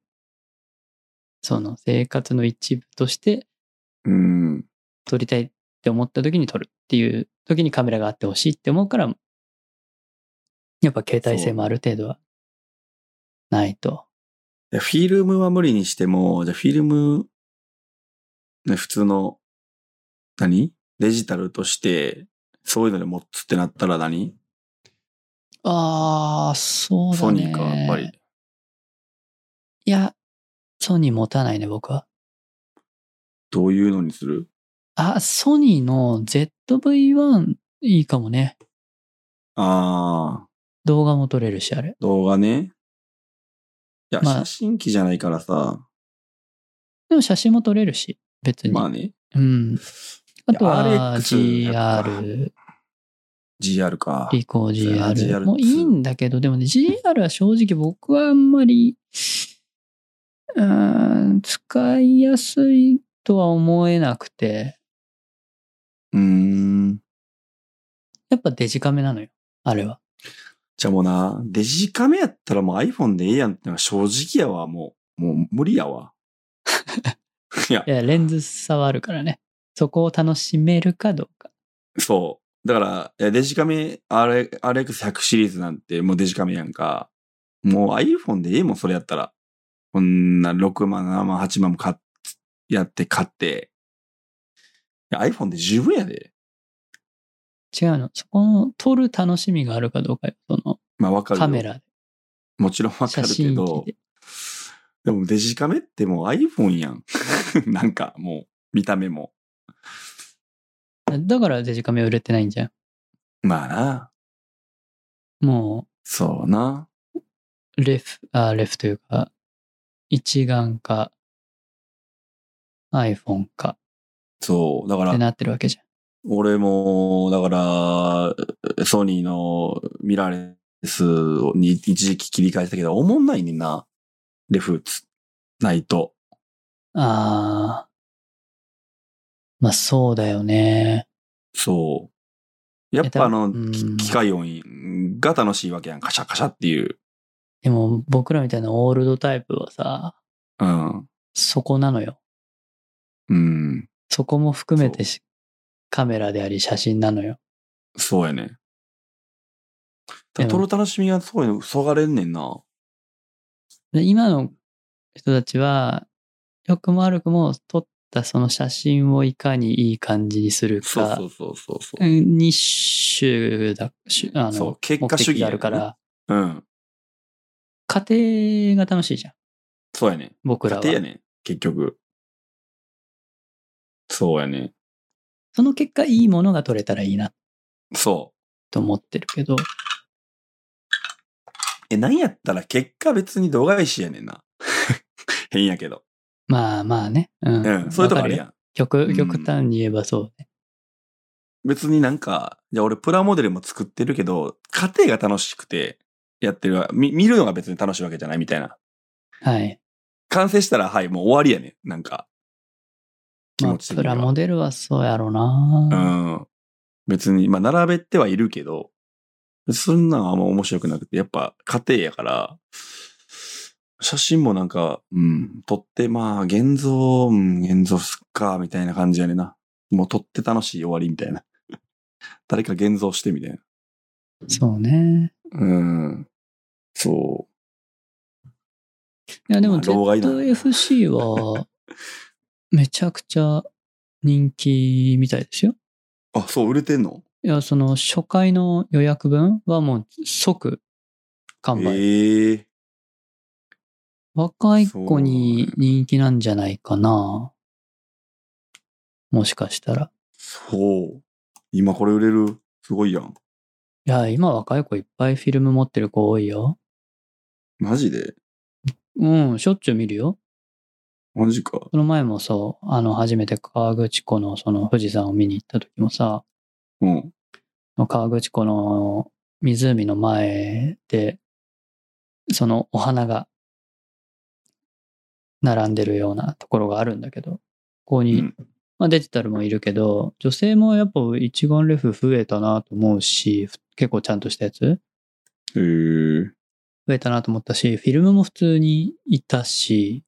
その生活の一部として
うん。
撮りたいって思った時に撮るっていう時にカメラがあってほしいって思うから、やっぱ携帯性もある程度はないと。
やフィルムは無理にしても、じゃあフィルム、ね、普通の、何デジタルとして、そういうので持つってなったら何、
ああ、そう
ソ
だね。
ニーか、やっぱり。。
いや、ソニー持たないね、僕は。
どういうのにする
あ、ソニーの ZV-1 いいかもね。
ああ、
動画も撮れるし、あれ。
動画ね。いや、
まあ
写真機じゃないからさ、
でも写真も撮れるし、別に。
まあね、
うん。あと
いや
は
RX やっぱ
GR、
GR か。
リコー
あ GR2
GR もいいんだけど、でもね、GR は正直僕はあんまり、うーん、使いやすいとは思えなくて、
うーん。
やっぱデジカメなのよ、あれは。
じゃあもうな、デジカメやったらもう iPhone でええやんってのが正直やわ、もう。もう無理や
[LAUGHS]
わ。いや
い、や、レンズ差はあるからね。そこを楽しめるかどうか。
そう。だから、いやデジカメ R- RX100 シリーズなんてもうデジカメやんか。もう iPhone でええもん、それやったら。こんな6万、7万、8万も買っ、やって買って。いや iPhone で十分やで。
違うの。そこの撮る楽しみがあるかどうかよ。その
まあわかるよ。
カメラで、
もちろんわか
写
るけ
真機
ど。
で。
でもデジカメってもう iPhone やん。 [LAUGHS] なんかもう、見た目も。
だからデジカメは売れてないんじゃ
まあな。
ん。も
そうな。
う、レフ、あ、レフというか、一眼か、iPhone か
そう。だか
って
ら、
なってるわけじゃん。
俺も、だから、ソニーのミラーレスに一時期切り替えてたけど、おもんないねんな。レフつ、ないと。
あー。まあそうだよね。
そう。やっ
えだ
ぱあの、
うん
き機械音が楽しいわけやん。カシャカシャっていう。
でも僕らみたいなオールドタイプはさ、
うん。
そこなのよ。
うん。
そこも含めてしカメラであり写真なのよ。
そうやね。
で
だ
も
撮る楽しみがすごいの、そがれんねんな。
で今の人たちは、良くも悪くも撮ったその写真をいかにいい感じにするか、
そうそうそうそうそう。
うんに主だ、主あ
そ
の
う、結
目
果主義
的
や
があるから、
うん。
家庭が楽しいじゃん、
そうやね。
僕ら
家
は。
庭やね。結局。そうやね。
その結果、いいものが撮れたらいいな
そ
と思ってるけど、
う。え、なんやったら結果別に度外視やねんな。 [LAUGHS] 変やけど。
まあまあね。うん。
うん。そういうとこある
わかよ
やん。う
極、
ん
極端に言えばそうね。
別になんか、じゃあ俺プラモデルも作ってるけど、家庭が楽しくてやってるわ。み見るのが別に楽しいわけじゃないみたいな。
はい。
完成したら、はい、もう終わりやねん。なんか。気
まあ
持ち、的
プ
には
ラモデルはそうやろうな。
うん。別に、まあ、並べてはいるけど、そんなんあんま面白くなくて、やっぱ家庭やから、写真もなんか、うん、撮って、まあ、現像、うん、現像すっか、みたいな感じやねんな。もう撮って楽しい終わりみたいな。 [LAUGHS] 誰か現像してみたいな。
そうね。
うん。そ
いや、でも
まあ老害だ
ZFC は、めちゃくちゃ人気みたいですよ。
う。あ、そう、売れてんの
いや、その初回の予約分はもう即完売。
ええ
若い子に人気なんじゃないかな。もしかしたら。
そう。今これ売れる。すごいやん。
いや、今若い子いっぱいフィルム持ってる子多いよ。
マジで
うん、しょっちゅう見るよ。
マジか。
その前もそう、あの、初めて河口湖のその富士山を見に行った時もさ、
うん。
河口湖の湖の前で、そのお花が並んでるようなところがあるんだけど、ここに、
うん
まあ、デジタルもいるけど、女性もやっぱ一眼レフ増えたなと思うし、ふ結構ちゃんとしたやつ
ええ
増えたなと思ったし、フィルムも普通にいたし、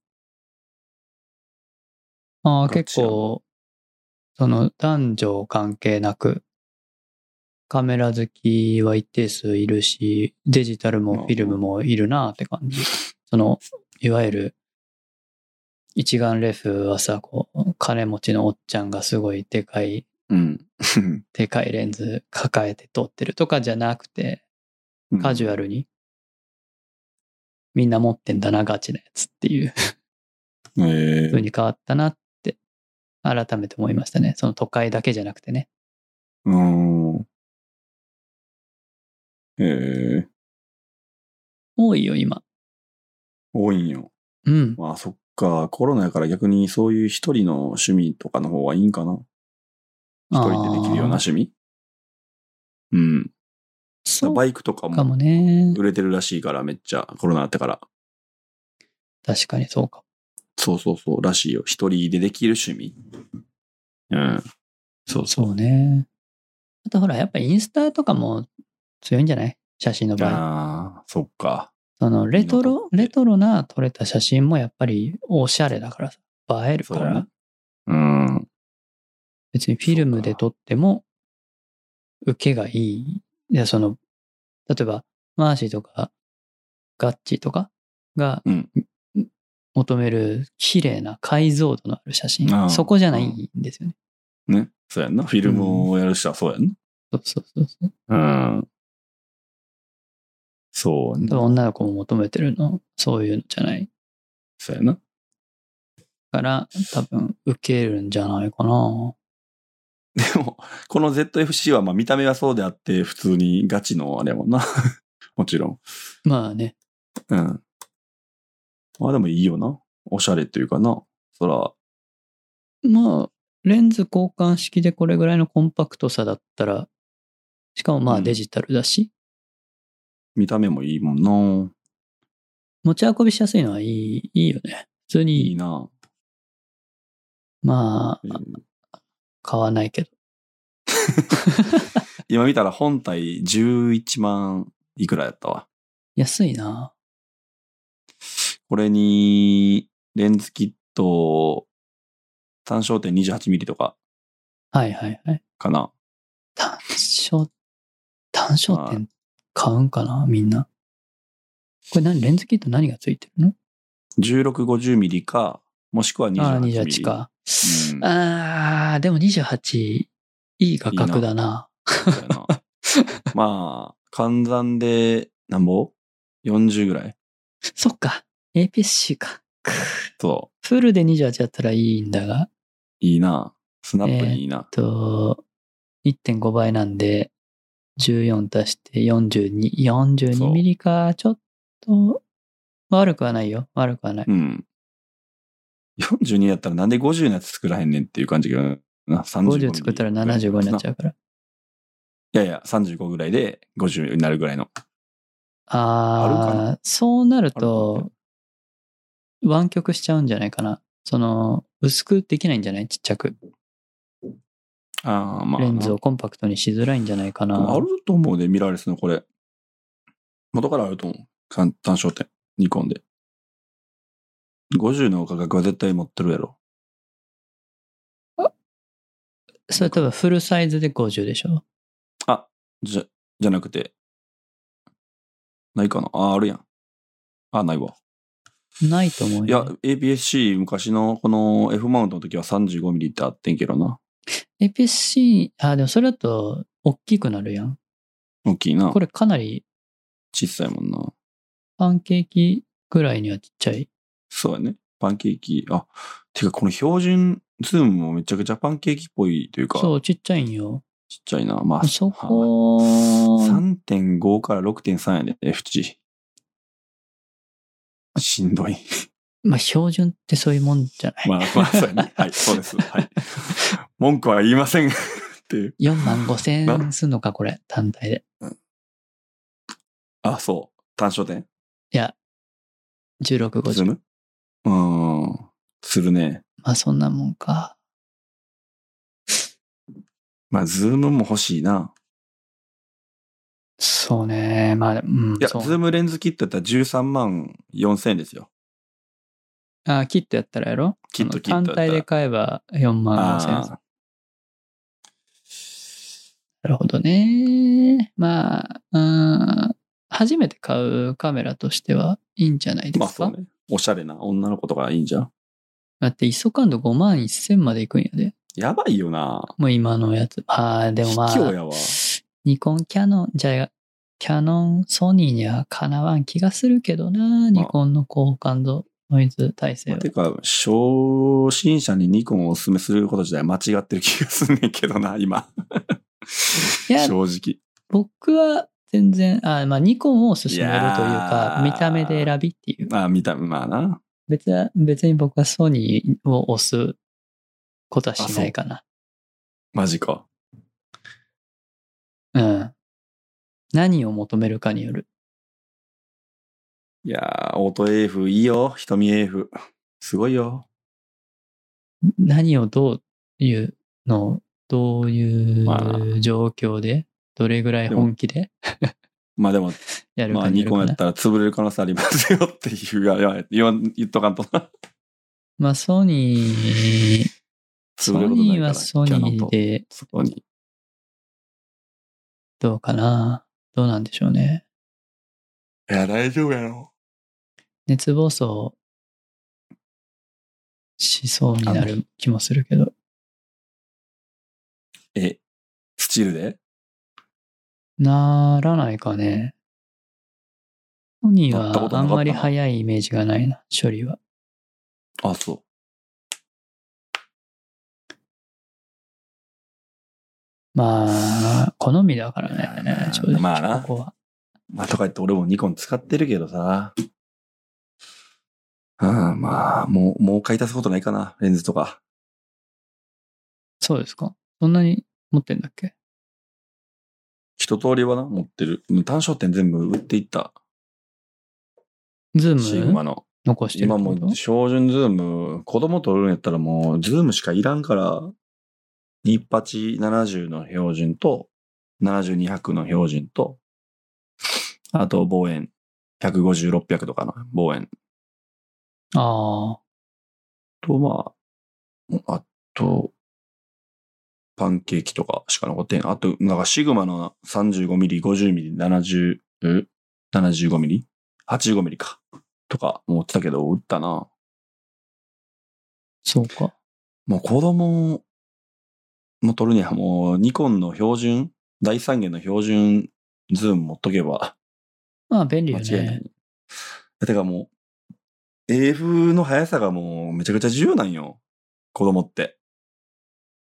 ああ、
ガ
結
チやん
構、その男女関係なく、カメラ好きは一定数いるし、デジタルもフィルムもいるなって感じ。その、いわゆる、一眼レフはさ、こう、金持ちのおっちゃんがすごいでかい、
うん。
でかいレンズ抱えて撮ってるとかじゃなくて、カジュアルに、みんな持ってんだな、ガチなやつっていう
うんえ
風に変わったなって、改めて思いましたね。その都会だけじゃなくてね。
ー、うん。えー、
多いよ、今。
多いんよ。
うん。
まあそっか、コロナやから逆にそういう一人の趣味とかの方がいいんかな。一人でできるような
あー
趣味うん。
そう
バイクとか
か
も
もね。
売れてるらしいから、めっちゃコロナあってから。
確かにそうかも。
そうそうそう、らしいよ。一人でできる趣味。うん。そうそう。
そうね。あとほら、やっぱインスタとかも強いんじゃない写真の場合。
ああ、そっか。
そのレト
いいの撮
ロ
っ、て
レトロな撮れた写真もやっぱりおしゃれだからさ。映える
そ
か
うだね
ら。。
うん。
別にフィルムで撮っても、受けがいい。いや、その、例えば、マーシーとか、ガッチーとかが、
うん
求める綺麗な解像度のある写
あ
真。
あ
そこじゃないんですよね。
ね。そうやんな。フィルムをやる人はそうやん
そうそうそうそう。
な。うん。そうね。
多分女の子も求めてるの、そういうのじゃない
そうやな。
から、多分、受けるんじゃないかな。
でも、この ZFC はまあ見た目はそうであって、普通にガチのあれやもんな。 [LAUGHS] もちろん。
まあね。
うん。まあでもいいよな。おしゃれというかな。そら、
まあ、レンズ交換式でこれぐらいのコンパクトさだったら、しかもま
う
あ
ん
デジタルだし、
見た目もいいもんな。
持ち運びしやすいのはいい、いいよね。普通
い
に
い、な。
ま
え
あ、
ー
買わないけど。
今見たら本体11万いくらやったわ。
安いな。
これに、レンズキット、単焦点 28mm とか
はいはいはい。
かな。
単焦、単焦点買うんかなみんな。これ何レンズキット何がついてるの
1650mm か、もしくは 28mm。
ああ、28か。
うん
ああ、でも28、いい価格だな。
そうや
[LAUGHS]
なまあ、換算で、なんぼ ?40 ぐらい
そっか。APS-C か。くっ
そ
フルで28だったらいいんだが、
う。いいな。スナップにいいな。
と、1.5倍なんで、14足して42、
そ
42
う
ミリか、ちょっと、悪くはないよ。悪くはない。
うん。42やったらなんで50のやつ作らへんねんっていう感じがな。35
50作ったら75になっちゃうから。
いやいや、35ぐらいで50になるぐらいの。あるか
ああ、そうなる
あるか
と、湾曲しちゃうんじゃないかな。その、薄くできないんじゃないちっちゃく。
ああ、まあ。
レンズをコンパクトにしづらいんじゃないか
でも
な
あ。ると思うで、ミラーレスのこれ。元からあると思う。簡単焦点。ニコンで。50の価格は絶対持ってるやろ。
それ多分フルサイズで50でしょ。
じゃ、じゃなくて。ないかなああ、あるやん。あないわ。
ないと思うよ。
いや、APS-C 昔のこの F マウントの時は 35mm ってあってんけどな。
APS-C、あ、でもそれだと、大きくなるやん。
大きいな
こ。れかなり、
小さいもんな。
パンケーキぐらいにはちっちゃい。
そうやね。パンケーキ。あ、てかこの標準ズームもめちゃくちゃパンケーキっぽいというか、
そう、ちっちゃいんよ。
ちっちゃいな。まあ、
そ
は
こ、
3.5から6.3やね、F 値。しんどい。
まあ、標準ってそういうもんじゃない。
まあ、まあ、そうやね。はい、そうです。はい。文句は言いません。 [LAUGHS] っていう。
4万5千
な
円すんのか、これ、単体で。
あ、そう。単焦点
いや、16、
ズー
50。
ムうーん。するね。
まあ、そんなもんか。
まあ、ズームも欲しいな。
そうね。まあ、うん。
いや、ズ
そう
ームレンズキットやったら13万4000円ですよ。
あ、キットやったらやろ
キット
あの
キットやったら
単体で買えば4万5千円。
あ
なるほどね。まあ、うん初めて買うカメラとしてはいいんじゃない
ー
で
まあ、
すか、
そうね。おしゃれな女の子とかいいんじゃん
だって、ISO 感度5万1000までいくんやで。
やばいよな。
もう今のやつ。ああ、でもま
卑怯
あ、
やわ。
ニコン、キャノン、じゃあ、キャノン、ソニーにはかなわん気がするけどな、ニコンの高感度ノイズ耐性
まあ
は。
てか、初心者にニコンをおすすめすること自体間違ってる気がすんねんけどな、今。
いや
正直。
僕は全然、あまあ、ニコンを勧めるという
いや
か
ー、
見た目で選びっていう。
まあ、見た、まあな。
別は別に僕はソニーを押すことはしないかな。
マジか。
うん。何を求めるかによる。
いやー、オート AF いいよ。瞳 AF。すごいよ。
何をどういうのを、どう
ま
いう状況で、どれぐらい本気で
まあでも、
やる
まあ
か
ニ
によるか
コン
な。
やったら潰れる可能性ありますよっていう、あれは言わん言っとかんとな。
まあ、ソニー、
潰
ソ
れること
ニ
ない
ー
から
はソ
キャノン
ニー
と
で
そこに。
どうかなどうなんでしょうね。
いや、大丈夫やろ。
熱暴走しそうになる気もするけど。
え、スチールで
ならないかね。ソニー
乗ったこ
は
とな
あ
かったなん
まり早いイメージがないな、処理は。
あ、そう。
まあ、好みだからね、正直。
まあな
ここは。
まあ、とか言って俺もニコン使ってるけどさ。うん、まあ、もう、もう買い足すことないかな、レンズとか。
そうですか。そんなに持ってんだっけ
一通りはな、持ってる。うん単焦点全部売っていった。
ズ
シ
ー
グマ
ム
の。
残してる
今
って
も
こと
う、標準ズーム、子供撮るんやったらもう、ズームしかいらんから、2870の標準と、7200の標準と、あと望遠。150、600とかの望遠。
ああ、
と、まあ、あと、パンケーキとかしか残ってん。あと、なんかシグマの35ミリ、50ミリ、70、え75ミリ ?85 ミリか。とか持ってたけど、売ったな。
そうか。
もう子供も撮るにはもうニコンの標準、第三元の標準ズーム持っとけば
まあ、便利
間
よ
違いない。
ね。
てかもう、AF の速さがもうめちゃくちゃ重要なんよ。子供って。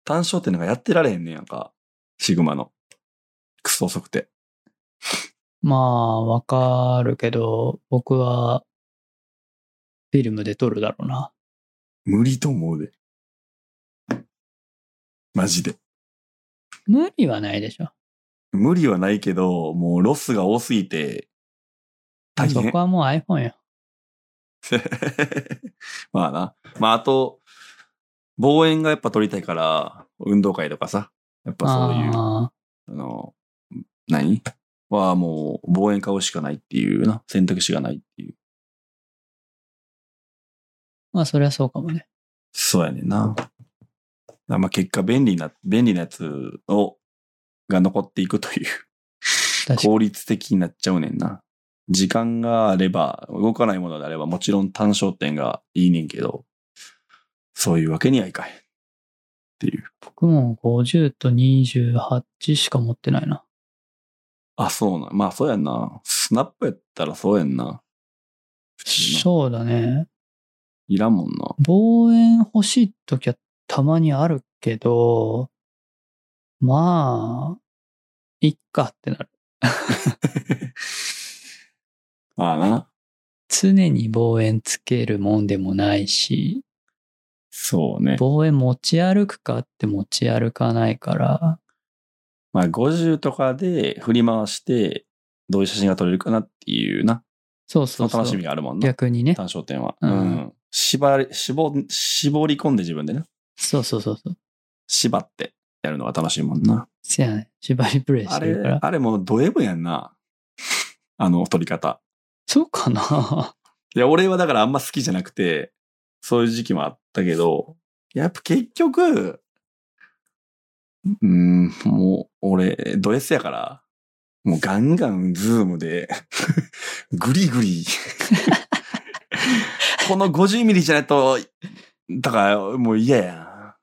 単焦点なんかやってられへんねんやんか。シグマの。クソ遅くて。
まあ、わかるけど、僕は、フィルムで撮るだろうな。
無理と思うで。マジで。
無理はないでしょ。
無理はないけど、もうロスが多すぎて、大
そ
変
こ。はもう iPhone よ。
[LAUGHS] まあな。まああと、望遠がやっぱ撮りたいから、運動会とかさ。やっぱそういう。
あ
あの、何はもう望遠買うしかないっていうな。選択肢がないっていう。
ーまあ、それはそうかもね。
そうやねんな。あまあ結果便利な、便利なやつを、が残っていくという。
確かに。
効率的になっちゃうねんな。時間があれば、動かないものであれば、もちろん単焦点がいいねんけど、そういうわけにはいかへん。っていう。
僕も50と28しか持ってないな。
あ、そうな。まあそうやんな。スナップやったらそうやんな。普通な
そうだね。
いらんもんな。
望遠欲しい時はたまにあるけど、まあ、いっかってなる。
まあな。
常に望遠つけるもんでもないし、
そう
[LAUGHS]
ね。
望遠持ち歩くかって持ち歩かないから、
まあ、50とかで振り回して、どういう写真が撮れるかなっていうな。
そう
そ
そう
の
そう。
楽しみがあるもんな。
逆にね。
単焦点は。う。
うんん
縛り、絞、絞り込んで自分でね。
そうそうそうそう。
縛ってやるのが楽しいもんな。
せやね。縛りプレイし
あ
てるか
れ
ら、。
あれもうドエブやんな。あの撮り方。
そうかな [LAUGHS]
いや、俺はだからあんま好きじゃなくて、そういう時期もあったけど、やっぱ結局、うん、もう、俺、ド S やから、もうガ [LAUGHS] ンガンズームで、グリグリこの50ミリじゃないと、だからもう嫌や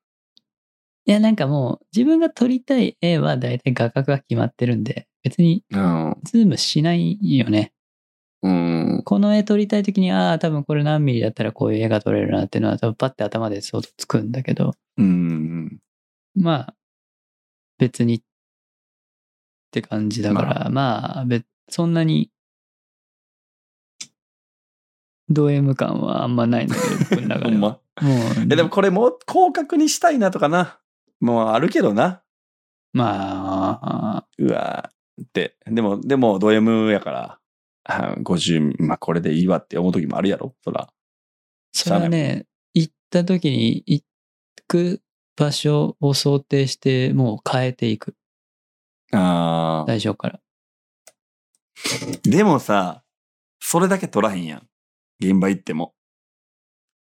いや、なんかもう、自分が撮りたい絵は大体画角が決まってるんで、別に
な。
ズームしないよね。
うん。うん。
この絵撮りたい時に、ああ、多分これ何ミリだったらこういう絵が撮れるなっていうのは、多分パッて頭で想像つくんだけど、
うん。
まあ、別にって感じだから、まあ、べそんなに、ド M 感はあんまないんだけど、僕の
[LAUGHS]
中
ほ
で
ん
は。
ま。
もう、
え、でもこれもう広角にしたいなとかな。もうあるけどな。
まあ、
うわーって。でも、でも、ド M やから、あ50、まあこれでいいわって思う時もあるやろ、そら。
それはね、行った時に行く場所を想定して、もう変えていく。
あ
最初から。
でもさ、それだけ取らへんやん。現場行っても。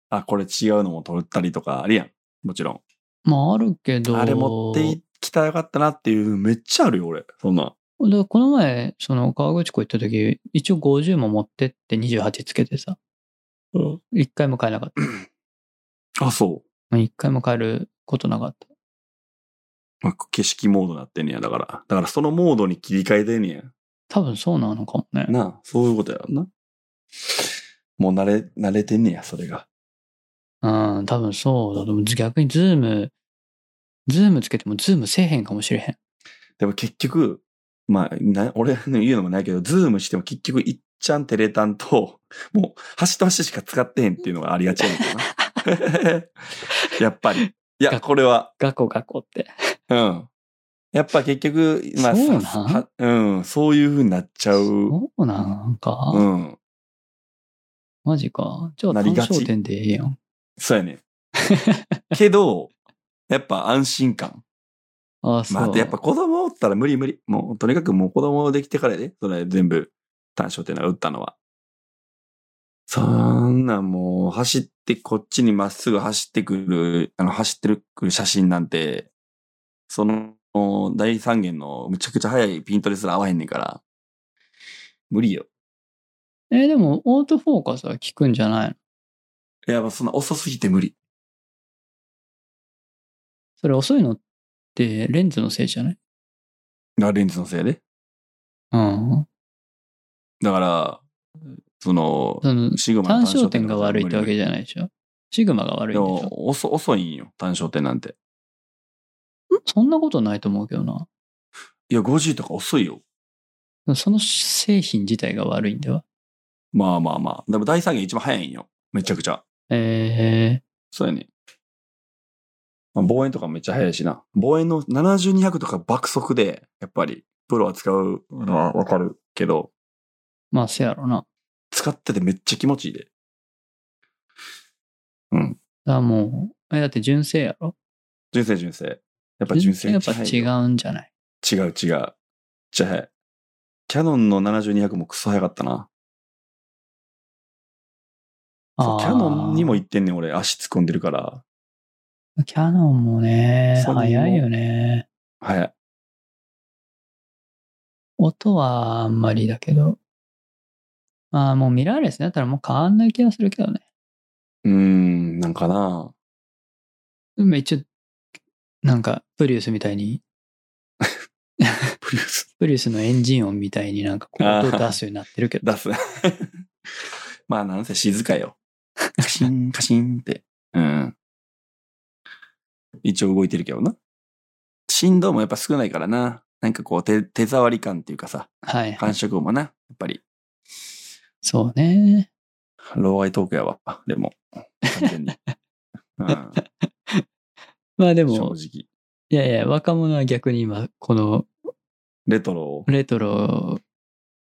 あ、これ違うのも取ったりとかあるやん。もちろん。
まあ、あるけど。
あれ持ってきたらよかったなっていう、めっちゃあるよ、俺。そんな。
でこの前、その川口湖行った時、一応50も持ってって28つけてさ。一回も買えなかった。
あ、そ
まあ一回も買えることなかった。
う。まあ、景色モードになってんねや、だから。だからそのモードに切り替えてんねや。
多分そうなのかもね。
なあ、そういうことやろな。もう慣れ、慣れてんねや、それが。
うん、多分そうだと思う。逆にズーム、ズームつけてもズームせえへんかもしれへん。
でも結局、まあ、な俺の言うのもないけど、ズームしても結局、いっちゃんテレタンと、もう、端と端しか使ってへんっていうのがありがちやねんかな。 [LAUGHS] やっぱり。いや、これは、
ガコガコって。
うん。やっぱ結局、まあ、
そうなん
さはうん、そういう風になっちゃう。
そうなんか。
うん。
マジか。じゃあ
なりが
単
ち
焦点でええやん。
そうやね。けど、やっぱ安心感。
ああ、そう。
まあ、あとやっぱ子供おったら無理無理。もう、とにかくもう子供できてからやで、それ全部、単焦点が打ったのは。そんなもう、走って、こっちにまっすぐ走ってくる、あの、走ってる写真なんて、その、第三元のむちゃくちゃ速いピントですら合わへんねんから、無理よ。
えーでも、オートフォーカスは効くんじゃないの
いや、もうそんな遅すぎて無理。
それ遅いのってレンズのせいじゃない
あレンズのせいで。
うん。
だから、その、
その、
シグマ
単
の
焦点が悪いってわけ
ゃ
じゃないでしょシグマが悪い
で
んでしょ
も、遅遅いんよ、単焦点なんて。
んそんなことないと思うけどな。
いや、50とか遅いよ。
その製品自体が悪いんでは。
まあまあまあ。でも第三元一番早いんよ。めちゃくちゃ。
え
そうやね。まあ、望遠とかめっちゃ早いしな。望遠の70、200とか爆速で、やっぱり、プロは使うのはわかるけど、
ー、まあせやろな。だか
使っててめっちゃ気持ちいいで。
らもう、えだって純正やろ
純正純正。やっぱ純正が
やっぱ
一
違
番
うんじゃない
早いよ違う違う。めっちゃ早い。キャノンの70、200もクソ早かったな。そうキャノンにも
い
行ってんねん、俺。足突っ込んでるから。
キャノンもね、
ソニーも
早いよね。
早い。
音はあんまりだけど。まあもうミラーレスだったらもう変わんない気がするけどね。
うーん、なんかな。
めっちゃ、なんかプリウスみたいに、
プリウス。
[LAUGHS] プリウスのエンジン音みたいになんかこう
あー
音出すようになってるけど。
出す。 [LAUGHS] まあ、なんせ静かよ。カシ
[LAUGHS]
ン、カシンって。うん。一応動いてるけどな。振動もやっぱ少ないからな。なんかこう手、手触り感っていうかさ、
はい。
感触音もな。やっぱり、
そうね。
ローアイトークやわ。でも、完全
[LAUGHS]
に。うん、
まあ
正
でも
直、。
いやいや、若者は逆に今、この
レトロを、
レトロ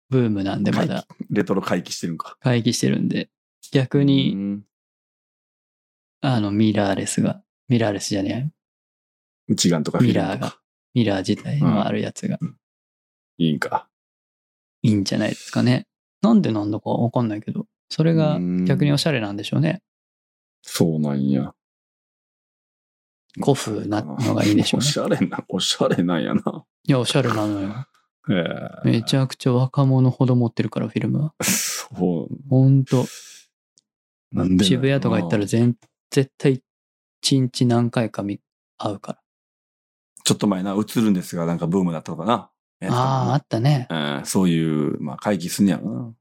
ブームなんでまだ
レトロ回帰してるんか。
回帰してるんで、逆に、
うん
あの、ミラーレスが、ミラーレスじゃねえ、
内眼とかフィルム
ミラー
と
が
か。
ミラー自体のあるやつが
いいんか。
いいんじゃないですかね。なんでなんだかわかんないけど、それが
うん
逆におしゃれなんでしょうね。
そうなんや。
古風なのがいいんでしょう
お
ね。
しゃれな、おしゃれなんやな。
いや、おしゃれなのよ。
ええ
めちゃくちゃ若者ほど持ってるから、フィルムは。
そう。
ほんと。
なんで
渋谷とか行ったら
うん
全、絶対一日何回か見会うから。
ちょっと前な、映るんですが、なんかブームだったのかな。やったの
ああ、あったね。
かなうん、そういう、まあ、会議すんねやろな。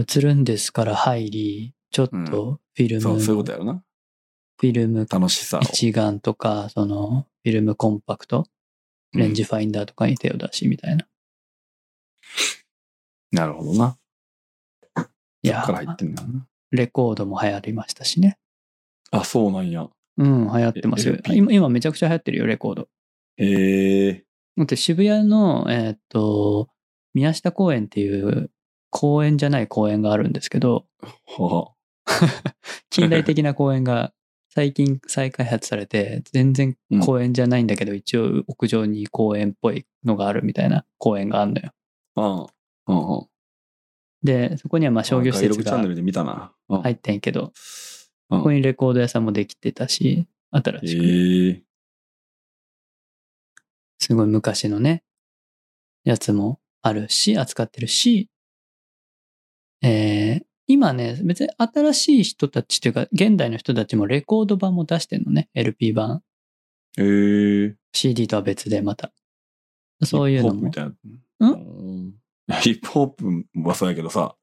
で映るんですから入り、ちょっ
うん
とフィルム、
そう、そういうことや
フ
ろな。
ィルム
楽しさを。
一眼とか、そのフィルムコンパクト、レンジファインダーとかに手を出しみたいな。
うんなるほどな。
い
そ
や
っから入ってんだな。
レコードも流行りましたしね。
あ、そうなんや。
うん、流行ってますよ。
LP
今、今めちゃくちゃ流行ってるよ、レコード。
ええ
だって渋谷の、えーっと、宮下公園っていう公園じゃない公園があるんですけど、
はあ
近代的な公
[LAUGHS]
園が最近再開発されて、全然公園じゃないんだけど、一応屋上に公園っぽいのがあるみたいな公園があるのよ。
ああ。うんうん。
で、そこにはまあ商業施設
なんか16チャンネ
が
ルで見たな。うん
入ってんけど、
うん
ここにレコード屋さんもできてたし、新
ええ
しく、すごい昔のね、やつもあるし、扱ってるし、えー今ね、別に新しい人たちというか、現代の人たちもレコード版も出してんのね、LP 版。
ええ
CD とは別でまた。そういうのも
ヒップホップみたいな。うんヒップホップはそうやけどさ、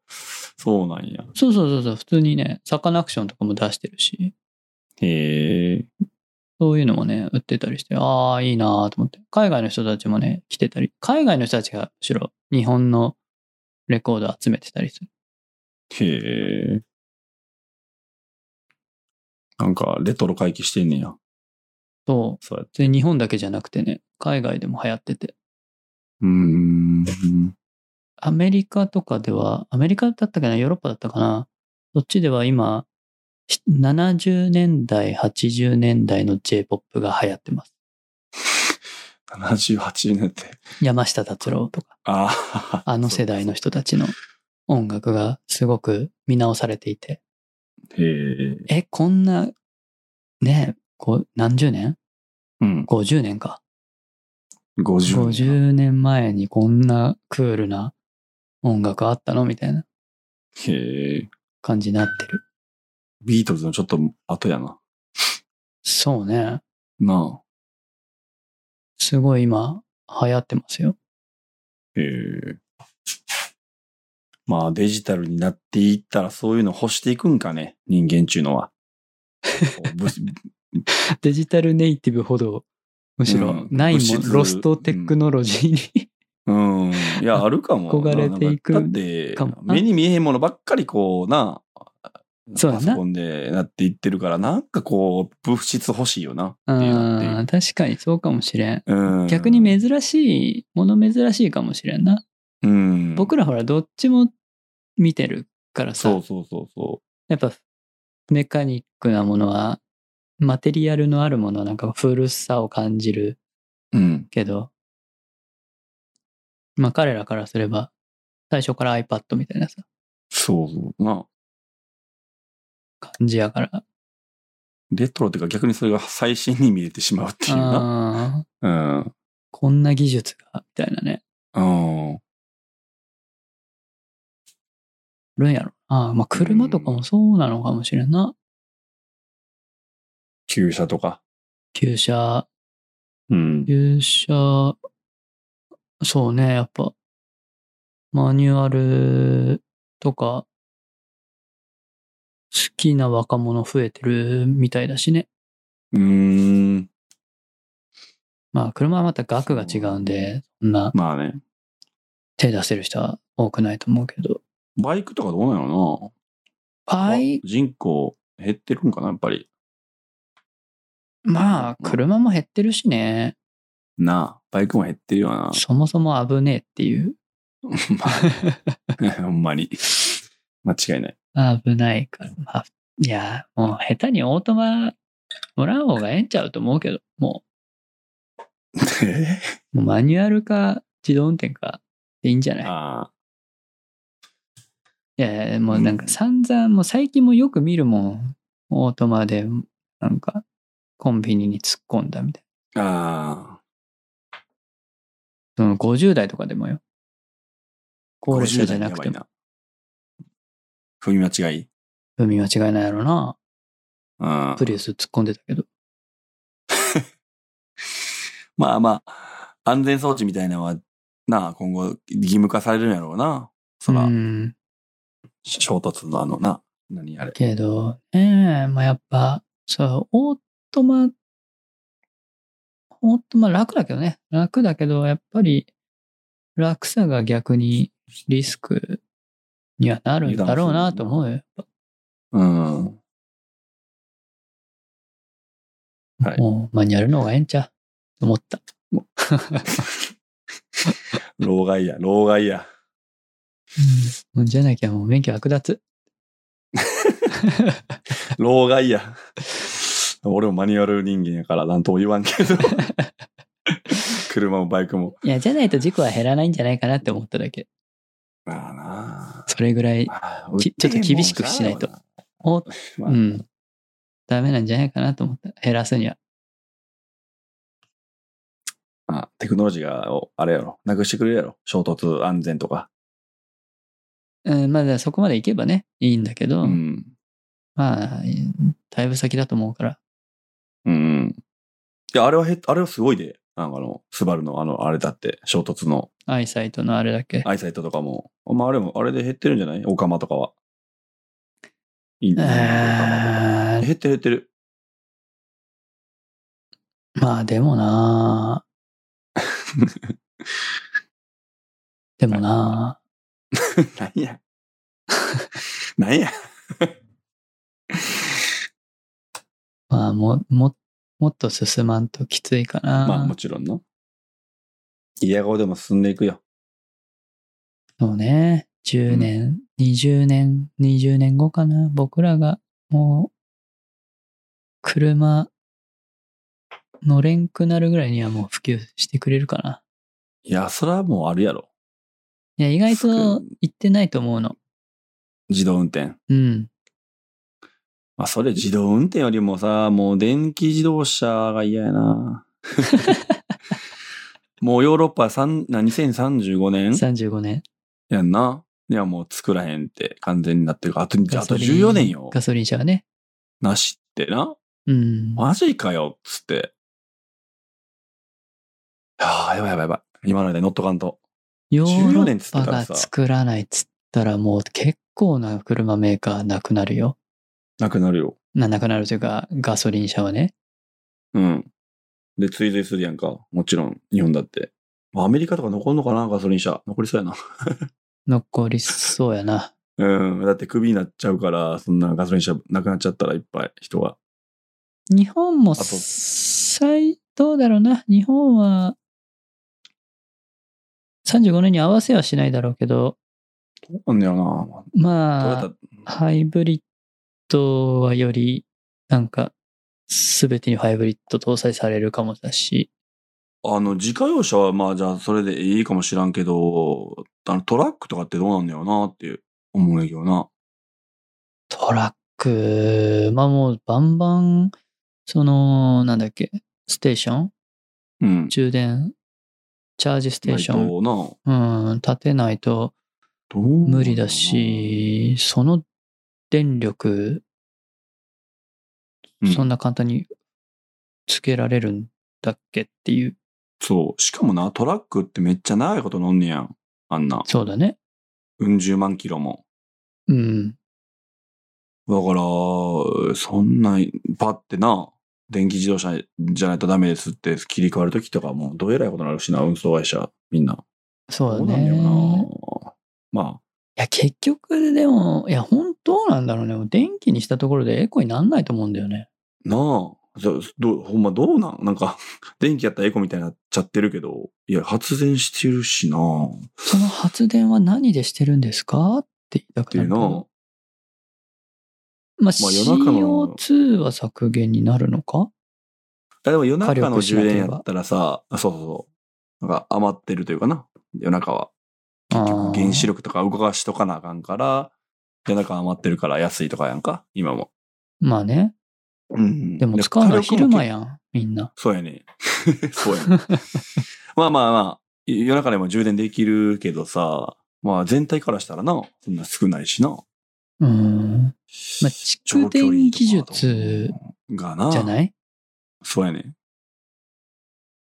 そうなんや。
そうそうそうそう、普通にね、サカナクションとかも出してるし、
へえ。
そういうのもね、売ってたりして、ああ、いいなーと思って。海外の人たちもね、来てたり、海外の人たちがむしろ日本のレコード集めてたりする。
へえ。なんか、レトロ回帰してんねや。
そう。
そうやって。
で、日本だけじゃなくてね、海外でも流行ってて。
うーん。
アメリカとかでは、アメリカだったかな、ヨーロッパだったかな、そっちでは今、ひ70年代、80年代の J-POP が流行ってます。
78年って。
山下達郎とか。
ああ。
あの世代の人たちの音楽がすごく見直されていて、
へえ。
え、こんな、ね、こう何十年
うん。
?50 年か。
50。
50年前にこんなクールな音楽あったのみたいな
へえ。
感じになってる。
ビートルズのちょっと後やな。
そうね。
な
すごい今流行ってますよ。 [LAUGHS]
あ。へえ。まあ、デジタルになっていったらそういうの欲していくんかね。人間ちゅうの
[LAUGHS]
は。こうぶ
デジタルネイティブほど、むし
う
ろ
ん
ないも
物
ん、
質
ロストテクノロジーに、
うん。いや、あるかもな。
憧れていく
なんかだって
かも、な
目に見えへんものばっかりこうな、
そうや
パ
な
ソコンでなっていってるから、なんかこう、物質欲しいよなって
う
いうのって
ん、確かにそうかもしれん。
うん
逆に、珍しい、もの珍しいかもしれんな。
うん、
僕らほらどっちも見てるからさ
そうそうそうそ
やっぱメカニックなものはマテリアルのあるものはなんか古さを感じる
う。うん。
けどまあ彼らからすれば最初から iPad みたいなさ
そうそう。な
感じやから
レトロっていうか逆にそれが最新に見えてしまうっていうな。
あー
うん。
こんな技術がみたいなね
うん。
あるんやろああまあ車とかもそうなのかもしれんな
旧車とか。
旧車
うん。
旧車、そうね、やっぱ、マニュアルとか、好きな若者増えてるみたいだしね。
うーん。
まあ、車はまた額が違うんで、そんな
まあね。
手出せる人は多くないと思うけど。
バイクとかどうなのかな
バイ、
人口減ってるんかなやっぱり。
まあ、車も減ってるしね。
なあ。バイクも減ってるよな。
そもそも危ねえっていう。
[LAUGHS] ほんまに。間違いない。
危ないから。まあいや、もう下手にオートマもらう方がええんちゃうと思うけど、もう。もうマニュアルか自動運転かでいいんじゃない
あ
いやいや、もうなんか散々、もう最近もよく見るもん。オートマで、なんか、コンビニに突っ込んだみたい
あ。ああ。
な。その50代とかでもよ。高齢者じゃなくて
50代やばい
も。
な。踏み間違い。
海間違いないやろな。
うん
プリウス突っ込んでたけど。
まあまあ、安全装置みたいなのは、なあ、今後義務化されるんやろうな。そら、
うん。
衝突のあのな、何あれ。
けど、ねえ、まあやっぱ、そう、オートマ、オートマ楽だけどね。楽だけど、やっぱり、楽さが逆にリスクにはなるんだろうなと思うよ。
うん。はい
もうマニュアルの方がええんちゃうと思った。
老害や、老害や。
うん、じゃなきゃもう免許剥奪。
老害や。俺もマニュアル人間やから何とも言わんけ
[LAUGHS]
ど。車もバイクも。
いや、じゃないと事故は減らないんじゃないかなって思っただけ。
まあな
それぐらい、
あ
きちょっと厳しくしないと。お、
まあ
うん。ダメなんじゃないかなと思った。減らすには。
まあ、テクノロジーが、おあれやろ。なくしてくれるやろ。衝突安全とか。
うん、まだそこまで行けばね、いいんだけど、
うん。
まあ、だいぶ先だと思うから。
うん。いや、あれはへ、あれはすごいで。なんかあの、スバルのあの、あれだって、衝突の
アイサイトのあれだっけ。
アイサイトとかも。まあ、あれも、あれで減ってるんじゃないオカマとかは。いいん
え
だね。
ー
減ってる減ってる。
まあで
[LAUGHS]
もなでもな
なんや。 [LAUGHS] なんや。
まあも、も、もっと進まんときついかな。
まあもちろんな。嫌顔でも進んでいくよ。
そうね。10年、20年、20年後かな。僕らが、もう、車、乗れんくなるぐらいにはもう普及してくれるかな。
いや、それはもうあるやろ。
いや、意外と行ってないと思うの。
自動運転。
うん。
まあ、それ自動運転よりもさ、もう電気自動車が嫌や
[LAUGHS]
な。もうヨーロッパさんな2035年
35年。
やんな。いや、もう作らへんって完全になってるから。あと、あ
ガ
と
ソリン
14年よ
ガ。ソリン車はね。
なしってな。
うん。
マジかよ、つって。いやーやばいやばいやばい。今の間に乗っとかんと。
ヨーロ
14年っつって
ッ
た
パ
から
が
さ
作らないっつったらもう結構な車メーカーなくなるよ。
なくなるよ。
な、なくなるというか、ガソリン車はね。
うん。で、追随するやんか。もちろん、日本だって。まあアメリカとか残んのかなガソリン車。残りそうやな。
残りそうやな。
うん。だってクビになっちゃうから、そんなガソリン車なくなっちゃったらいっぱい人が。
日本も
と
最、どうだろうな。日本は、35年に合わせはしないだろうけど、
どうなんだよな。トヨ
ま
タ、
あ、ハイブリッドはより、なんか、すべてにハイブリッド搭載されるかもだし、
あの、自家用車はまあじゃあそれでいいかもしらんけど、あのトラックとかってどうなんだよなっていう思うんやけどな。
トラック、まあもうバンバン、その、なんだっけ、ステーション
うん。
充電、チャージステーション、
ン。な
うん、立てないと、
どうなんろうな
無理だ。し、その電力、
うん
そんな簡単につけられるんだっけっていう。
そう。しかもな、トラックってめっちゃ長いこと乗んねやん。あんな。
そうだね。
うん十万キロも。
うん。
だから、そんな、パってな、電気自動車じゃないとダメですって切り替わるときとかもうどうえらいことになるしな、運送会社、みんな。
そうだ
どなん
ね。
だ
い
よな。ま
や、結局でも、いや、本当なんだろうね。電気にしたところでエコになんないと思うんだよね。
あ、なあ、そどうほんまどうなんなんか、 [LAUGHS] 電気やったらエコみたいになっちゃってるけど、いや、発電してるしなあっ
その発電は何でしてるんですかって言いたく
て
な
いう
るけど
の。
まあ、
まあ夜中の
CO2 は削減になるのか
あでも夜中の
火力しな
充
ければ
電やったらさ、あそうそうそう。なんか余ってるというかな、夜中は。
あ
結
ー
局原子力とか動かしとかなあかんから、夜中余ってるから安いとかやんか、今も。
まあね。
うん
でも使うのは昼間
ん。
やん、みんな。
そうやね。 [LAUGHS] そうやね。 [LAUGHS] まあまあまあ、夜中でも充電できるけどさ、まあ全体からしたらな、そんな少ないしな。
うん。まあ、蓄電技術
がな。
じゃない
そうやね。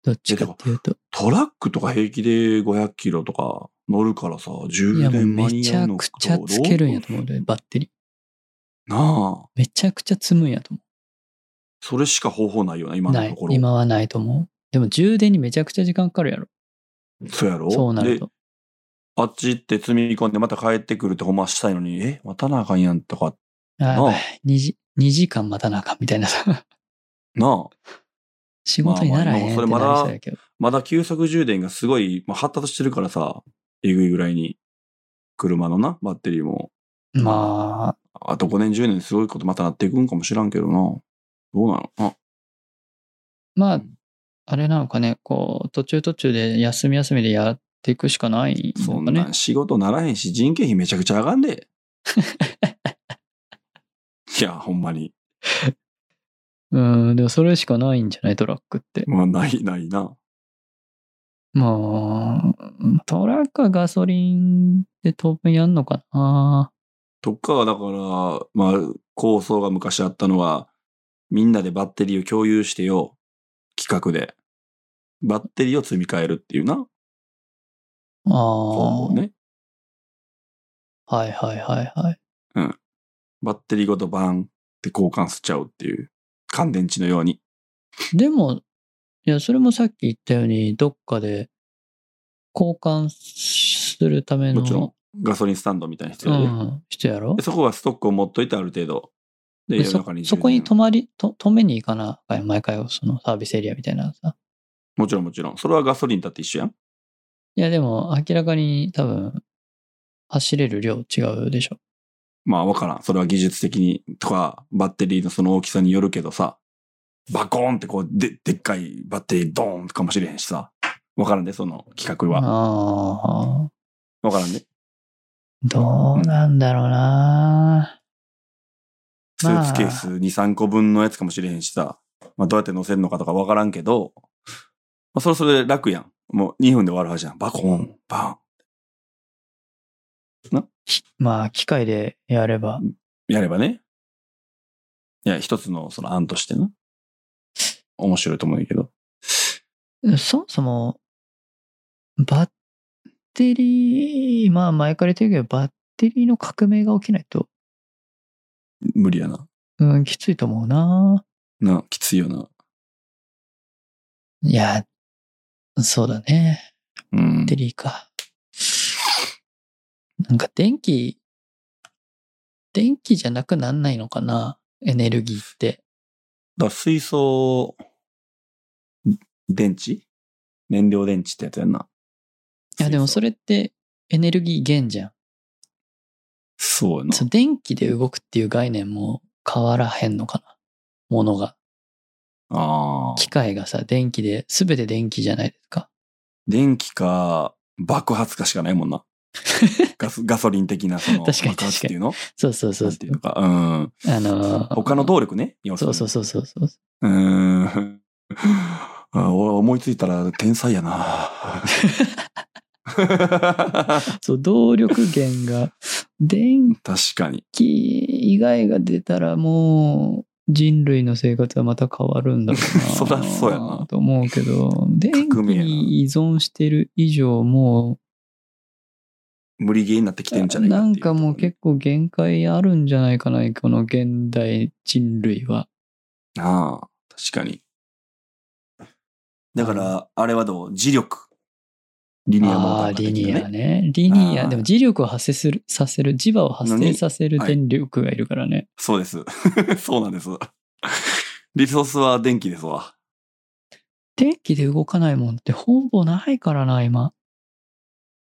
どっちかっていうと。
トラックとか平気で500キロとか乗るからさ、
い
充
や、もう
電間
め
に
ちゃ
合うの
くちゃつけるんやと思うで、バッテリー。
う。なあ。
めちゃくちゃ積むんやと思
それしか方法ないよな、
う。
今
な
の
い
とこ。ろ。
今はないと思う。でも充電にめちゃくちゃ時間かかるやろ。
そうやろ
そうなる
で
と。
あっち行って積み込んでまた帰ってくるってほんましたいのに、え、渡なあかんやんとか、
あ
なあ
2時、2時間待たなあかんみたいな [LAUGHS] さ。
なあ。
仕事にならへんってなり
まあまあ
そうやけど。
まだ急速充電がすごい、まあ、発達してるからさ、えぐいぐらいに、車のな、バッテリーも、
まあ、
あと5年、10年すごいことまたなっていくんかもしらんけどな。どうなのあ、
ま
う
あ
ん、
あれなのかね、こう、途中途中で休み休みでやっていくしかない
そ
の
ん
か
な
ね
ん。仕事ならへんし、人件費めちゃくちゃ上がん [LAUGHS] で。いや、ほんまに。
うん、でもそれしかないんじゃないトラックって。
まあ、ない、ないな。
まあ、トラックはガソリンで当分やんのかな。
とかはだから、まあ、構想が昔あったのは、みんなでバッテリーを共有してよ、企画で。バッテリーを積み替えるっていうな、
あ
方
あ、
法ね。
はいはいはいはい。
バッテリーごとバーンって交換しちゃうっていう、乾電池のように。
でも、いや、それもさっき言ったように、どっかで交換するための、
もちろん、ガソリンスタンドみたいな必
う
要で。
ん、人やろ
でそこはストックを持っといてある程度。で、
で
夜
そ
中に充電
そこに泊まりと、止めに行かなあかんやん毎回、そのサービスエリアみたいなさ。
もちろんもちろん。それはガソリンだって一緒やん。
いや、でも、明らかに多分、走れる量違うでしょ。
まあわからん。それは技術的にとか、バッテリーのその大きさによるけどさ、バコーンってこう、で、でっかいバッテリードーンかもしれへんしさ。わからんで、その企画は。
ああ、
わからんで。
どうなんだろうな。
スーツケース2、3個分のやつかもしれへんしさ。まあどうやって乗せるのかとかわからんけど、まあそれそれで楽やん。もう2分で終わるはずじゃん。バコーン、バ
まあ、機械でやれば。
ン。やればね。いや、一つのその案としてな。面白いと思うんやけど。
そもそも、バッテリー、まあ前から言ってるけど、バッテリーの革命が起きないと、
無理やな。
うん、きついと思うな。
な、きついよな。
いや、そうだね。
うん
バッテ。リーか。なんか電気、電気じゃなくなんないのかなエネルギーって。
だから水素電池燃料電池ってやつやんな。
いや、でもそ
れ。
れってエネルギー源じゃん。
そうやな
そ。の電気で動くっていう概念も変わらへんのかなものが。
ああ。
機械がさ、電気で、すべて電気じゃないですか。
電気か爆発かしかないもん
[LAUGHS]
な。ガスガソリン的なその
確かに
爆発っていうの
そうそうそう
なん。ていうのか。うん。
あのー
他の動力ね。要す
そ
る
う
に
そうそうそうそ
う
う。
ーん。 [LAUGHS] あ俺思いついたら天才や
[LAUGHS]
な。確
そう、動力源が、電
かに。
気以外が出たらもう、人類の生活はまた変わるんだろう
[LAUGHS]
な。
そらそうやな
と思うけど、電気
革命やな
に依存してる以上、も
無理ゲーになってきてんじ
う、
ゃないか
な
っ
ん
ていうと
か
ころね
もう結構限界あるんじゃないかな、この現代人類は。
ああ、確かに。だから、あれはどう磁力。リニアモー
あ
タ
あ、
ー
リ
的
ニ
な
アね。リニ
あ
ア。
ー
でも磁力を発生する、させる、磁場を発生させる
のにはい
電力がいるからね。
そうです。 [LAUGHS] そうなんです。リソースは電気ですわ。
電気で動かないもんってほぼないからな、今。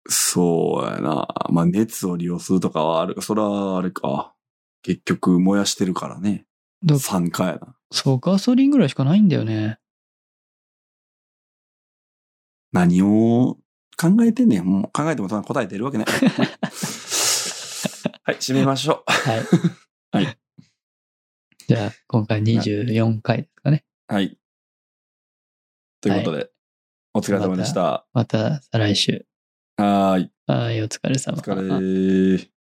そうやな。まあ、熱を利用するとかはある。それはあれか。結局、燃やしてるからね。
だ
酸化やな。
そう、ガソリンぐらいしかないんだよね。
何を考えてんねん。もう考えてもそんな答え出るわけない。はい、締めましょ
はい。 [LAUGHS]
はい。
じゃあ、今回24回ですかね。
う。はい。ということで、お疲れ様でした。
また再来週。
はーい。
はい、お疲れ様。
お疲れー。